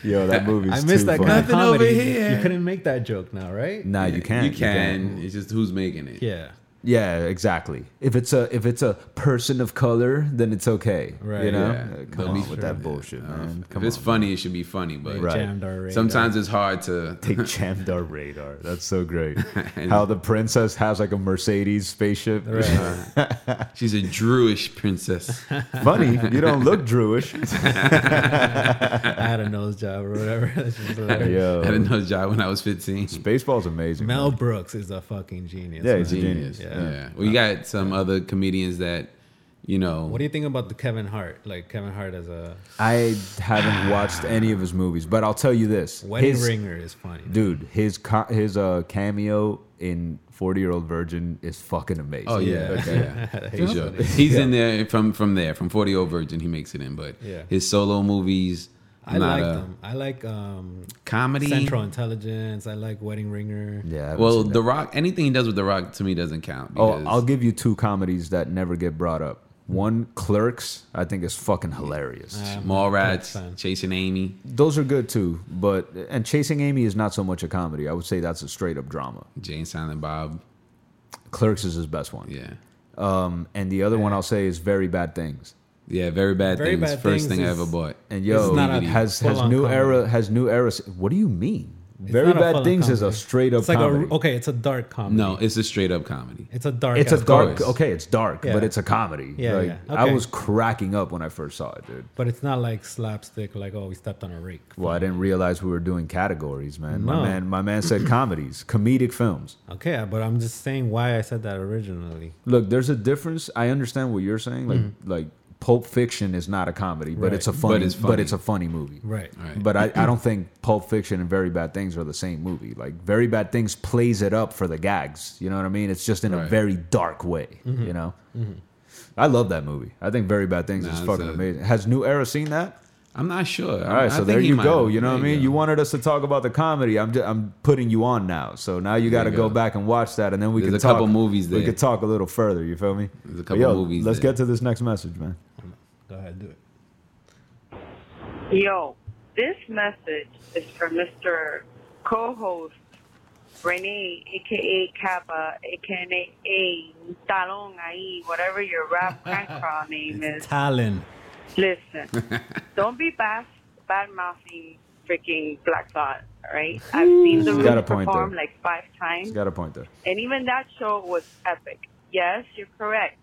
[SPEAKER 2] Yo, that movie's
[SPEAKER 3] I missed
[SPEAKER 2] too
[SPEAKER 3] that
[SPEAKER 2] funny.
[SPEAKER 3] kind of
[SPEAKER 4] Nothing over
[SPEAKER 3] comedy.
[SPEAKER 4] here.
[SPEAKER 3] You couldn't make that joke now, right?
[SPEAKER 2] Nah, uh, you can't.
[SPEAKER 4] You can. It's just who's making it.
[SPEAKER 3] Yeah.
[SPEAKER 2] Yeah, exactly. If it's a if it's a person of color, then it's okay.
[SPEAKER 3] Right.
[SPEAKER 2] You know,
[SPEAKER 4] Yeah.
[SPEAKER 2] Uh, come
[SPEAKER 4] They'll
[SPEAKER 2] on
[SPEAKER 4] be
[SPEAKER 2] with
[SPEAKER 4] sure.
[SPEAKER 2] that bullshit,
[SPEAKER 4] Uh,
[SPEAKER 2] man.
[SPEAKER 4] if
[SPEAKER 2] Come
[SPEAKER 4] it's
[SPEAKER 2] on.
[SPEAKER 4] funny, it should be funny, but
[SPEAKER 2] Right.
[SPEAKER 3] Jammed our radar.
[SPEAKER 4] sometimes it's hard to.
[SPEAKER 2] They jammed our radar. That's so great. How the princess has like a Mercedes spaceship.
[SPEAKER 3] Right.
[SPEAKER 4] She's a Druish princess.
[SPEAKER 2] Funny, you don't look Druish.
[SPEAKER 3] I had a nose job or whatever. That's just hilarious.
[SPEAKER 4] I had
[SPEAKER 2] Yo,
[SPEAKER 4] another job when I was 15.
[SPEAKER 2] baseball's amazing.
[SPEAKER 3] Mel
[SPEAKER 2] man.
[SPEAKER 3] Brooks is a fucking genius.
[SPEAKER 2] Yeah,
[SPEAKER 3] man.
[SPEAKER 2] he's a genius.
[SPEAKER 4] Yeah.
[SPEAKER 3] Yeah.
[SPEAKER 4] Well, you got some other comedians that, you know.
[SPEAKER 3] What do you think about the Kevin Hart? Like Kevin Hart as a
[SPEAKER 2] I haven't watched any of his movies, but I'll tell you this:
[SPEAKER 3] wedding
[SPEAKER 2] his,
[SPEAKER 3] ringer is funny.
[SPEAKER 2] dude, his co- his uh, cameo in Forty Year Old Virgin is fucking amazing.
[SPEAKER 4] Oh yeah, yeah. For sure. He's in there from from there from Forty Old Virgin. He makes it in, but
[SPEAKER 3] Yeah.
[SPEAKER 4] his solo movies.
[SPEAKER 3] I
[SPEAKER 4] not
[SPEAKER 3] like
[SPEAKER 4] a-
[SPEAKER 3] them. I like um,
[SPEAKER 4] Comedy.
[SPEAKER 3] Central Intelligence. I like Wedding Ringer.
[SPEAKER 2] Yeah. I haven't
[SPEAKER 4] Well,
[SPEAKER 2] seen that.
[SPEAKER 4] The Rock. Anything he does with The Rock to me doesn't count.
[SPEAKER 2] Oh,
[SPEAKER 4] because-
[SPEAKER 2] I'll give you two comedies that never get brought up. One, Clerks, I think is fucking hilarious.
[SPEAKER 3] Um,
[SPEAKER 4] Mallrats,
[SPEAKER 3] Fan.
[SPEAKER 4] Chasing Amy.
[SPEAKER 2] Those are good too, but and Chasing Amy is not so much a comedy. I would say that's a straight up drama.
[SPEAKER 4] Jane Silent Bob.
[SPEAKER 2] Clerks is his best one.
[SPEAKER 4] Yeah.
[SPEAKER 2] Um, and the other one I'll say is Very Bad Things.
[SPEAKER 4] Yeah, very bad
[SPEAKER 3] Very
[SPEAKER 4] things.
[SPEAKER 3] Bad
[SPEAKER 4] First
[SPEAKER 3] Things
[SPEAKER 4] thing I
[SPEAKER 3] is-
[SPEAKER 4] ever bought.
[SPEAKER 2] And
[SPEAKER 3] This
[SPEAKER 2] yo,
[SPEAKER 3] is not a
[SPEAKER 2] has has
[SPEAKER 3] full-on
[SPEAKER 2] new
[SPEAKER 3] comedy.
[SPEAKER 2] era has new era. What do you mean? Very
[SPEAKER 3] not a
[SPEAKER 2] bad
[SPEAKER 3] fun
[SPEAKER 2] things is a
[SPEAKER 3] comedy.
[SPEAKER 2] straight up
[SPEAKER 3] It's like
[SPEAKER 2] comedy.
[SPEAKER 3] a okay. It's a dark comedy.
[SPEAKER 4] No, it's a straight up comedy.
[SPEAKER 3] it's a dark.
[SPEAKER 2] it's a
[SPEAKER 3] ass
[SPEAKER 2] dark.
[SPEAKER 4] course.
[SPEAKER 2] Okay, it's dark,
[SPEAKER 3] Yeah.
[SPEAKER 2] but it's a comedy.
[SPEAKER 3] Yeah,
[SPEAKER 2] like,
[SPEAKER 3] yeah.
[SPEAKER 2] I
[SPEAKER 3] Okay.
[SPEAKER 2] was cracking up when I first saw it, dude.
[SPEAKER 3] But it's not like slapstick, like oh, we stepped on a rake.
[SPEAKER 2] Well, I didn't realize we were doing categories, man. My
[SPEAKER 3] No.
[SPEAKER 2] man, my man said comedies, comedic films.
[SPEAKER 3] Okay, but I'm just saying why I said that originally.
[SPEAKER 2] Look, there's a difference. I understand what you're saying. Like, like Pulp Fiction is not a comedy, but
[SPEAKER 3] Mm-hmm. Right.
[SPEAKER 2] it's a funny, but
[SPEAKER 4] it's
[SPEAKER 2] it's,
[SPEAKER 4] funny.
[SPEAKER 2] a funny movie.
[SPEAKER 3] Right.
[SPEAKER 4] Right.
[SPEAKER 2] But I, I don't think Pulp Fiction and Very Bad Things are the same movie. Like Very Bad Things plays it up for the gags. You know what I mean? It's just in a
[SPEAKER 4] Right.
[SPEAKER 2] very dark way.
[SPEAKER 3] Mm-hmm.
[SPEAKER 2] You know. I love that movie. I think Very Bad Things
[SPEAKER 4] Nah,
[SPEAKER 2] is
[SPEAKER 4] it's
[SPEAKER 2] fucking
[SPEAKER 4] a-
[SPEAKER 2] amazing. Has New Era seen that?
[SPEAKER 4] I'm not sure.
[SPEAKER 2] All right, so there you go. You know what I mean? You wanted us to talk about the comedy. I'm just, I'm putting you on now. So now you got to
[SPEAKER 4] you
[SPEAKER 2] go
[SPEAKER 4] go.
[SPEAKER 2] back and watch that, and then we
[SPEAKER 4] There's
[SPEAKER 2] can
[SPEAKER 4] a
[SPEAKER 2] talk,
[SPEAKER 4] couple movies
[SPEAKER 2] We
[SPEAKER 4] there.
[SPEAKER 2] could talk a little further. You feel me?
[SPEAKER 4] There's a
[SPEAKER 2] But
[SPEAKER 4] couple movies
[SPEAKER 2] Let's
[SPEAKER 4] there.
[SPEAKER 2] get to this next message, man.
[SPEAKER 3] Go ahead, do it.
[SPEAKER 7] Yo, this message is from Mr. Co-host Renee, aka Kappa, aka Talon Ahí, whatever your rap crank crawl name is.
[SPEAKER 3] Talon.
[SPEAKER 7] Listen, don't be bad bad mouthing freaking Black Thought. all Right? I've seen the
[SPEAKER 2] She's got a
[SPEAKER 7] Roots
[SPEAKER 2] point
[SPEAKER 7] perform
[SPEAKER 2] there.
[SPEAKER 7] like five times,
[SPEAKER 2] He's got a point there.
[SPEAKER 7] and even that show was epic. Yes, you're correct.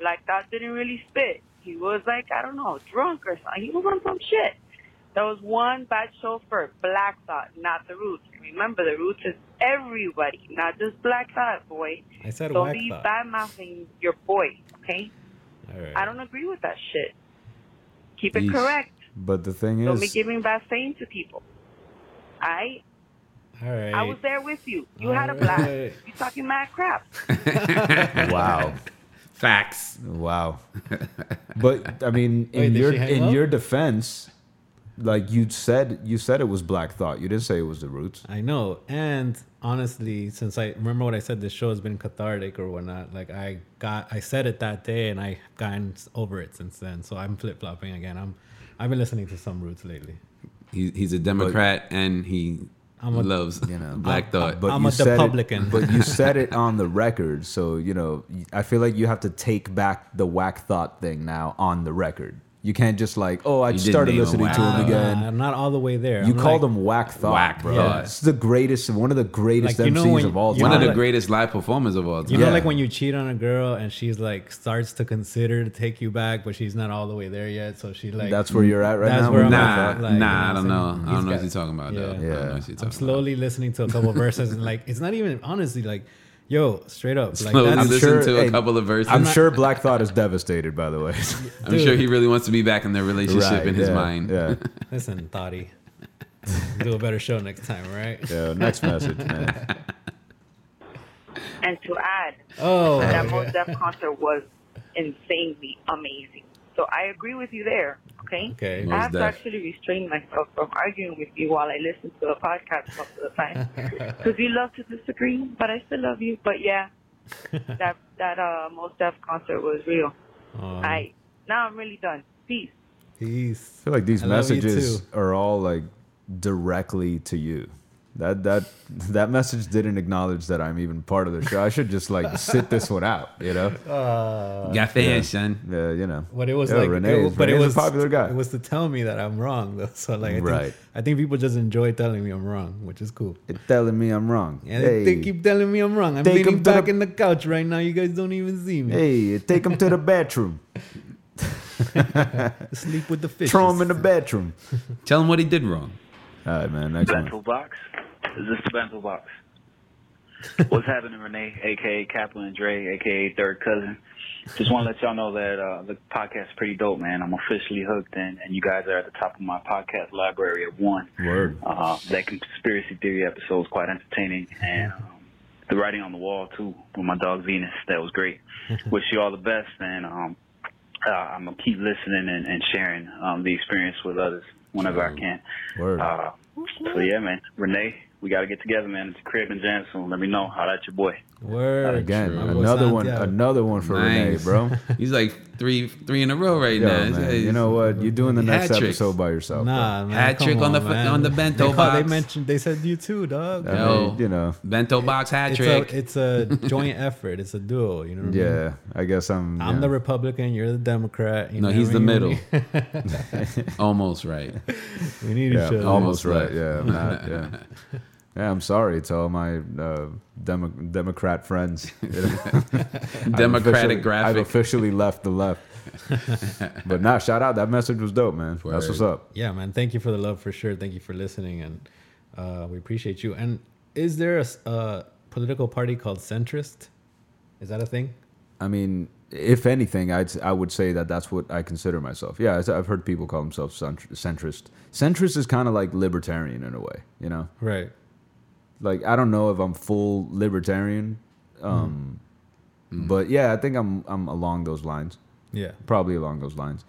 [SPEAKER 7] Black Dot didn't really spit. He was like, I don't know, drunk or something. He was on some shit. There was one bad show for Black Thought, not the Roots. Remember, the Roots is everybody, not just Black Thought, boy.
[SPEAKER 3] I said
[SPEAKER 7] Don't
[SPEAKER 3] Whack
[SPEAKER 7] be
[SPEAKER 3] Thought.
[SPEAKER 7] bad mouthing your boy, okay?
[SPEAKER 3] All right.
[SPEAKER 7] I don't agree with that shit. Keep it
[SPEAKER 4] Yeesh.
[SPEAKER 7] correct.
[SPEAKER 2] But the thing
[SPEAKER 7] Don't be
[SPEAKER 2] is,
[SPEAKER 7] giving bad saying to people. I
[SPEAKER 3] All right.
[SPEAKER 7] I was there with you. You had a
[SPEAKER 3] All
[SPEAKER 7] blast.
[SPEAKER 3] right.
[SPEAKER 7] You talking mad crap.
[SPEAKER 2] wow,
[SPEAKER 4] Facts.
[SPEAKER 2] wow. But I mean,
[SPEAKER 3] Wait,
[SPEAKER 2] in
[SPEAKER 3] did
[SPEAKER 2] your
[SPEAKER 3] she hang
[SPEAKER 2] in
[SPEAKER 3] up?
[SPEAKER 2] your defense, like you said, you said it was Black Thought. You didn't say it was the Roots.
[SPEAKER 3] I know. And honestly, since I remember what I said, this show has been cathartic or whatnot. Like I got, I said it that day, and I've gotten s- over it since then. So I'm flip flopping again. I'm, I've been listening to some Roots lately.
[SPEAKER 4] He, he's a Democrat and he
[SPEAKER 3] I'm a-
[SPEAKER 4] loves
[SPEAKER 2] You know,
[SPEAKER 4] Black Thought.
[SPEAKER 2] But
[SPEAKER 3] I'm
[SPEAKER 2] you
[SPEAKER 3] a
[SPEAKER 2] said it-
[SPEAKER 3] Republican.
[SPEAKER 2] but you said it on the record, so you know. I feel like you have to take back the whack thought thing now on the record. You can't just like, oh, I
[SPEAKER 4] You
[SPEAKER 2] just
[SPEAKER 4] didn't
[SPEAKER 2] started
[SPEAKER 4] name him
[SPEAKER 2] listening to
[SPEAKER 4] Whack
[SPEAKER 2] him
[SPEAKER 4] Thought.
[SPEAKER 2] again.
[SPEAKER 3] Uh, I'm not all the way there.
[SPEAKER 2] You
[SPEAKER 3] I'm
[SPEAKER 2] called
[SPEAKER 3] like-
[SPEAKER 2] him whack thought,
[SPEAKER 4] Whack
[SPEAKER 2] bro.
[SPEAKER 4] Thought.
[SPEAKER 2] It's the greatest, one of the greatest
[SPEAKER 3] Like, you
[SPEAKER 2] MCs
[SPEAKER 3] know when-
[SPEAKER 2] of all
[SPEAKER 3] you
[SPEAKER 2] time.
[SPEAKER 4] One
[SPEAKER 3] know,
[SPEAKER 4] of the
[SPEAKER 3] like-
[SPEAKER 4] greatest live performers of all time.
[SPEAKER 3] You
[SPEAKER 2] Yeah.
[SPEAKER 3] know, like when you cheat on a girl and she's like starts to consider to take you back, but she's not all the way there yet. So she like
[SPEAKER 2] That's where you're at right
[SPEAKER 3] That's
[SPEAKER 2] now.
[SPEAKER 3] where
[SPEAKER 2] with
[SPEAKER 3] I'm
[SPEAKER 2] Whack
[SPEAKER 4] Nah,
[SPEAKER 3] at.
[SPEAKER 2] Thought?
[SPEAKER 3] Like, you
[SPEAKER 4] nah, I
[SPEAKER 3] know
[SPEAKER 4] don't
[SPEAKER 3] what
[SPEAKER 4] know.
[SPEAKER 3] I'm saying?
[SPEAKER 4] I don't
[SPEAKER 3] He's
[SPEAKER 4] know what
[SPEAKER 3] got-
[SPEAKER 4] you're talking about, though. I don't
[SPEAKER 3] Yeah.
[SPEAKER 4] know what you're
[SPEAKER 2] I'm
[SPEAKER 4] talking
[SPEAKER 3] I'm
[SPEAKER 4] about.
[SPEAKER 3] slowly listening to a couple verses and like it's not even honestly like, yo, straight up like
[SPEAKER 4] Slowly
[SPEAKER 3] that's
[SPEAKER 4] listening
[SPEAKER 2] sure-
[SPEAKER 4] to a
[SPEAKER 2] hey,
[SPEAKER 4] couple of verses.
[SPEAKER 2] I'm
[SPEAKER 4] I'm,
[SPEAKER 2] sure Black Thought is devastated, by the way.
[SPEAKER 4] sure he really wants to be back in their relationship
[SPEAKER 2] Right,
[SPEAKER 4] in his
[SPEAKER 2] yeah,
[SPEAKER 4] mind.
[SPEAKER 2] Yeah.
[SPEAKER 3] listen, Thotty, do a better show next time, right?
[SPEAKER 2] yeah. Next message, man.
[SPEAKER 7] And to add,
[SPEAKER 3] Oh,
[SPEAKER 7] that Mos Def concert was insanely amazing. So I agree with you there. Okay.
[SPEAKER 3] Okay.
[SPEAKER 7] I
[SPEAKER 4] Mos
[SPEAKER 7] have to
[SPEAKER 4] Def.
[SPEAKER 7] actually restrain myself from arguing with you while I listen to a podcast most of the time because you love to disagree, but I still love you. But yeah, that that uh, Mos Def concert was real.
[SPEAKER 3] um,
[SPEAKER 7] I now I'm really done. Peace.
[SPEAKER 3] peace.
[SPEAKER 2] I feel like these
[SPEAKER 3] I love you
[SPEAKER 2] messages
[SPEAKER 3] too.
[SPEAKER 2] are all like directly to you. That that that message didn't acknowledge that I'm even part of the show. I should just like sit this one out, you know.
[SPEAKER 4] Got fans, son.
[SPEAKER 2] Yeah, you know.
[SPEAKER 3] Uh, But it was
[SPEAKER 2] Yeah,
[SPEAKER 3] like,
[SPEAKER 2] Renee,
[SPEAKER 3] it-
[SPEAKER 2] is-
[SPEAKER 3] but
[SPEAKER 2] Renee's
[SPEAKER 3] it was
[SPEAKER 2] a popular guy.
[SPEAKER 3] It was to tell me that I'm wrong though. So like, I think,
[SPEAKER 2] Right.
[SPEAKER 3] I think people just enjoy telling me I'm wrong, which is cool.
[SPEAKER 2] You're telling me I'm wrong.
[SPEAKER 3] And they- they keep telling me I'm wrong. I'm
[SPEAKER 2] Take 'em
[SPEAKER 3] leaning
[SPEAKER 2] to the-
[SPEAKER 3] back in the couch right now. You guys don't even see me.
[SPEAKER 2] Hey, take him to the bathroom.
[SPEAKER 3] Sleep with the fish.
[SPEAKER 2] Throw him in the bathroom.
[SPEAKER 4] Tell him what he did wrong.
[SPEAKER 2] All right, man. Next one.
[SPEAKER 8] Bento Box? Is this the Bento Box? What's happening, Renee, aka Kappa and Dre, aka Third Cousin? Just want to let y'all know that uh, the podcast is pretty dope, man. I'm officially hooked, and, and you guys are at the top of my podcast library at one.
[SPEAKER 2] Word.
[SPEAKER 8] Uh, that conspiracy theory episode was quite entertaining, and um, the writing on the wall too with my dog Venus. That was great. Wish you all the best, and um, uh, I'm gonna keep listening and, and sharing um, the experience with others whenever I can.
[SPEAKER 2] Word.
[SPEAKER 8] Uh, so yeah, man, Renee, we gotta get together, man. It's crib and jam soon. Let me know. How about your boy?
[SPEAKER 3] Word.
[SPEAKER 2] Again,
[SPEAKER 3] My boy
[SPEAKER 2] another one.
[SPEAKER 3] Santiago.
[SPEAKER 2] Another one for Renee,
[SPEAKER 4] Nice.
[SPEAKER 2] bro.
[SPEAKER 4] He's like three three in a row right
[SPEAKER 2] Yo,
[SPEAKER 4] now.
[SPEAKER 2] man,
[SPEAKER 4] He's-
[SPEAKER 2] you know what? You're doing the next
[SPEAKER 4] Hat tricks.
[SPEAKER 2] episode by yourself. bro.
[SPEAKER 3] Nah, man.
[SPEAKER 4] Hat
[SPEAKER 3] come
[SPEAKER 4] trick on the fu-
[SPEAKER 3] man.
[SPEAKER 4] on the bento
[SPEAKER 3] they call- They
[SPEAKER 4] box.
[SPEAKER 3] mentioned. They said you too, dog.
[SPEAKER 2] I
[SPEAKER 4] Yo.
[SPEAKER 2] mean, you know.
[SPEAKER 4] Bento box hat
[SPEAKER 3] It's
[SPEAKER 4] trick.
[SPEAKER 3] a it's a joint effort. It's a duo. You know what I mean?
[SPEAKER 2] Yeah, I guess I'm.
[SPEAKER 3] Mm-hmm. I'm
[SPEAKER 2] yeah.
[SPEAKER 3] the Republican. You're the Democrat. You
[SPEAKER 4] no,
[SPEAKER 3] know
[SPEAKER 4] he's
[SPEAKER 3] what
[SPEAKER 4] the
[SPEAKER 3] I mean?
[SPEAKER 4] middle. Almost right.
[SPEAKER 3] We need
[SPEAKER 2] Yeah,
[SPEAKER 3] each other.
[SPEAKER 2] almost right.
[SPEAKER 4] Almost left.
[SPEAKER 2] Yeah, I'm not, yeah. Yeah, I'm sorry to all my uh, Demo- Democrat friends. I've officially-
[SPEAKER 4] Democratic
[SPEAKER 2] I've
[SPEAKER 4] graphic.
[SPEAKER 2] officially left the left. but nah, shout out. That message was dope, man. That's what's
[SPEAKER 4] Word.
[SPEAKER 2] up.
[SPEAKER 3] Yeah, man. Thank you for the love for sure. Thank you for listening, and uh, we appreciate you. And is there a, s- a political party called centrist? Is that a thing?
[SPEAKER 2] I mean, if anything, I'd, I would say that that's what I consider myself. Yeah, it's- I've heard people call themselves centr- centrist. Centrist is kind of like libertarian in a way, you know?
[SPEAKER 3] Right.
[SPEAKER 2] Like, I don't know if I'm full libertarian, um,
[SPEAKER 4] Mm.
[SPEAKER 2] but yeah, I think I'm, I'm along those lines.
[SPEAKER 3] Yeah.
[SPEAKER 2] Probably along those lines.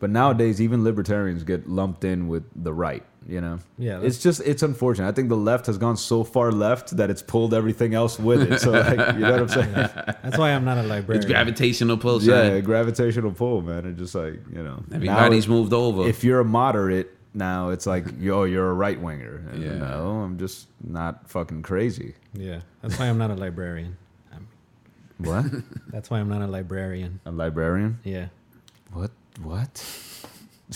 [SPEAKER 2] But nowadays, even libertarians get lumped in with the right, you know?
[SPEAKER 3] Yeah,
[SPEAKER 2] It's just, it's unfortunate. I think the left has gone so far left that it's pulled everything else with it. So, like, you know what I'm saying?
[SPEAKER 3] That's why I'm not a
[SPEAKER 4] It's
[SPEAKER 3] librarian.
[SPEAKER 4] gravitational pull.
[SPEAKER 2] Yeah,
[SPEAKER 4] Yeah,
[SPEAKER 2] gravitational pull, man. And just like, you know, now
[SPEAKER 4] everybody's
[SPEAKER 2] it-
[SPEAKER 4] moved over.
[SPEAKER 2] If you're a moderate now, it's like, yo, you're a right winger. And
[SPEAKER 4] Yeah.
[SPEAKER 2] No, I'm just not fucking crazy.
[SPEAKER 3] yeah. That's why I'm not a librarian.
[SPEAKER 2] What?
[SPEAKER 3] That's why I'm not a librarian.
[SPEAKER 2] a librarian?
[SPEAKER 3] Yeah.
[SPEAKER 2] What? What?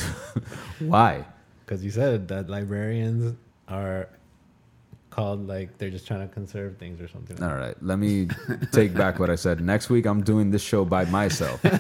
[SPEAKER 2] Why?
[SPEAKER 3] Because you said that librarians are called like they're just trying to conserve things or something.
[SPEAKER 2] All right, let me take back what I said. Next week, I'm doing this show by myself.
[SPEAKER 3] It's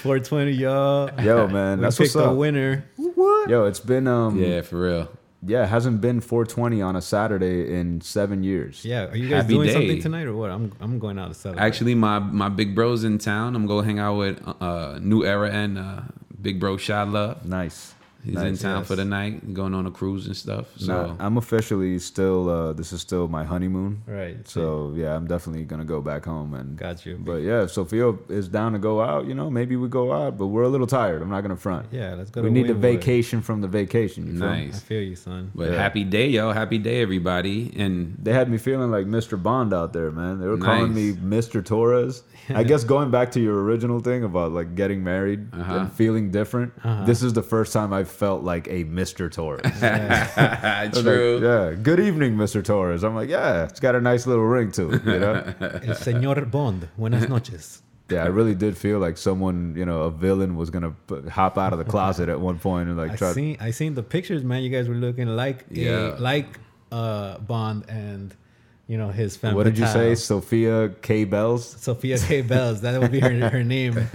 [SPEAKER 3] 420, y'all.
[SPEAKER 2] Yo, man,
[SPEAKER 3] We
[SPEAKER 2] that's what's
[SPEAKER 3] picked the
[SPEAKER 2] up.
[SPEAKER 3] winner.
[SPEAKER 2] Yo, it's been um, yeah.
[SPEAKER 4] yeah, for real.
[SPEAKER 2] it hasn't been 420 on a Saturday in seven years.
[SPEAKER 3] Yeah. Are you guys
[SPEAKER 4] Happy
[SPEAKER 3] doing
[SPEAKER 4] day.
[SPEAKER 3] something tonight or what? I'm I'm going out to celebrate.
[SPEAKER 4] Actually, my my big bro's in town. I'm gonna hang out with uh, New Era and uh, Big Bro Shad Love.
[SPEAKER 2] nice.
[SPEAKER 4] He's in
[SPEAKER 2] Nice.
[SPEAKER 4] town for the night, going on a cruise and stuff. So
[SPEAKER 2] Nah, I'm officially still. Uh, this is still my honeymoon.
[SPEAKER 3] Right.
[SPEAKER 2] So yeah, I'm definitely gonna go back home and.
[SPEAKER 3] Got you.
[SPEAKER 2] But yeah, if Sophia is down to go out, you know, maybe we go out. But we're a little tired. I'm not gonna front.
[SPEAKER 3] Yeah, let's go
[SPEAKER 2] We
[SPEAKER 3] to
[SPEAKER 2] need a
[SPEAKER 3] Wynwood.
[SPEAKER 2] vacation from the vacation. You feel me?
[SPEAKER 3] I
[SPEAKER 4] nice.
[SPEAKER 3] feel you, son.
[SPEAKER 4] But happy day, yo! Happy day, everybody! And
[SPEAKER 2] They had me feeling like Mr. Bond out there, man. They were calling me Mr. Torres. I guess going back to your original thing about like getting married
[SPEAKER 3] Uh-huh.
[SPEAKER 2] and feeling different, this is the first time I've felt like a Mr. Torres. Like,
[SPEAKER 4] true.
[SPEAKER 2] yeah. Good evening, Mr. Torres. I'm like, yeah, it's got a nice little ring to it. You know?
[SPEAKER 3] El Señor Bond. Buenas noches.
[SPEAKER 2] yeah, I really did feel like someone, you know, a villain was gonna p- hop out of the closet at one point and like
[SPEAKER 3] I
[SPEAKER 2] try.
[SPEAKER 3] seen I seen the pictures, man. You guys were looking like a,
[SPEAKER 4] Yeah.
[SPEAKER 3] like uh Bond and you know his family.
[SPEAKER 2] what did you say, Sophia K. Bells
[SPEAKER 3] Sophia K. Bells. That would be her, her name in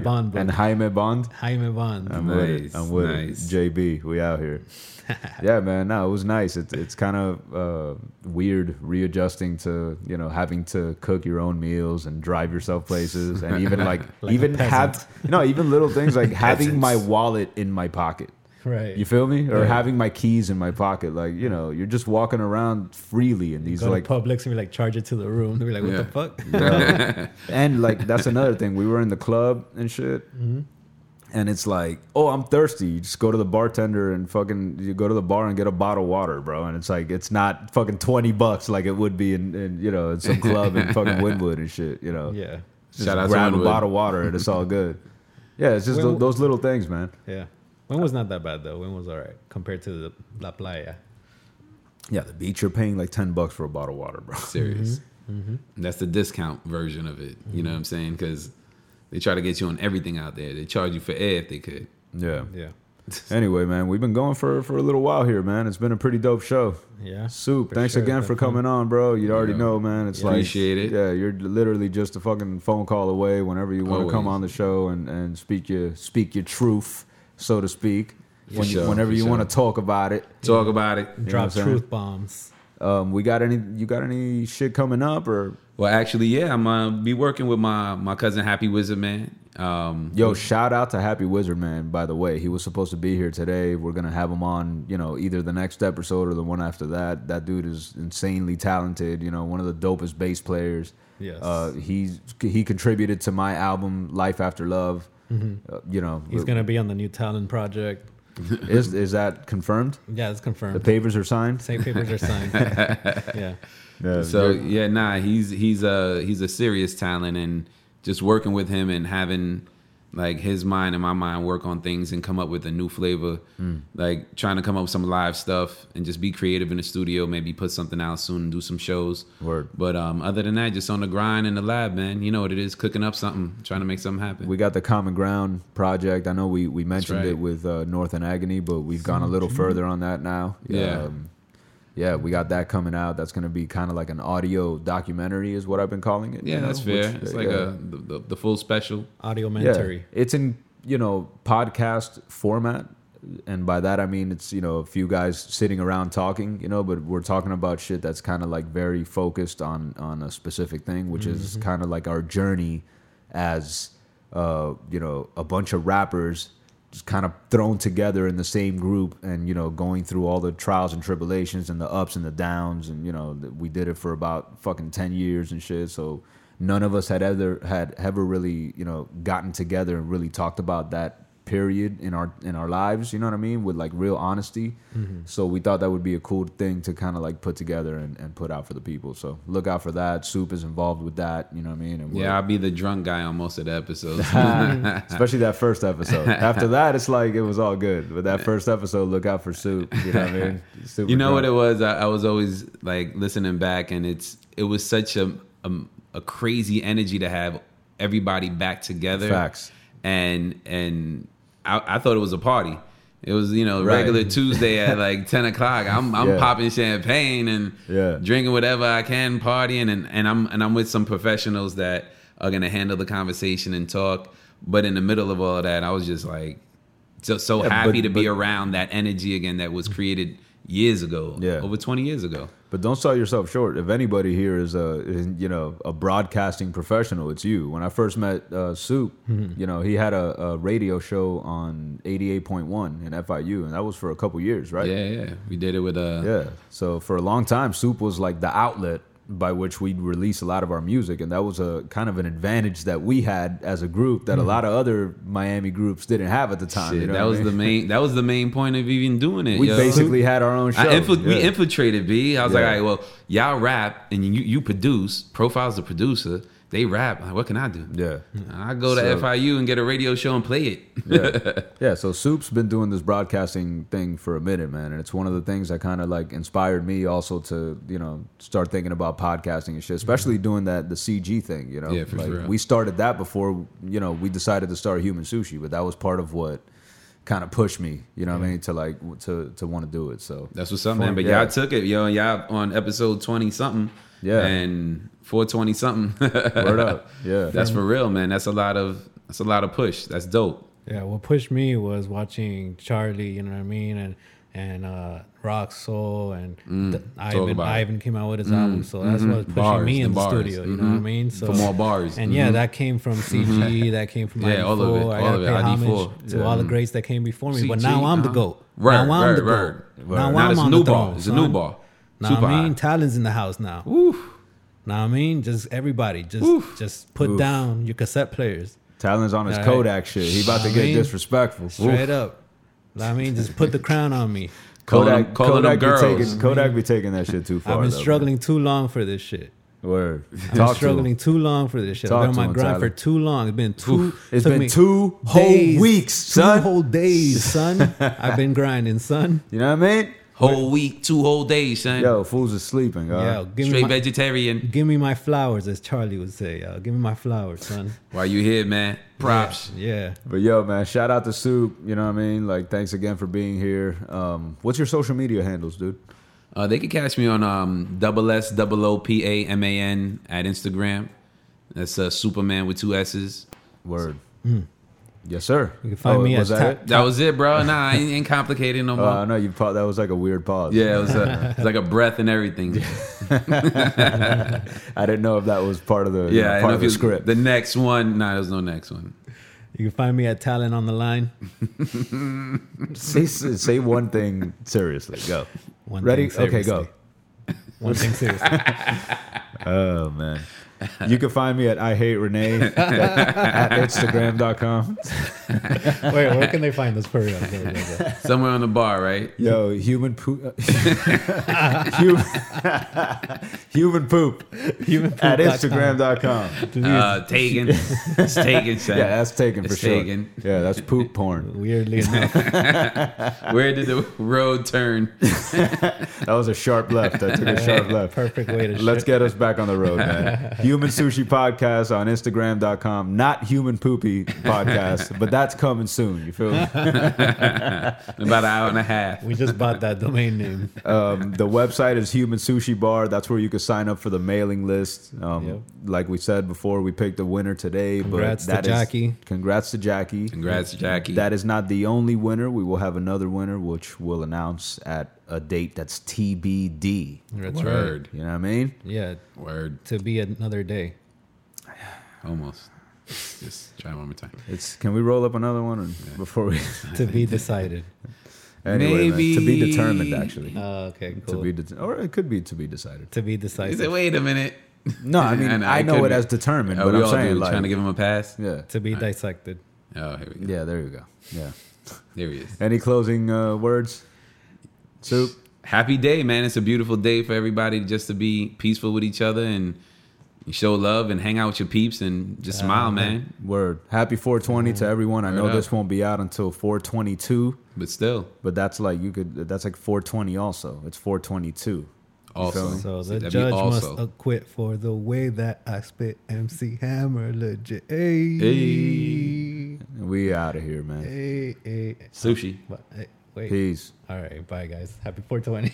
[SPEAKER 3] a Bond book.
[SPEAKER 2] and Um, Jaime Bond?
[SPEAKER 3] Jaime Bond.
[SPEAKER 2] I'm with it.
[SPEAKER 4] Nice,
[SPEAKER 2] I'm with
[SPEAKER 4] nice.
[SPEAKER 2] it. JB, we out here. yeah, man. No, it was nice. It, it's kind of uh, weird readjusting to you know having to cook your own meals and drive yourself places, and even like,
[SPEAKER 3] a
[SPEAKER 2] even have no even little things like having my
[SPEAKER 4] Peasants.
[SPEAKER 2] wallet in my pocket.
[SPEAKER 3] right.
[SPEAKER 2] You feel me? Or having my keys in my pocket, like you know, you're just walking around freely in these
[SPEAKER 3] Go
[SPEAKER 2] like
[SPEAKER 3] to Publix and be like, charge it to the room. They'll be like, what the
[SPEAKER 4] Yeah.
[SPEAKER 3] fuck?
[SPEAKER 2] Bro. and like that's another thing. We were in the club and shit. And it's like, oh, I'm thirsty. You just go to the bartender and fucking you go to the bar and get a bottle of water, bro. And it's like it's not fucking twenty bucks like it would be in, in you know in some club in fucking Winwood and shit. You know,
[SPEAKER 3] yeah.
[SPEAKER 2] Just
[SPEAKER 4] Shout out to
[SPEAKER 2] grab a
[SPEAKER 4] Wynwood.
[SPEAKER 2] bottle of water and it's all good. Yeah, it's just
[SPEAKER 3] Well-
[SPEAKER 2] tho- those little things, man.
[SPEAKER 3] Yeah. When was not that bad though. When was all right compared to the La Playa.
[SPEAKER 2] Yeah, the beach you're paying like ten bucks for a bottle of water, bro.
[SPEAKER 4] serious.
[SPEAKER 2] Mm-hmm.
[SPEAKER 4] That's the discount version of it. You know what I'm saying? Because they try to get you on everything out there. They charge you for air if they could.
[SPEAKER 2] Yeah.
[SPEAKER 3] Yeah.
[SPEAKER 2] Anyway, man, we've been going for for a little while here, man. It's been a pretty dope show.
[SPEAKER 3] Yeah.
[SPEAKER 2] Soup,
[SPEAKER 3] For
[SPEAKER 2] thanks
[SPEAKER 3] sure,
[SPEAKER 2] again for
[SPEAKER 3] definitely.
[SPEAKER 2] coming on, bro. You already
[SPEAKER 4] Yeah.
[SPEAKER 2] know, man. It's like
[SPEAKER 4] Appreciate it.
[SPEAKER 2] Yeah, you're literally just a fucking phone call away whenever you want to come
[SPEAKER 4] Always.
[SPEAKER 2] on the show and, and speak your speak your truth, so to speak. When you,
[SPEAKER 4] sure,
[SPEAKER 2] whenever
[SPEAKER 4] for
[SPEAKER 2] you
[SPEAKER 4] sure.
[SPEAKER 2] want to talk about it,
[SPEAKER 4] Talk about it.
[SPEAKER 2] You know
[SPEAKER 3] Drop
[SPEAKER 2] what I'm saying?
[SPEAKER 3] truth bombs.
[SPEAKER 2] Um, we got any? You got any shit coming up or?
[SPEAKER 4] Well, actually, yeah, I'm uh, be working with my my cousin Happy Wizard Man. Um,
[SPEAKER 2] Yo, shout out to Happy Wizard Man. By the way, he was supposed to be here today. We're gonna have him on, you know, either the next episode or the one after that. That dude is insanely talented. You know, one of the dopest bass players.
[SPEAKER 3] Yes.
[SPEAKER 2] uh, he's he contributed to my album Life After Love. Uh, you know,
[SPEAKER 3] Mm-hmm. He's gonna be on the new Talon project.
[SPEAKER 2] is is that confirmed?
[SPEAKER 3] Yeah, it's confirmed.
[SPEAKER 2] The papers are signed.
[SPEAKER 3] Same papers are signed. yeah.
[SPEAKER 4] so yeah, nah, he's he's a he's a serious talent, and just working with him and having like his mind and my mind work on things and come up with a new flavor,
[SPEAKER 2] Hmm.
[SPEAKER 4] like trying to come up with some live stuff and just be creative in the studio. Maybe put something out soon and do some shows.
[SPEAKER 2] Word.
[SPEAKER 4] But um, other than that, just on the grind in the lab, man. You know what it is, cooking up something, trying to make something happen.
[SPEAKER 2] We got the Common Ground project. I know we, we mentioned
[SPEAKER 4] right. Mm-hmm.
[SPEAKER 2] it with uh, North and Agony, but we've gone a little further on that now.
[SPEAKER 4] Yeah.
[SPEAKER 2] Um, yeah, we got that coming out. That's going to be kind of like an audio documentary, is what I've been calling it.
[SPEAKER 4] Yeah,
[SPEAKER 2] you know,
[SPEAKER 4] that's fair.
[SPEAKER 2] which,
[SPEAKER 4] it's
[SPEAKER 2] uh,
[SPEAKER 4] like
[SPEAKER 2] yeah.
[SPEAKER 4] a the, the, the full special.
[SPEAKER 3] Audiomentary.
[SPEAKER 2] Yeah, it's in you know podcast format, and by that I mean it's you know a few guys sitting around talking, you know, but we're talking about shit that's kind of like very focused on on a specific thing, which is kind of like our journey as uh, you know a bunch of rappers just kind of thrown together in the same group and you know going through all the trials and tribulations and the ups and the downs and you know th- we did it for about fucking 10 years and shit so none of us had ever had ever really you know gotten together and really talked about that period in our in our lives you know what i mean with like real honesty so we thought that would be a cool thing to kind of like put together and, and put out for the people so look out for that soup is involved with that you know what i mean and we're-
[SPEAKER 4] Yeah, I'll be the drunk guy on most of the episodes.
[SPEAKER 2] especially that first episode. After that, it's like it was all good. But that first episode, look out for soup. You know what I mean? Super
[SPEAKER 4] you know what it
[SPEAKER 2] drunk.
[SPEAKER 4] was? I, I was always like listening back, and it's it was such a a, a crazy energy to have everybody back together.
[SPEAKER 2] Facts.
[SPEAKER 4] And and I, I thought it was a party. It was you know
[SPEAKER 2] Right.
[SPEAKER 4] regular Tuesday at like ten o'clock. I'm I'm
[SPEAKER 2] Yeah.
[SPEAKER 4] popping champagne and
[SPEAKER 2] Yeah.
[SPEAKER 4] drinking whatever I can, partying, and and I'm and I'm with some professionals that are gonna handle the conversation and talk. But in the middle of all that, I was just like so so
[SPEAKER 2] Yeah,
[SPEAKER 4] happy
[SPEAKER 2] but-
[SPEAKER 4] to be
[SPEAKER 2] but-
[SPEAKER 4] around that energy again that was created years ago.
[SPEAKER 2] Yeah.
[SPEAKER 4] Over 20 years ago.
[SPEAKER 2] But don't sell yourself short. If anybody here is a is, you know a broadcasting professional, it's you. When I first met uh, Soup,
[SPEAKER 4] Mm-hmm.
[SPEAKER 2] you know he had a, a radio show on eighty eight point one in FIU, and that was for a couple years, right?
[SPEAKER 4] Yeah, yeah. We did it with uh
[SPEAKER 2] Yeah. So for a long time, Soup was like the outlet by which we'd release a lot of our music, and that was a kind of an advantage that we had as a group that a lot of other Miami groups didn't have at the time.
[SPEAKER 4] Mm-hmm. shit,
[SPEAKER 2] you know
[SPEAKER 4] that
[SPEAKER 2] what
[SPEAKER 4] was
[SPEAKER 2] I
[SPEAKER 4] the
[SPEAKER 2] mean?
[SPEAKER 4] main that was the main point of even doing it.
[SPEAKER 2] We
[SPEAKER 4] yo.
[SPEAKER 2] basically had our own show.
[SPEAKER 4] I infil-
[SPEAKER 2] Yeah.
[SPEAKER 4] we infiltrated B. I was
[SPEAKER 2] Yeah.
[SPEAKER 4] like, all right, well, y'all rap and you you produce. Profile's the producer. They rap. Like, what can I do?
[SPEAKER 2] yeah.
[SPEAKER 4] I go to
[SPEAKER 2] So-
[SPEAKER 4] FIU and get a radio show and play it.
[SPEAKER 2] yeah. Yeah, so Soup's been doing this broadcasting thing for a minute, man, and it's one of the things that kind of like inspired me also to, you know, start thinking about podcasting and shit, especially doing that the CG thing, you know.
[SPEAKER 4] Yeah, for
[SPEAKER 2] like,
[SPEAKER 4] real.
[SPEAKER 2] We started that before, you know, we decided to start Human Sushi, but that was part of what kind of pushed me, you know what I mean, to like w- to to want to do it. So
[SPEAKER 4] That's what's up, man. But
[SPEAKER 2] Yeah.
[SPEAKER 4] y'all took it, yo. Y'all on episode twenty something,
[SPEAKER 2] Yeah.
[SPEAKER 4] and four twenty something.
[SPEAKER 2] word up. Yeah.
[SPEAKER 4] That's for real, man. That's a lot of that's a lot of push. That's dope.
[SPEAKER 3] Yeah, what pushed me was watching Charlie, you know what I mean, and and uh, Rock Soul and th- Ivan.
[SPEAKER 4] Mm, about it. Mm, mm-hmm.
[SPEAKER 3] Ivan came out with his album, so that's what was pushing
[SPEAKER 4] Bars,
[SPEAKER 3] me
[SPEAKER 4] the
[SPEAKER 3] in the,
[SPEAKER 4] bars. Mm-hmm.
[SPEAKER 3] studio. You know what I mean? So
[SPEAKER 4] For more bars. Mm-hmm.
[SPEAKER 3] and yeah, that came from CG, that came from
[SPEAKER 4] Yeah,
[SPEAKER 3] ID4.
[SPEAKER 4] all of it,
[SPEAKER 3] I
[SPEAKER 4] all
[SPEAKER 3] gotta
[SPEAKER 4] of it,
[SPEAKER 3] pay
[SPEAKER 4] ID4.
[SPEAKER 3] homage to all the greats that came before me. but
[SPEAKER 4] CG,
[SPEAKER 3] now I'm the
[SPEAKER 4] uh-huh.
[SPEAKER 3] goat.
[SPEAKER 4] Word,
[SPEAKER 3] now I'm
[SPEAKER 4] word,
[SPEAKER 3] the
[SPEAKER 4] word.
[SPEAKER 3] goat.
[SPEAKER 4] Word.
[SPEAKER 3] Now
[SPEAKER 4] Now
[SPEAKER 3] I'm
[SPEAKER 4] it's
[SPEAKER 3] on
[SPEAKER 4] a new
[SPEAKER 3] the
[SPEAKER 4] bar.
[SPEAKER 3] throne,
[SPEAKER 4] It's a new
[SPEAKER 3] son.
[SPEAKER 4] bar.
[SPEAKER 3] Now
[SPEAKER 4] Super
[SPEAKER 3] I mean,
[SPEAKER 4] high.
[SPEAKER 3] Talon's in the house now. Now I mean, just everybody, just just put down your cassette players.
[SPEAKER 2] Talon's on his
[SPEAKER 3] All right.
[SPEAKER 2] Kodak shit. He about to
[SPEAKER 3] I
[SPEAKER 2] get
[SPEAKER 3] mean,
[SPEAKER 2] disrespectful.
[SPEAKER 3] Straight
[SPEAKER 2] Oof.
[SPEAKER 3] up. I mean, just put the crown on me.
[SPEAKER 4] Calling
[SPEAKER 2] Kodak,
[SPEAKER 4] them, calling them
[SPEAKER 2] Kodak, be
[SPEAKER 4] girls.
[SPEAKER 2] taking, Kodak be taking that shit too far.
[SPEAKER 3] I've been
[SPEAKER 2] though, man.
[SPEAKER 3] struggling too long for this shit.
[SPEAKER 2] Word.
[SPEAKER 3] I've been struggling too long for this shit.
[SPEAKER 2] Talk
[SPEAKER 3] I've been on
[SPEAKER 2] to
[SPEAKER 3] my
[SPEAKER 2] him,
[SPEAKER 3] grind
[SPEAKER 2] Tyler.
[SPEAKER 3] for too long. It's been two.
[SPEAKER 2] Oof. It's
[SPEAKER 3] took
[SPEAKER 2] been
[SPEAKER 3] me
[SPEAKER 2] two whole
[SPEAKER 3] days,
[SPEAKER 2] weeks,
[SPEAKER 3] two
[SPEAKER 2] son.
[SPEAKER 3] whole days, son. I've been grinding, son.
[SPEAKER 2] You know what I mean?
[SPEAKER 4] Whole week, two whole days, son.
[SPEAKER 2] Yo, fools is sleeping. Yo.
[SPEAKER 3] Yo, give me
[SPEAKER 4] Straight
[SPEAKER 3] my,
[SPEAKER 4] vegetarian.
[SPEAKER 3] give me my flowers, as Charlie would say. Yo, give me my flowers, son.
[SPEAKER 4] Why you here, man? Props.
[SPEAKER 3] Yeah.
[SPEAKER 2] But yo, man, shout out to Soup. You know what I mean? Like, thanks again for being here. Um, what's your social media handles, dude?
[SPEAKER 4] Uh, they can catch me on um, double S double O P A M A N at Instagram. That's uh, Superman with two S's.
[SPEAKER 2] Word. Yes, sir. Oh,
[SPEAKER 3] You can find me
[SPEAKER 2] was
[SPEAKER 3] as
[SPEAKER 2] that
[SPEAKER 3] Tap-
[SPEAKER 4] That was it, bro. Nah, ain't, ain't complicated no
[SPEAKER 2] it?
[SPEAKER 4] more.
[SPEAKER 2] Uh, no, you. Pa- that was like a weird pause.
[SPEAKER 4] yeah, it was, a, it was like a breath and everything.
[SPEAKER 2] I didn't know if that was part of the
[SPEAKER 4] Yeah, I
[SPEAKER 2] yeah, part
[SPEAKER 4] know
[SPEAKER 2] of
[SPEAKER 4] if
[SPEAKER 2] the
[SPEAKER 4] you-
[SPEAKER 2] script.
[SPEAKER 4] The next one, nah, there's no next one.
[SPEAKER 3] You can find me at Talent on the line.
[SPEAKER 2] say, say one thing seriously. Go.
[SPEAKER 3] One
[SPEAKER 2] Ready?
[SPEAKER 3] thing
[SPEAKER 2] Okay, go.
[SPEAKER 3] seriously. One thing seriously.
[SPEAKER 2] Oh man. You can find me at I hate Renee at Instagram.com.
[SPEAKER 3] Wait, where can they find this for real? Go, go, go.
[SPEAKER 4] Somewhere on the bar, right?
[SPEAKER 2] Yo, human poop. human, human poop
[SPEAKER 3] Human poop
[SPEAKER 2] at
[SPEAKER 3] dot com.
[SPEAKER 2] Instagram.com.
[SPEAKER 4] Uh, taken. It's taken, son.
[SPEAKER 2] Yeah, that's taken for
[SPEAKER 4] It's
[SPEAKER 2] sure.
[SPEAKER 4] taken.
[SPEAKER 2] Yeah, that's poop porn.
[SPEAKER 3] Weirdly enough,
[SPEAKER 4] Where did the road turn?
[SPEAKER 2] That was a sharp left. I took a sharp left.
[SPEAKER 3] perfect way to.
[SPEAKER 2] Let's get us back on the road, man. Human Sushi Podcast on Instagram.com. Not Human Poopy Podcast, but that's coming soon. You feel me?
[SPEAKER 4] In about an hour and a half.
[SPEAKER 3] We just bought that domain name.
[SPEAKER 2] Um, the website is Human Sushi Bar. That's where you can sign up for the mailing list. Um,
[SPEAKER 3] Yep.
[SPEAKER 2] Like we said before, we picked a winner today.
[SPEAKER 3] Congrats to
[SPEAKER 2] but that is-
[SPEAKER 3] Jackie.
[SPEAKER 2] Congrats to Jackie.
[SPEAKER 4] Congrats, Jackie.
[SPEAKER 2] That is not the only winner. We will have another winner, which we'll announce at a date that's TBD.
[SPEAKER 3] That's
[SPEAKER 4] word.
[SPEAKER 2] You know what I mean?
[SPEAKER 3] Yeah,
[SPEAKER 4] Word.
[SPEAKER 3] to be another day.
[SPEAKER 4] Almost. Just try one more time.
[SPEAKER 2] It's can we roll up another one or- before we
[SPEAKER 3] To be decided.
[SPEAKER 2] anyway, man, to be
[SPEAKER 4] Maybe-
[SPEAKER 2] determined actually.
[SPEAKER 3] Oh, okay,
[SPEAKER 2] To
[SPEAKER 3] cool.
[SPEAKER 2] be det- or it could be to be decided.
[SPEAKER 3] To be
[SPEAKER 4] He said,
[SPEAKER 3] decided.
[SPEAKER 4] wait a minute.
[SPEAKER 2] No, I mean
[SPEAKER 4] And
[SPEAKER 2] I, know
[SPEAKER 4] could
[SPEAKER 2] it
[SPEAKER 4] be-
[SPEAKER 2] as determined,
[SPEAKER 4] Oh,
[SPEAKER 2] but
[SPEAKER 4] we
[SPEAKER 2] I'm
[SPEAKER 4] all
[SPEAKER 2] saying
[SPEAKER 4] do.
[SPEAKER 2] like
[SPEAKER 4] trying to give him a pass.
[SPEAKER 2] yeah,
[SPEAKER 3] To be dissected.
[SPEAKER 4] Oh, here we go.
[SPEAKER 2] yeah. There you go. Yeah.
[SPEAKER 4] There he is.
[SPEAKER 2] Any closing uh, words? Soup.
[SPEAKER 4] happy day, man. It's a beautiful day for everybody just to be peaceful with each other and show love and hang out with your peeps and just smile, man.
[SPEAKER 2] Word. Happy 420
[SPEAKER 3] Mm-hmm.
[SPEAKER 2] to everyone. I know
[SPEAKER 4] up.
[SPEAKER 2] this won't be out until 422,
[SPEAKER 4] But still,
[SPEAKER 2] but that's like you could. That's like 420 also. It's 422.
[SPEAKER 4] also.
[SPEAKER 3] So
[SPEAKER 4] See,
[SPEAKER 3] the
[SPEAKER 4] that'd be
[SPEAKER 3] judge
[SPEAKER 4] also.
[SPEAKER 3] must acquit for the way that I spit MC Hammer legit. Hey,
[SPEAKER 4] Hey.
[SPEAKER 2] We out of here, man.
[SPEAKER 3] hey, hey.
[SPEAKER 4] Sushi.
[SPEAKER 3] But, hey, Wait.
[SPEAKER 2] Peace,
[SPEAKER 3] All right, bye guys. Happy 420.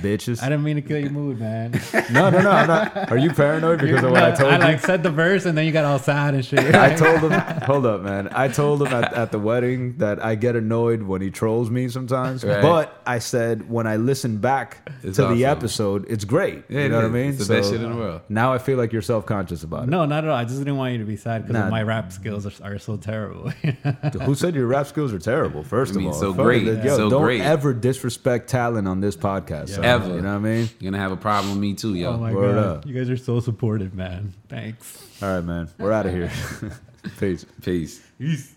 [SPEAKER 2] bitches.
[SPEAKER 3] I didn't mean to kill your mood, man.
[SPEAKER 2] No, no, no. I'm not. Are you paranoid because of what I
[SPEAKER 3] Look,
[SPEAKER 2] told you?
[SPEAKER 3] like said the verse and then you got all sad and shit.
[SPEAKER 2] I told him, hold up, man. I told him at, at the wedding that I get annoyed when he trolls me sometimes.
[SPEAKER 4] Right.
[SPEAKER 2] But I said, when I listen back
[SPEAKER 4] It's
[SPEAKER 2] to
[SPEAKER 4] awesome.
[SPEAKER 2] the episode, it's great.
[SPEAKER 4] Yeah,
[SPEAKER 2] you
[SPEAKER 4] it
[SPEAKER 2] know
[SPEAKER 4] is.
[SPEAKER 2] what I mean?
[SPEAKER 4] It's the best shit in the world.
[SPEAKER 2] Now I feel like you're self conscious about it.
[SPEAKER 3] no, not at all. I just didn't want you to be sad because
[SPEAKER 2] Nah.
[SPEAKER 3] my rap skills are, are so terrible.
[SPEAKER 2] Who said your rap skills are terrible, first
[SPEAKER 4] I mean,
[SPEAKER 2] of all?
[SPEAKER 4] so
[SPEAKER 2] Fuck
[SPEAKER 4] great.
[SPEAKER 2] it. Yo,
[SPEAKER 4] So
[SPEAKER 2] don't
[SPEAKER 4] great.
[SPEAKER 2] ever disrespect talent on this podcast. son.
[SPEAKER 4] Ever.
[SPEAKER 2] You know what I mean?
[SPEAKER 4] You're going to have a problem with me too, yo.
[SPEAKER 3] oh my
[SPEAKER 2] Word
[SPEAKER 3] god,
[SPEAKER 2] up.
[SPEAKER 3] you guys are so supportive, man. Thanks.
[SPEAKER 2] All right, man. We're out of here. Peace.
[SPEAKER 4] Peace.